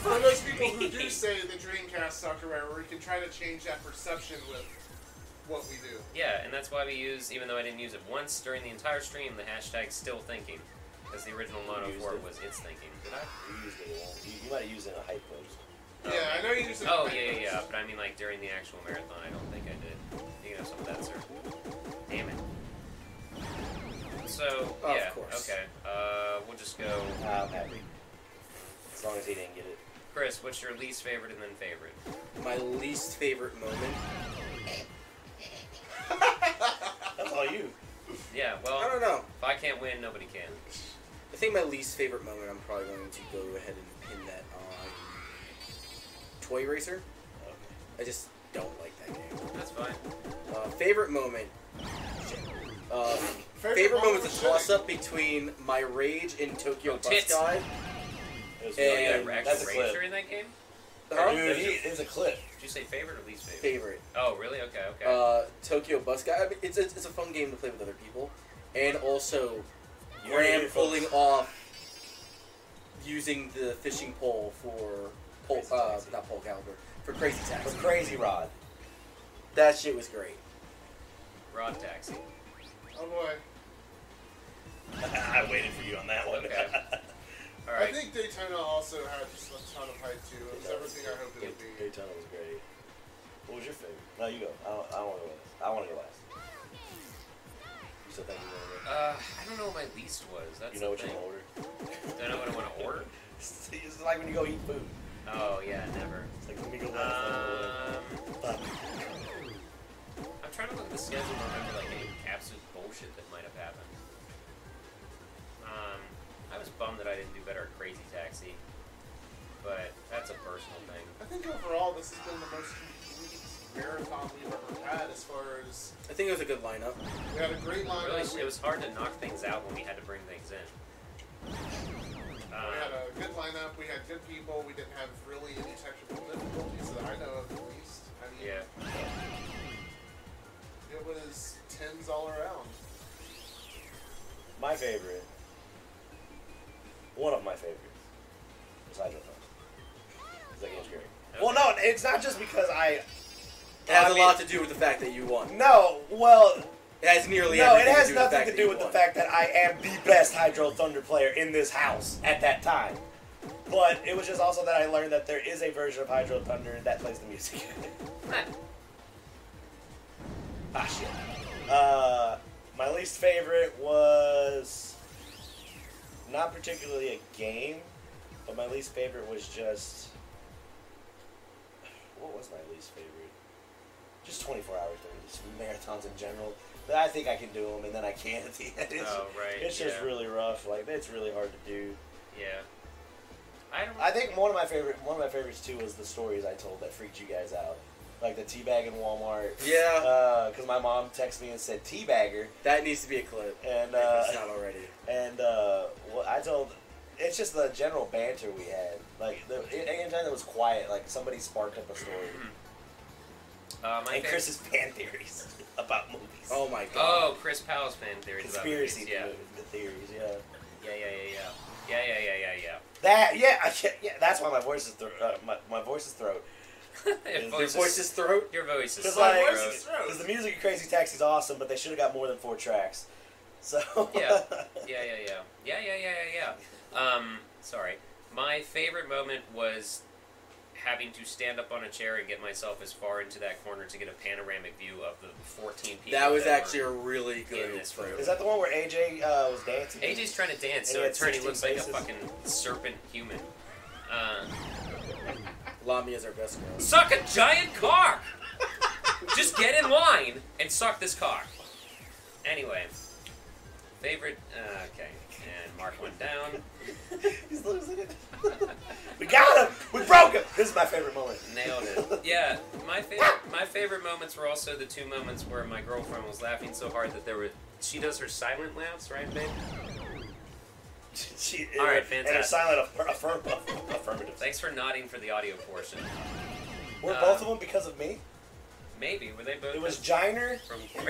For those people [laughs] who do say the Dreamcast sucked or whatever, we can try to change that perception with what we do. Yeah, and that's why we use, even though I didn't use it once during the entire stream, the hashtag still thinking. Because the original motto used for it it? was it's thinking. Did I? You used it. wrong. You, you might have used it in a hype post. Yeah, I know you use it. Oh yeah, yeah, yeah. But I mean, like during the actual marathon, I don't think I did. You can have some of that, sir. Damn it. So Of yeah, course. okay. Uh, we'll just go. Nah, I'm happy. Uh, As long as he didn't get it. Chris, what's your least favorite and then favorite? My least favorite moment. That's all you. Yeah. I Well, don't know. if I can't win, nobody can. I think my least favorite moment. I'm probably going to go ahead and pin that on Toy Racer. Okay. I just don't like that game. That's fine. Oh, Uh, favorite moment. Uh, favorite, moment was a toss up between my rage in Tokyo Oh, Bus tits. Guide. It was Yeah, Oh, you yeah, had really an good. actual That's a ranger clip. in that game? Huh? Dude, he, it was a clip. Did you say favorite or least favorite? Favorite. Oh, really? Okay, okay. Uh, Tokyo Bus Guide. I mean, it's, it's it's a fun game to play with other people, and also You heard it Graham here, folks. pulling off using the fishing pole for pole, Crazy uh, Taxi. not pole caliber for crazy tax. For Crazy Rod. That shit was great. Rod Taxi. Oh boy. I waited for you on that one. [laughs] Okay. All I right. think Daytona also had just a ton of hype too. It was everything I hoped it would be. Your tunnel was great. What was your favorite? No, you go. I don't, I don't want to go last. I want to go last. [laughs] You still think you're uh, I don't know what my least was. That's You know what you're the thing. gonna order? Don't know what I want to order. It's it's like when you go eat food. Oh yeah, never. It's like let me go last. Um. I'm gonna order. I'm trying to look at the schedule and remember like any absolute bullshit that might have happened. Um, I was bummed that I didn't do better at Crazy Taxi, but that's a personal thing. I think overall this has been the most complete marathon we've ever had as far as I think it was a good lineup. we had a great line. Really, we, it was hard to knock things out when we had to bring things in. we had Um, a good lineup. We had good people. We didn't have really any technical difficulties that I know of, at least. I mean, yeah, it was tens all around. My favorite. One of my favorites. Is Hydro Thunder. That game's great. Well, no, it's not just because I. It has I a mean- lot to do with the fact that you won. No, well, It has nearly No, it everything has to do with the nothing fact to that do you with the won. fact that I am the best Hydro Thunder player in this house at that time. But it was just also that I learned that there is a version of Hydro Thunder that plays the music. ah, shit. Uh, my least favorite was not particularly a game, but my least favorite was just. What was my least favorite? Just 24 hours, just marathons in general. But I think I can do them, and then I can't at the end. It's, Oh, right. it's yeah. just really rough. Like it's really hard to do. Yeah. I don't. I think one of my favorite one of my favorites too was the stories I told that freaked you guys out, like the teabag in Walmart. Yeah, Because my mom texted me and said teabagger, that needs to be a clip. and uh, if it's not already. and uh, what I told, it's just the general banter we had. Like the, anytime that was quiet, like somebody sparked up a story. uh, my and favorite- Chris's fan theories [laughs] about movies. Oh [laughs] my god. Oh, Chris Powell's fan theories conspiracy about movies. the- the theories. Yeah, Yeah. yeah, yeah, yeah, yeah, yeah, yeah, yeah, yeah, [laughs] that yeah I can't- yeah. That's why my voice is thro- uh, my, my voice is throat. yeah. Your Your Your voice is- voice's throat. your voice is Cause so like, gross. cause the music of Crazy Taxi's awesome, but they should have got more than four tracks. So Yeah. yeah, yeah, yeah, yeah, yeah, yeah, yeah, yeah. Um, sorry. My favorite moment was having to stand up on a chair and get myself as far into that corner to get a panoramic view of the 14 people. That was were- actually a really good in this [laughs] throat. is that the one where AJ uh, was dancing? AJ's trying to dance, And he so in had turn he 16 looks like a faces. fucking serpent human. Uh, Lami is our best girl. suck a giant cock! Just get in line and suck this cock. Anyway, favorite. Uh, okay, and Mark went down. He's losing it. [laughs] we got him. We broke him. This is my favorite moment. Nailed it. Yeah, my favorite my favorite moments were also the two moments where my girlfriend was laughing so hard that there were she does her silent laughs, right, babe? She, All right, And a fantastic. silent affir- affirm- affirm- affirmative. Thanks for nodding for the audio portion. Were Uh, both of them because of me? Maybe were they both It was Jiner. [laughs] [laughs] from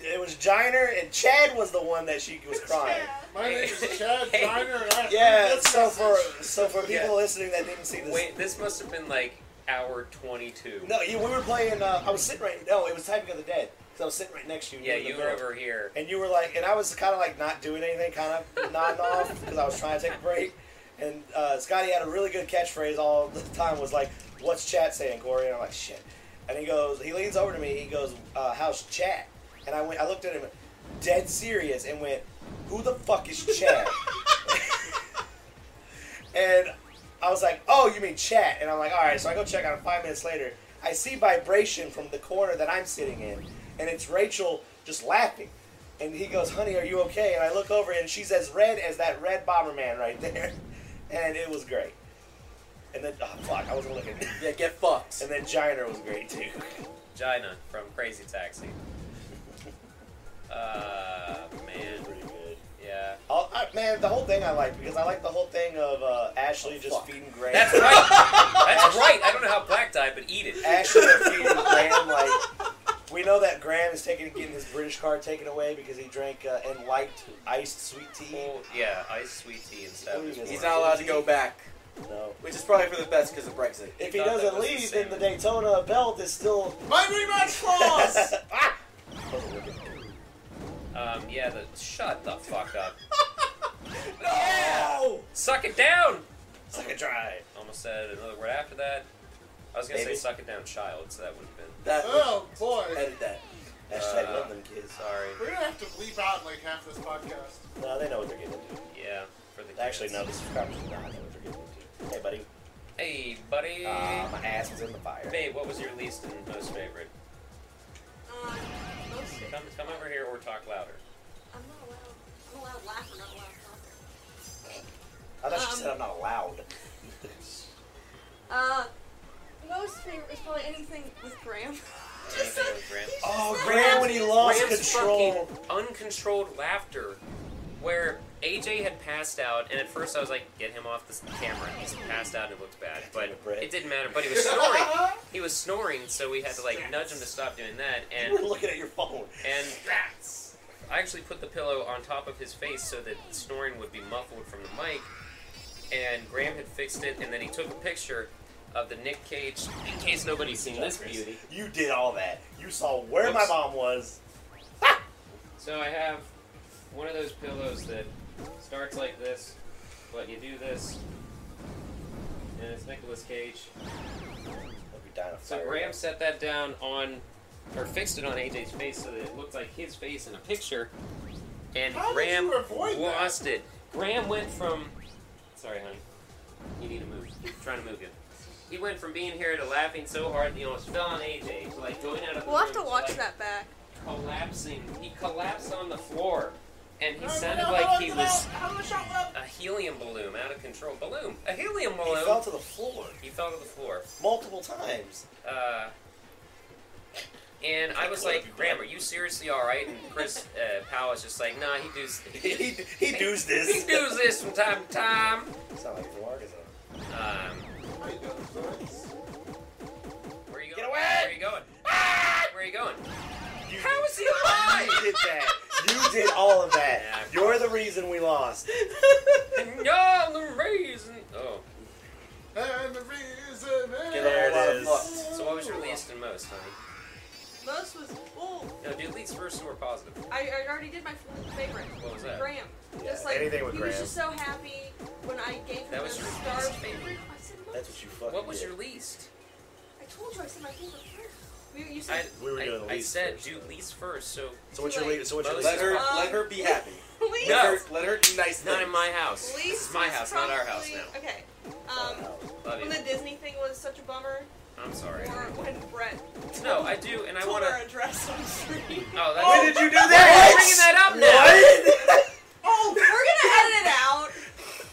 It was Jiner, and Chad was the one that she was crying. Yeah. My name is Chad Diner, and I Yeah. That's So for so for people Yeah. listening that didn't see this, Wait, this must have been like hour twenty two. No, you, we were playing. Uh, I was sitting right. No, it was Typing of the Dead. Because I was sitting right next to you. Yeah, in the you were middle. over here. And you were like, and I was kind of like not doing anything, kind of nodding off because I was trying to take a break. And uh, Scotty had a really good catchphrase all the time. Was like, "What's chat saying, Corey?" And I'm like, "Shit." And he goes, he leans over to me. He goes, uh, "How's chat?" And I went, I looked at him, dead serious, and went, "Who the fuck is chat?" [laughs] and I was like, "Oh, you mean chat?" And I'm like, "All right." So I go check on it. Five minutes later, I see vibration from the corner that I'm sitting in, and it's Rachel just laughing. And he goes, "Honey, are you okay?" And I look over, and she's as red as that red Bomberman right there, [laughs] and it was great. And then, oh fuck, I wasn't looking. Yeah, get fucked. And then Jiner was great too. [laughs] Gina from Crazy Taxi. Uh man. Pretty good. Yeah. I'll, Oh, I, man, the whole thing I like because I like the whole thing of uh, Ashley Oh, just fuck. feeding Graham. That's right. That's right. I don't know how Black died, but eat it. [laughs] Ashley feeding Graham like we know that Graham is taking getting his British card taken away because he drank uh, and liked iced sweet tea. Oh, yeah, iced sweet tea and stuff. is He's He's warm. not allowed to go back, No. which is probably for the best because of Brexit. If he thought that doesn't was leave, the then same. the Daytona belt is still. my rematch clause. [laughs] [laughs] Ah! Um, yeah, the shut the fuck up. No! Suck it down. Suck a try. Almost said another word after that. I was gonna Baby. say suck it down, child. So that would have been That oh boy, edit that. Hashtag Uh, love them kids. sorry. we're gonna have to bleep out like half this podcast. No, they know what they're getting into. Yeah, for the kids. Actually, no, the subscribers do not know what they're getting into. Hey, buddy. Hey, buddy. Uh, my ass is in the fire. Eh. Babe, what was your least and most favorite? Um, most of it. Come, come over here or talk louder. I'm not allowed. I'm allowed laugh. I'm not allowed talk. I thought she Um, said I'm not loud. Uh, most favorite is probably anything with Graham. [laughs] Just Anything with Graham? he's just Oh, not Graham, when he happy. lost Graham's control. fucking uncontrolled laughter, where AJ had passed out, and at first I was like, "Get him off this camera." He's passed out and it looked bad, but Brett. it didn't matter. But he was snoring. [laughs] he was snoring, so we had to like nudge him to stop doing that. You were And looking at your phone. and I actually put the pillow on top of his face so that snoring would be muffled from the mic. And Graham had fixed it, and then he took a picture. of the Nick Cage. In case nobody's seen this beauty, You did all that. You saw where my Whoops. mom was. So I have one of those pillows that starts like this, but you do this, and it's Nicolas Cage. Hope you died of So fire. Graham set that down on, or fixed it on AJ's face so that it looked like his face in a picture, and How did Graham you avoid that? lost it. Graham went from, sorry honey, you need to move. I'm trying to move you. He went from being here to laughing so hard that he almost fell on AJ to like going out of the We'll have room to watch like, that back. collapsing. He collapsed on the floor, and he No, sounded no, no, like no, he no, was no, no, shut up. a helium balloon out of control. Balloon, a helium He balloon. fell to the floor He fell to the floor. multiple [laughs] times. Uh, and I was like, Graham, are you seriously all right? And Chris uh, Powell was just like, Nah, he does. he he does this. He does this from time to time. Sound like Vargas. Um, How you doing, boys? where are you going? Get away! Where are you going? Where are you going? You- Ah! How is he alive? You did that. You did all of that. Yeah, I'm- You're the reason we lost. And [laughs] y'all the reason. Oh, And the reason Get is- a There whole lot it of is. fuck. so what was your least and most, honey? Most was oh, No, do least first or positive. I, I already did my f- favorite. What was that? Graham. Yeah, just like anything with he was Graham. just so happy when I gave him That the was your star least favorite. favorite. I said most. That's what you fucking What was did. your least? I told you I said my favorite first. You, you I, said We were I- doing I least said first, do though. least first, so So what's your least? So what's your Let least? Let her, Um, let her be happy. [laughs] please. No. Let her, let her do nice not in things. my house. Least This is my was house, not our house now. probably- Okay. Um, Love when you. the Disney thing was such a bummer, I'm sorry. or when Brett No, I do, and I told want her to. address on the street. Oh, that's. When did [laughs] you do We're that? bringing that up now. What? Oh, we're gonna edit it out.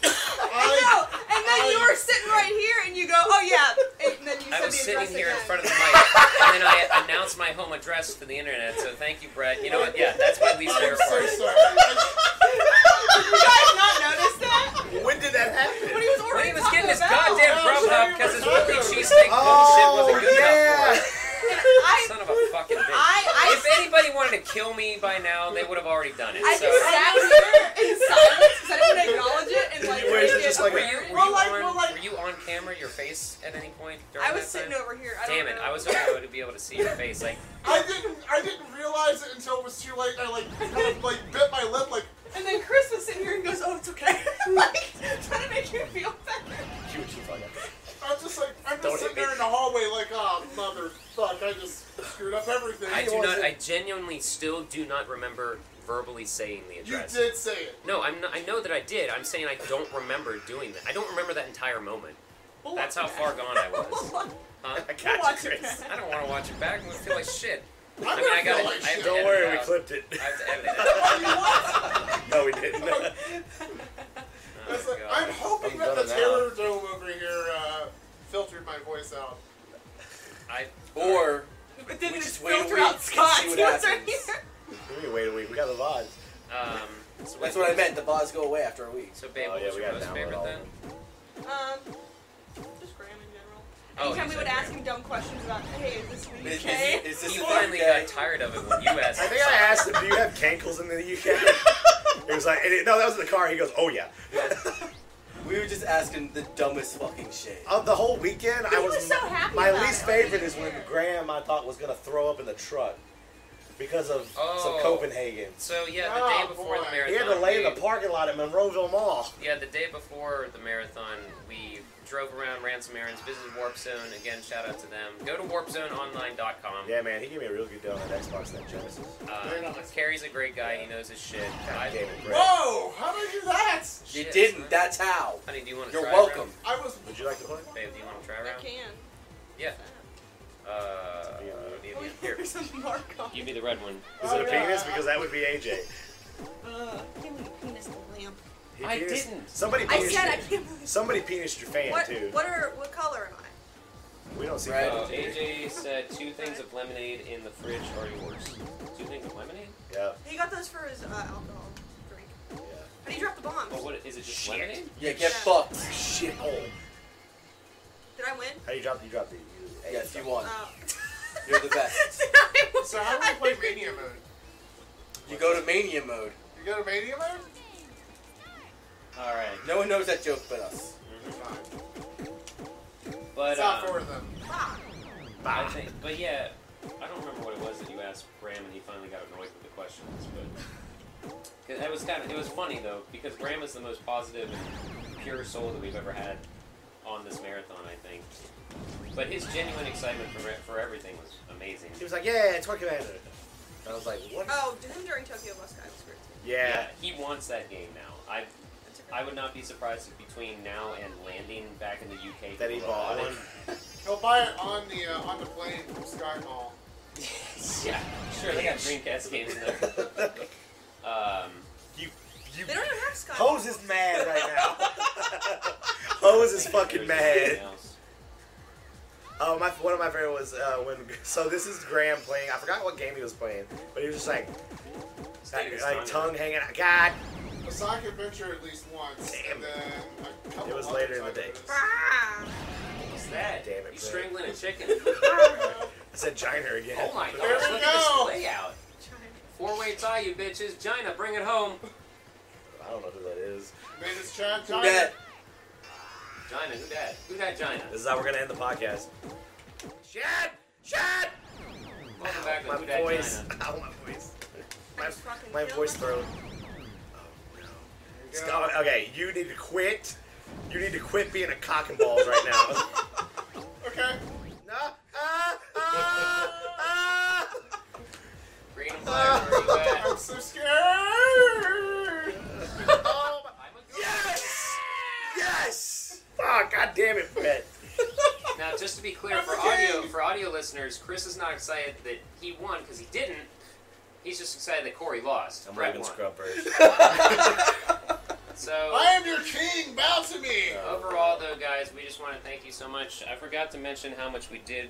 I know. And then you were sitting right here, and you go, "Oh yeah," and then you I said was the address sitting here again. in front of the mic, and then I announced my home address to the internet. So thank you, Brett. You know what? Yeah, that's my least I'm favorite so part. sorry. I- [laughs] you [laughs] guys not noticed that? When did that happen? When he was When ordering he was getting his Taco Bell. goddamn Oh, grub sorry, hub because his we're weekly talking. cheesesteak Oh, bullshit wasn't good yeah. enough for him. And [laughs] I, Son of a fucking bitch. I, I, If anybody wanted to kill me by now, they would have already done it. I so. just sat here in silence because I didn't acknowledge it and like. You were take just it. like- Were you, were, Well, you like- on, well, like- were you on camera, your face, at any point during I was that sitting time? over here. I don't Damn it, know. I was hoping I would be able to see your face. Like, I didn't. I didn't realize it until it was too late. I like, kind of, like bit my lip. Like, And then Chris was sitting here and goes, "Oh, it's okay." [laughs] like trying to make you feel better. You were too fucking- I'm just like, I'm just Don't hit sitting me. there in the hallway. Like, oh motherfuck, I just screwed up everything. I It do not, wasn't- I genuinely still do not remember verbally saying the You address. did say it. No, I'm not, I know that I did. I'm saying I don't remember doing that. I don't remember that entire moment. That's how far [laughs] gone I was. Huh? I got you, Watch it. Chris. I don't want to watch it back. I'm going to feel like shit. I'm I mean, gonna I got it. feel like I have shit. [laughs] to Don't edit worry, it we out. clipped it. I have to [laughs] edit it Oh, out. No, we [laughs] didn't. I was Oh, like, God. I'm hoping I'm that the done now. Taylor Dome over here uh, filtered my voice out. I- Or It didn't We just wait a filter week out and Scott. see [laughs] what He was right happens. here. we wait a week. We got the VODs. Um, so that's wait, what I meant. The bonds go away after a week. So, babe, Oh, what yeah, was we your gotta most download favorite all then? Um, just Graham in general. Oh, Anytime he we said would ask Graham. him dumb questions about, hey, is this in the Is, UK? is, is this You the finally thing got that- tired of it when you asked. I think I asked him, "Do you have cankles in the [laughs] UK?" He was like, and it- "No, that was in the car." He goes, "Oh yeah." We were just asking the dumbest fucking shit. Oh, Of Uh, the whole weekend, I he was, was so happy my about least it. favorite is when Yeah. Graham I thought was gonna throw up in the truck because of Oh. some Copenhagen. So yeah, the Oh, day before boy. the marathon, He had to lay in we- the parking lot at Monroeville Mall. Yeah, the day before the marathon, we drove around, ran some errands, visited Warp Zone. Again, shout out to them. Go to warpzoneonline.com. Yeah, man, he gave me a real good deal on that Xbox and that Genesis. Uh, Carrie's a great guy. He knows his shit. I I, gave it Graham. Whoa! How did you do that? You shit, didn't. son. That's how. Honey, do you want to? You're try welcome. Around? I was. Would you like to play? Babe, do you want to try [laughs] I around? can. Yeah. Uh, It's a VM. it'll be a Oh, VM. Here, There's a mark on give me the red one. Is it a penis? Because that would be AJ. Uh, I can't believe you penis the lamp. He I penised- didn't. Somebody I penised. said I your- can't believe. Somebody penised your fan What, too. what are what color am I? We don't see Right. Uh, that. AJ said two things of lemonade in the fridge are yours. Two things of lemonade? Yeah. He got those for his uh, alcohol drink. Yeah. And he dropped the bombs. But what is it? Just Shit. lemonade? Yeah, get Yeah. fucked. Shithole. Did I win? How you drop? You drop the. You, Yes, you Oh. won. You're the [laughs] best. Did I win? So how do we play Mania mode? You go to mania mode. You go to Mania mode? All right. No one knows that joke but us. Fine. Mm-hmm. But it's not um, for them. I think, but yeah, I don't remember what it was that you asked Graham, and he finally got annoyed with the questions. But 'Cause it was kind of it was funny though because Graham is the most positive and pure soul that we've ever had on this marathon, I think. But his genuine excitement for e, for everything was amazing. He was like, "Yeah, it's Toy Commander." And I was like, "What?" Oh, him during Tokyo Bus Guy was great. too. Yeah. he wants that game now. I That's a great I would not be surprised if between now and landing back in the UK That he people bought bought [laughs] one. He'll buy it on the uh, on the plane from Sky Mall. it. [laughs] yeah, sure they got Dreamcast games in there. [laughs] Um, You, you. They don't even have Sky. Hose is mad right [laughs] now. Hose is fucking there's mad. nothing else. Oh, my one of my favorite was uh, when. [laughs] So this is Graham playing. I forgot what game he was playing, but he was just like, Stick like, his like tongue tongue hanging out. God. Osaka Adventure at least once, Damn. and then a couple It was other later in the day. times. Ah. What's that? Damn it, You Brett. strangling a chicken. [laughs] I said Jiner again. oh [laughs] my gosh, There we look go. at this layout. China. Four way tie, you bitches. Gina, bring it home. I don't know who that is. Made his Chad Who dat? Gina, who that? Who that, Gina? [laughs] This is how we're gonna end the podcast. Shit! Shit! Welcome back to my Who Dat voice. [laughs] China. Ow, my voice. I My, just fucking my killed voice myself. throat. It's gone. Okay, you need to quit. You need to quit being a cock and balls right now. Okay. no. Ah, ah, ah. Green and black, where you [laughs] at? I'm so scared. Oh my- I'm a Yes! Yes! Oh, god damn it, Brett. Now, just to be clear, I'm for a audio king. for audio listeners, Chris is not excited that he won because he didn't. He's just excited that Corey lost. Brett won. first. So. I am your king. Bow to me. Uh, Overall, though, guys, we just want to thank you so much. I forgot to mention how much we did.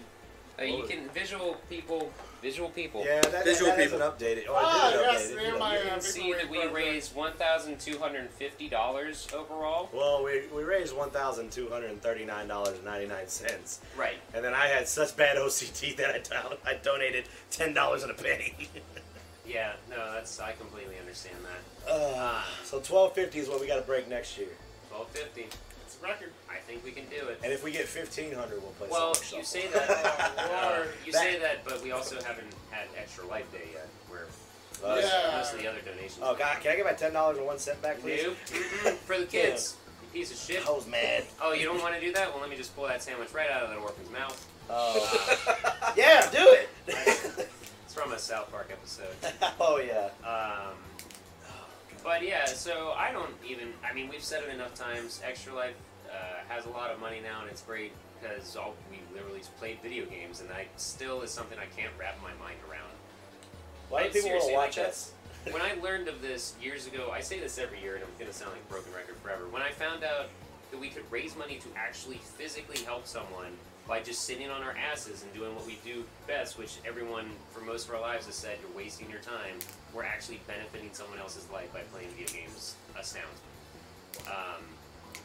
Uh, you Oh. can visual people, visual people. Yeah, that, Visual that people. hasn't updated. Oh, Ah, I did it yes, updated. they're my, You can see that we raised one thousand two hundred fifty dollars overall. Well, we, we raised one thousand two hundred and thirty nine dollars and ninety nine cents, Right. and then I had such bad OCT [laughs] that I, do- I donated ten dollars and a penny. [laughs] Yeah. No, that's I completely understand that. uh, so twelve fifty is what we got to break next year, Twelve fifty. It's a record. I think we can do it. and if we get fifteen hundred, we'll play. Well, Summer you Shuffle. say that. Oh, [laughs] [laughs] uh, Lord. you That- say that, but we also haven't had extra life day yet. Where Uh, most, Yeah. most of the other donations. Oh God, can I get my ten dollars and one cent back, please? Nope. Mm-mm. for the kids. You piece of shit. I was [laughs] mad. Oh, you don't want to do that? Well, let me just pull that sandwich right out of that orphan's mouth. Oh. Uh, yeah, do it. It's from a South Park episode. oh yeah. Um, but yeah, so I don't even. I mean, we've said it enough times. Extra Life uh, has a lot of money now, and it's great because all we literally played video games, and I still is something I can't wrap my mind around. Why do Like, people want seriously, to watch like, us? when I learned of this years ago, I say this every year, and I'm going to sound like a broken record forever. When I found out that we could raise money to actually physically help someone by just sitting on our asses and doing what we do best, which everyone for most of our lives has said, you're wasting your time. We're actually benefiting someone else's life by playing video games. Astounds me. Um,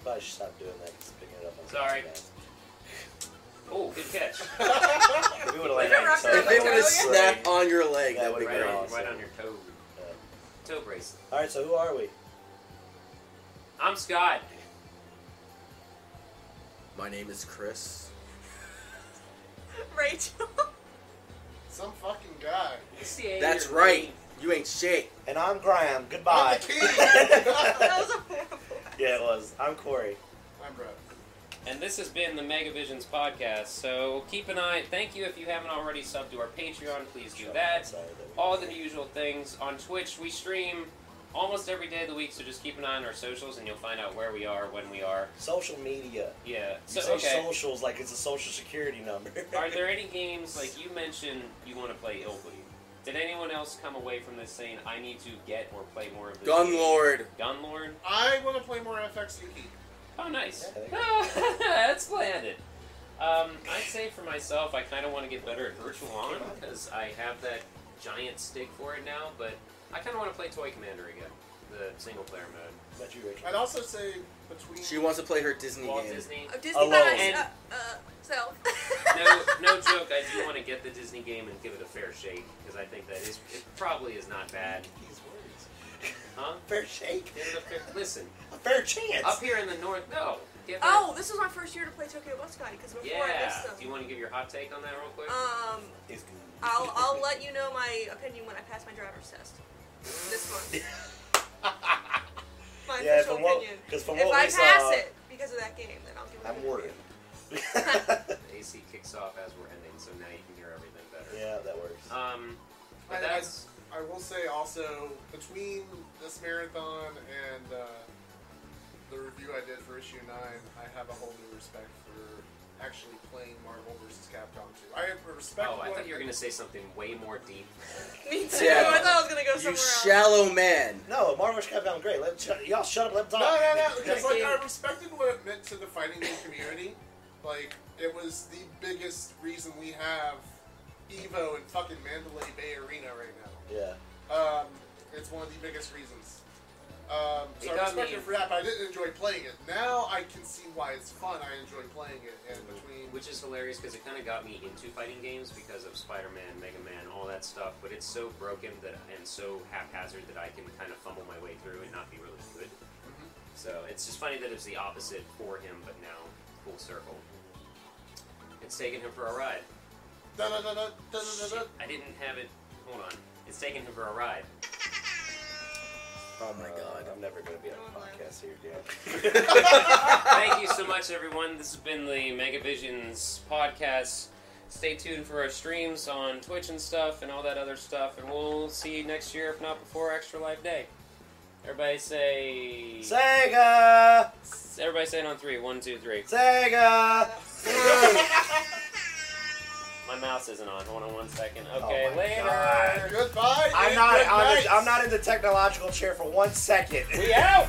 Probably should stop doing that. 'cause picking it up on Sorry. Instagram. oh, good catch. [laughs] If we would've let Like a that rock slide. If they would have Yeah. snapped on your leg, That that would would've be right, great. on, Awesome. right on your toe, toe brace. All right, so who are we? I'm Scott. My name is Chris. Rachel. [laughs] Some fucking guy. CA, That's you're right. You ain't shit. And I'm Graham. I'm Goodbye. the king. that was a horrible. [laughs] yeah, it was. I'm Corey. I'm Brett. And this has been the Megavisions podcast. So keep an eye. Thank you if you haven't already subbed to our Patreon. Please do that. Sorry that we- All the usual things on Twitch. We stream almost every day of the week. So just keep an eye on our socials, and you'll find out where we are, when we are. social media. Yeah. You So say okay. socials like it's a social security number. Are there any games like you mentioned you want to play Ilkley? Did anyone else come away from this saying I need to get or play more of this? Gun game? Lord. Gunlord. I want to play more FX Yuki. Oh, nice. [laughs] Yeah, there That's landed. Um, I'd say for myself, I kind of want to get better at Virtual On because I have that giant stick for it now, but I kind of want to play Toy Commander again, the single player mode. But you, Rachel. I'd also say between. She wants to play her Disney Walt game. Disney. Oh, Disney Alone. by And- myself. Uh, uh, self. No, no joke. I do want to get the Disney game and give it a fair shake because I think that is it probably is not bad, These words. huh? [laughs] Fair shake. Give it a fair, listen, A fair chance. up here in the north, no. Give it- [laughs] Oh, this this was my first year to play Tokyo Bus Guide because before I Yeah. missed them. Do you want to give your hot take on that real quick? Um, It's good. I'll I'll let you know my opinion when I pass my driver's test this month. [laughs] My Yeah, official from what- opinion. 'cause from if what I we pass saw- it because of that game, then I'll give it. I'm worried. the AC kicks off as we're ending, so now you can hear everything better. yeah, that works. Um, I- I- but that's I will say also between this marathon and uh, the review I did for issue nine, I have a whole new respect for actually playing Marvel vs. Capcom 2. I have a respect. Oh, I what- thought you were gonna say something way more deep. [laughs] Me too. Yeah. I thought I was gonna go somewhere You else. shallow man. No, Marvel vs. Capcom, great. Let shut, y'all shut up. Let them No, talk. no, no. Because That like game- I respected what it meant to the fighting [coughs] game community. Like it was the biggest reason we have Evo in fucking Mandalay Bay Arena right now. Yeah. Um, it's one of the biggest reasons. Um, It so I got respect me- it for that, but I didn't enjoy playing it. Now I can see why it's fun. I enjoy playing it, and between Which is hilarious because it kind of got me into fighting games because of Spider-Man, Mega Man, all that stuff. But it's so broken that and so haphazard that I can kind of fumble my way through and not be really good. So it's just funny that it's the opposite for him, but now full circle. It's taking him for a ride. da da da da da da da. Shit, I didn't have it. Hold on. It's taking him for a ride. Oh my Uh, god. Uh, I'm never going to be on No a one podcast laughs. here again. Thank you so much, everyone. This has been the Megavisions podcast. Stay tuned for our streams on Twitch and stuff and all that other stuff. And we'll see you next year, if not before Extra Life Day. Everybody say. Sega! Everybody say it on three. One, two, three. Sega! My mouse isn't on. Hold on one second. Oh Okay, my later. God. Goodbye. I'm and not. good I'm, night. I'm not in the technological chair for one second. We out.